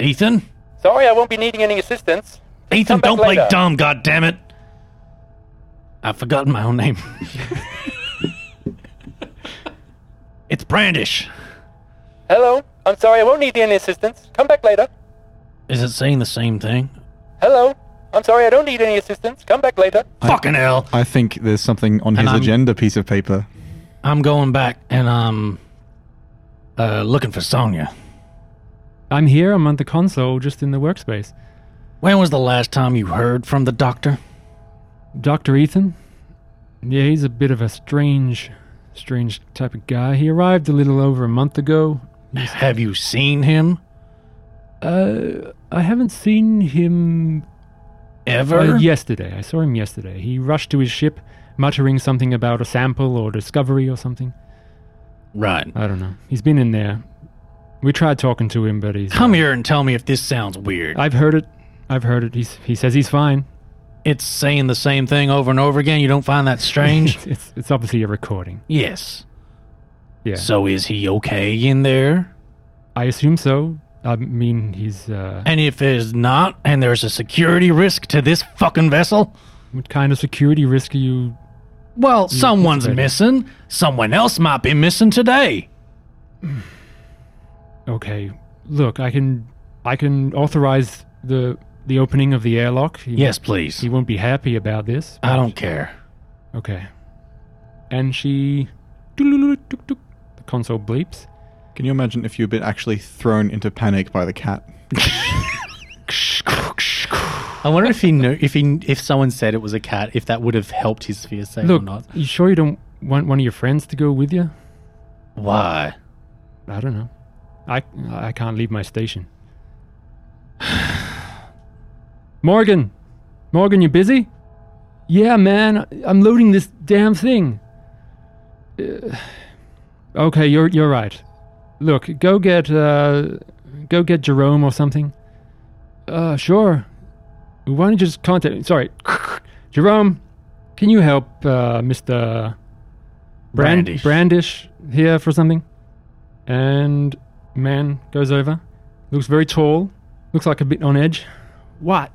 [SPEAKER 6] Ethan?
[SPEAKER 8] Sorry, I won't be needing any assistance.
[SPEAKER 6] Ethan,
[SPEAKER 8] Come back
[SPEAKER 6] don't play
[SPEAKER 8] later.
[SPEAKER 6] dumb, goddammit!
[SPEAKER 2] I've forgotten my own name.
[SPEAKER 6] [LAUGHS] It's Brandish.
[SPEAKER 8] Hello. I'm sorry, I won't need any assistance. Come back later.
[SPEAKER 6] Is it saying the same thing?
[SPEAKER 8] Hello. I'm sorry, I don't need any assistance. Come back later.
[SPEAKER 6] Fucking hell!
[SPEAKER 3] I think there's something on
[SPEAKER 2] And
[SPEAKER 3] his
[SPEAKER 2] I'm-
[SPEAKER 3] agenda piece of paper.
[SPEAKER 6] I'm going back and I'm uh, looking for Sonya.
[SPEAKER 1] I'm here. I'm on the console, just in the workspace.
[SPEAKER 6] When was the last time you heard from the doctor?
[SPEAKER 1] Dr. Ethan? Yeah, he's a bit of a strange, strange type of guy. He arrived a little over a month ago.
[SPEAKER 6] Have you seen him
[SPEAKER 1] Uh, I haven't seen him
[SPEAKER 6] ever?
[SPEAKER 1] uh, yesterday. I saw him yesterday. He rushed to his ship, muttering something about a sample or discovery or something.
[SPEAKER 6] Right.
[SPEAKER 1] I don't know. He's been in there. We tried talking to him, but he's. uh,
[SPEAKER 6] Come here and tell me if this sounds weird.
[SPEAKER 1] I've heard it. I've heard it. He's, he says he's fine.
[SPEAKER 6] It's saying the same thing over and over again. You don't find that [LAUGHS]
[SPEAKER 12] [LAUGHS]
[SPEAKER 6] strange?
[SPEAKER 1] It's, it's, it's obviously a recording.
[SPEAKER 6] yes.
[SPEAKER 1] Yeah.
[SPEAKER 6] So is he okay in there?
[SPEAKER 1] I assume so. I mean, he's. Uh,
[SPEAKER 6] And if there's not, and there's a security risk to this fucking vessel,
[SPEAKER 1] What kind of security risk are you?
[SPEAKER 12] Mm,
[SPEAKER 13] Well, someone's missing. Someone else might be missing today.
[SPEAKER 1] Okay, look, I can, I can authorize the the opening of the airlock. He
[SPEAKER 13] Yes, please.
[SPEAKER 1] he won't be happy about this.
[SPEAKER 13] I don't care.
[SPEAKER 1] Okay, and she, the console bleeps.
[SPEAKER 3] Can you imagine if you'd been actually thrown into panic by the cat?
[SPEAKER 12] I wonder if he knew if he if someone said it was a cat, if that would have helped his fear saying
[SPEAKER 1] Look,
[SPEAKER 12] or not.
[SPEAKER 1] you sure you don't want one of your friends to go with you?
[SPEAKER 12] Why?
[SPEAKER 1] I don't know. I I can't leave my station. Morgan, Morgan, you busy? Yeah, man, I- I'm loading this damn thing. Uh, okay, you're you're right. Look, go get uh, go get Jerome or something. Uh, sure. Why don't you just contact? Sorry, [LAUGHS] Jerome, can you help uh, Mister
[SPEAKER 2] Brandish.
[SPEAKER 1] Brandish here for something? And man goes over. Looks very tall. Looks like a bit on edge. What?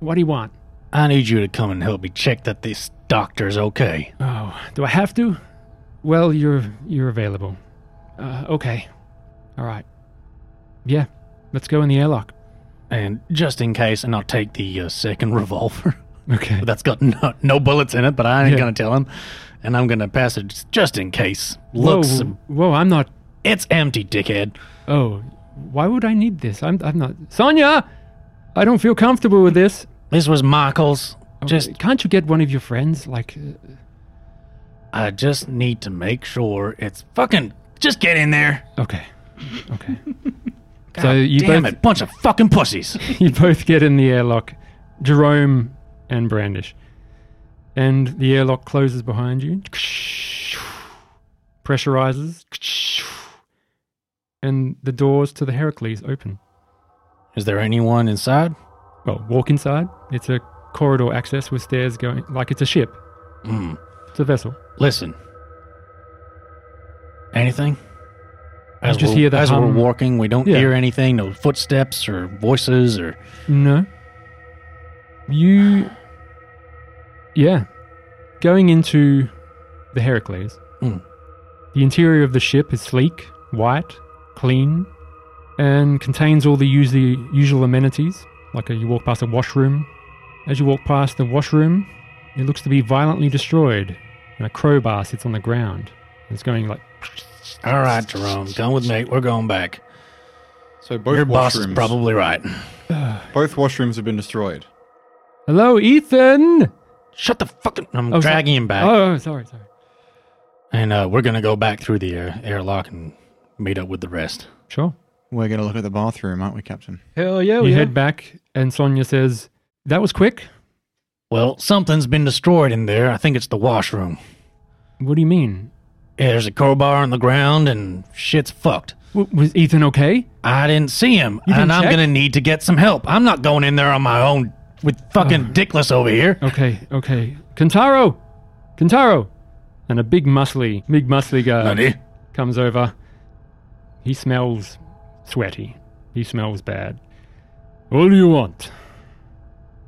[SPEAKER 1] What do you want?
[SPEAKER 2] I need you to come and help me check that this doctor's okay.
[SPEAKER 1] Oh, do I have to? Well, you're you're available. Uh, okay. All right. Yeah, let's go in the airlock.
[SPEAKER 2] And just in case, and I'll take the uh, second revolver. [LAUGHS]
[SPEAKER 1] Okay.
[SPEAKER 2] That's got [LAUGHS] no, no bullets in it, but I ain't
[SPEAKER 1] Yeah.
[SPEAKER 2] gonna tell him. And I'm gonna pass it just in case. Looks,
[SPEAKER 1] Whoa, whoa, I'm not.
[SPEAKER 2] it's empty, dickhead.
[SPEAKER 1] Oh, why would I need this? I'm I'm not. Sonia, I don't feel comfortable with this.
[SPEAKER 2] This was Michael's. Just
[SPEAKER 1] Just can't you get one of your friends? Like, uh,
[SPEAKER 2] I just need to make sure it's fucking. Just get in there.
[SPEAKER 1] okay,
[SPEAKER 2] [LAUGHS]
[SPEAKER 1] okay. so you
[SPEAKER 2] Damn
[SPEAKER 1] both
[SPEAKER 2] it, bunch of fucking pussies.
[SPEAKER 1] [LAUGHS]
[SPEAKER 2] [LAUGHS]
[SPEAKER 1] you both get in the airlock, Jerome and Brandish. And the airlock closes behind you, pressurizes, and the doors to the Heracles open.
[SPEAKER 2] Is there anyone inside?
[SPEAKER 1] Well, walk inside. It's a corridor access with stairs going like it's a ship.
[SPEAKER 2] Mm.
[SPEAKER 1] It's a vessel.
[SPEAKER 2] Listen. Anything? As
[SPEAKER 1] just
[SPEAKER 2] we're-
[SPEAKER 1] hear the
[SPEAKER 2] as
[SPEAKER 1] hum.
[SPEAKER 2] we're walking, we don't
[SPEAKER 1] Yeah.
[SPEAKER 2] hear anything. No footsteps or voices or
[SPEAKER 1] No. You. Yeah. Going into the Heracles,
[SPEAKER 2] Mm.
[SPEAKER 1] the interior of the ship is sleek, white, clean, and contains all the usually, usual amenities. Like uh you walk past a washroom. As you walk past the washroom, it looks to be violently destroyed, and a crowbar sits on the ground. It's going like,
[SPEAKER 2] All right, Jerome, come with me. We're going back.
[SPEAKER 3] So both
[SPEAKER 2] Your boss is
[SPEAKER 3] washrooms,
[SPEAKER 2] probably right.
[SPEAKER 3] both washrooms have been destroyed.
[SPEAKER 1] "Hello, Ethan."
[SPEAKER 2] Shut the fucking. I'm
[SPEAKER 1] Oh, sorry.
[SPEAKER 2] dragging him back,
[SPEAKER 1] Oh, sorry, sorry.
[SPEAKER 2] and uh, we're gonna go back through the air, airlock and meet up with the rest.
[SPEAKER 1] Sure.
[SPEAKER 3] We're going to look at the bathroom, aren't we, Captain?
[SPEAKER 4] Hell yeah,
[SPEAKER 1] you
[SPEAKER 4] we
[SPEAKER 1] head back, and Sonia says, "That was quick."
[SPEAKER 2] Well, something's been destroyed in there. I think it's the washroom.
[SPEAKER 1] What do you mean?
[SPEAKER 2] Yeah, there's a crowbar on the ground, and shit's fucked.
[SPEAKER 1] W- was Ethan okay?
[SPEAKER 2] I didn't see him,
[SPEAKER 1] You didn't
[SPEAKER 2] and I'm
[SPEAKER 1] check?
[SPEAKER 2] gonna need to get some help. I'm not going in there on my own with
[SPEAKER 1] Oh.
[SPEAKER 2] fucking dickless over here.
[SPEAKER 1] Okay, okay. Kentaro! Kentaro! And a big muscly, big muscly guy
[SPEAKER 2] Honey,
[SPEAKER 1] comes over. He smells sweaty. He smells bad. What do you want?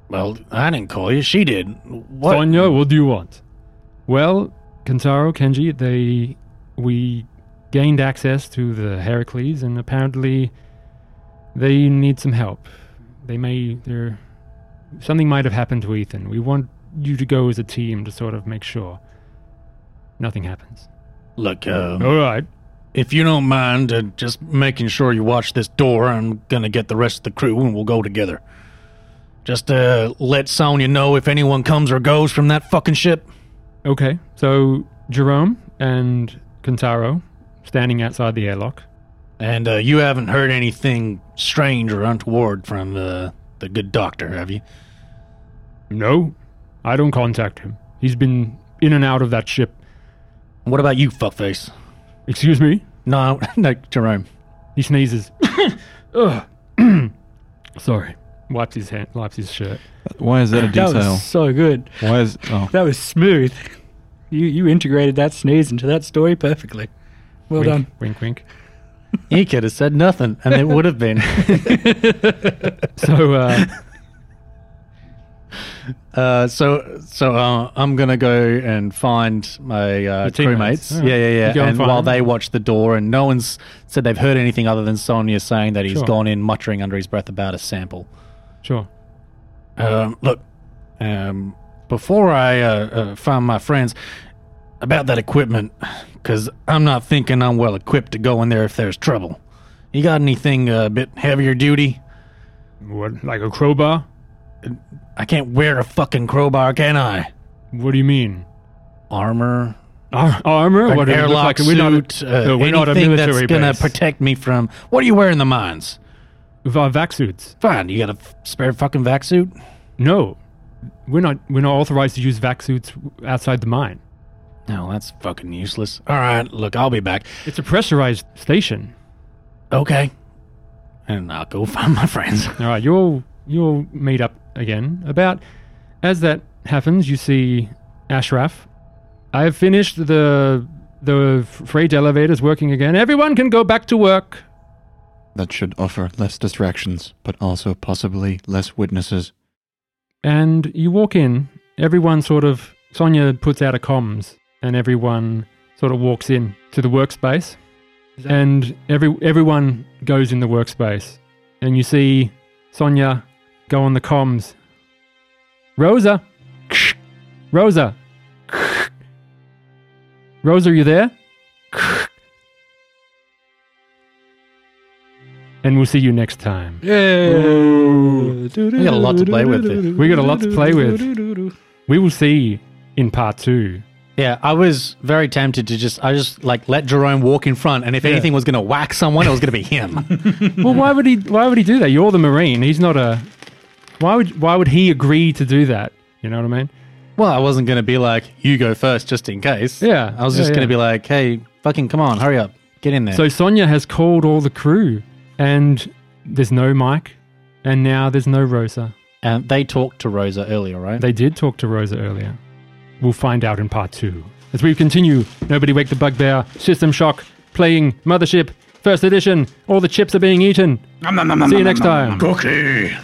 [SPEAKER 2] well, I didn't call you. She did. What?
[SPEAKER 1] Sonia, what do you want? Well, Kentaro, Kenji, they. We gained access to the Heracles, and apparently they need some help. They may. They're, something might have happened to Ethan. We want you to go as a team to sort of make sure nothing happens.
[SPEAKER 2] Look, um,
[SPEAKER 1] All right.
[SPEAKER 2] If you don't mind, uh, just making sure you watch this door, I'm gonna get the rest of the crew and we'll go together. Just uh, let Sonya know if anyone comes or goes from that fucking ship.
[SPEAKER 1] Okay. So Jerome and Kentaro standing outside the airlock.
[SPEAKER 2] And uh, you haven't heard anything strange or untoward from uh, the good doctor, have you?
[SPEAKER 1] No, I don't contact him. He's been in and out of that ship.
[SPEAKER 2] What about you, fuckface?
[SPEAKER 1] Excuse me?
[SPEAKER 2] No, [LAUGHS] no, Jerome.
[SPEAKER 1] He
[SPEAKER 4] [LAUGHS]
[SPEAKER 1] sneezes. Ugh. [CLEARS THROAT] Sorry. Wipes his hand, wipes his shirt.
[SPEAKER 3] Why is that a
[SPEAKER 4] That
[SPEAKER 3] detail?
[SPEAKER 4] was so good.
[SPEAKER 3] Why is oh
[SPEAKER 4] That was smooth. [LAUGHS] You you integrated that sneeze into that story perfectly. Well
[SPEAKER 1] wink, [LAUGHS]
[SPEAKER 4] done.
[SPEAKER 1] Wink, wink.
[SPEAKER 12] He could have said nothing,
[SPEAKER 2] [LAUGHS]
[SPEAKER 12] and it would have been.
[SPEAKER 1] So, uh,
[SPEAKER 2] Uh, so so uh, I'm gonna go and find my uh,
[SPEAKER 14] Your teammates.
[SPEAKER 2] crewmates.
[SPEAKER 14] Yeah.
[SPEAKER 2] Yeah, yeah,
[SPEAKER 14] You
[SPEAKER 2] yeah.
[SPEAKER 14] go and
[SPEAKER 2] And
[SPEAKER 14] find
[SPEAKER 2] while
[SPEAKER 14] them.
[SPEAKER 2] they watch the door, and no one's said they've heard anything other than Sonia saying that he's
[SPEAKER 1] Sure.
[SPEAKER 2] gone in, muttering under his breath about a sample.
[SPEAKER 1] [LAUGHS] Sure.
[SPEAKER 2] Um, look, um, before I uh, uh, find my friends about that equipment, because I'm not thinking I'm well equipped to go in there if there's trouble. You got anything uh, a bit heavier duty?
[SPEAKER 1] What? Like a crowbar?
[SPEAKER 2] I can't wear a fucking crowbar, can I?
[SPEAKER 1] What do you mean?
[SPEAKER 2] Armor,
[SPEAKER 1] Ar- armor?
[SPEAKER 2] an
[SPEAKER 1] What does it look
[SPEAKER 2] airlock
[SPEAKER 1] like?
[SPEAKER 2] suit,
[SPEAKER 1] We're not,
[SPEAKER 2] uh,
[SPEAKER 1] no, we're
[SPEAKER 2] anything
[SPEAKER 1] not a military
[SPEAKER 2] that's gonna
[SPEAKER 1] base.
[SPEAKER 2] protect me from. What do you wear in the mines?
[SPEAKER 1] With our uh, vac suits?
[SPEAKER 2] Fine, you got a f- spare fucking vac suit?
[SPEAKER 1] No, we're not. We're not authorized to use vac suits outside the mine.
[SPEAKER 2] No, that's fucking useless. All right, look, I'll be back.
[SPEAKER 1] It's a pressurized station.
[SPEAKER 2] Okay, and I'll go [LAUGHS] find my friends.
[SPEAKER 1] All right, you'll you'll meet up again. About as that happens, you see Ashraf. I have finished the the freight elevators working again. Everyone can go back to work.
[SPEAKER 3] That should offer less distractions, but also possibly less witnesses.
[SPEAKER 1] And you walk in. Everyone sort of Sonia puts out a comms, and everyone sort of walks in to the workspace. And every everyone goes in the workspace, and you see Sonia go on the comms. Rosa, [SNIFFS] Rosa, [SNIFFS] Rosa, are you there? [SNIFFS] And we'll see you next time.
[SPEAKER 4] Yeah.
[SPEAKER 2] We got a lot to play with there.
[SPEAKER 1] We got a lot to play with. We will see in part two.
[SPEAKER 2] Yeah, I was very tempted to just, I just like let Jerome walk in front, and if anything was gonna whack someone, it was gonna
[SPEAKER 1] [LAUGHS]
[SPEAKER 2] be him.
[SPEAKER 1] Well, why would he? Why would he do that? You're the marine. He's not a. Why would Why would he agree to do that? You know what I mean?
[SPEAKER 2] well, I wasn't gonna be like, you go first, just in case.
[SPEAKER 1] Yeah,
[SPEAKER 2] I was
[SPEAKER 1] yeah,
[SPEAKER 2] just gonna
[SPEAKER 1] yeah.
[SPEAKER 2] be like, hey, fucking come on, hurry up, get in there.
[SPEAKER 1] So Sonia has called all the crew, and there's no Mike, and now there's no Rosa.
[SPEAKER 2] and they talked to Rosa earlier, right?
[SPEAKER 1] They did talk to Rosa earlier. We'll find out in part two as we continue. Nobody wake the bugbear. System shock. Playing mothership. First edition. All the chips are being eaten. See you next time.
[SPEAKER 15] Okay.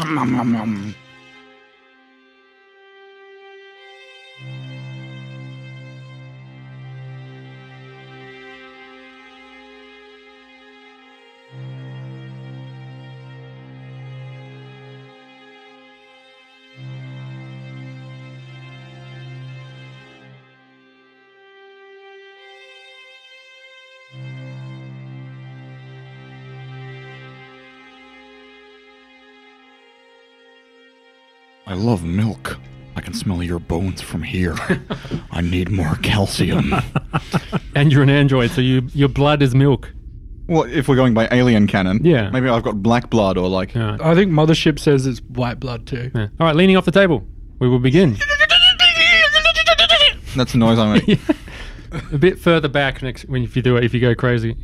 [SPEAKER 3] I love milk. I can smell your bones
[SPEAKER 1] [LAUGHS]
[SPEAKER 3] from here. I need more calcium.
[SPEAKER 1] And you're an android, so you your blood is milk.
[SPEAKER 3] well, if we're going by alien canon,
[SPEAKER 1] Yeah.
[SPEAKER 3] maybe I've got black blood or like
[SPEAKER 1] Yeah.
[SPEAKER 4] I think Mothership says it's white blood too.
[SPEAKER 1] Yeah. All right, leaning off the table. We will begin.
[SPEAKER 3] that's the
[SPEAKER 1] [LAUGHS]
[SPEAKER 3] noise I make.
[SPEAKER 1] a bit further back next when if you do it if you go crazy.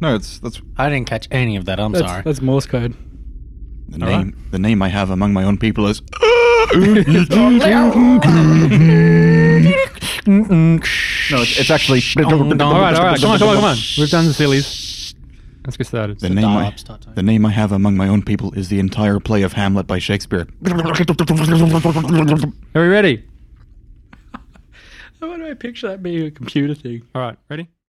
[SPEAKER 3] No, it's that's
[SPEAKER 2] I didn't catch any of that. I'm
[SPEAKER 4] That's,
[SPEAKER 2] sorry.
[SPEAKER 4] that's Morse code.
[SPEAKER 3] the name. The name I have among my own people
[SPEAKER 1] [LAUGHS]
[SPEAKER 3] is. [LAUGHS] No, it's, it's actually.
[SPEAKER 1] all right, all right, come on, come on, come on. We've done the sillies. Let's get started.
[SPEAKER 3] The name, [LAUGHS] I,
[SPEAKER 2] dial-up start time.
[SPEAKER 3] the name I have among my own people is the entire play of Hamlet by Shakespeare.
[SPEAKER 1] Are we ready?
[SPEAKER 4] Why do I picture that being a computer thing?
[SPEAKER 1] All right, ready.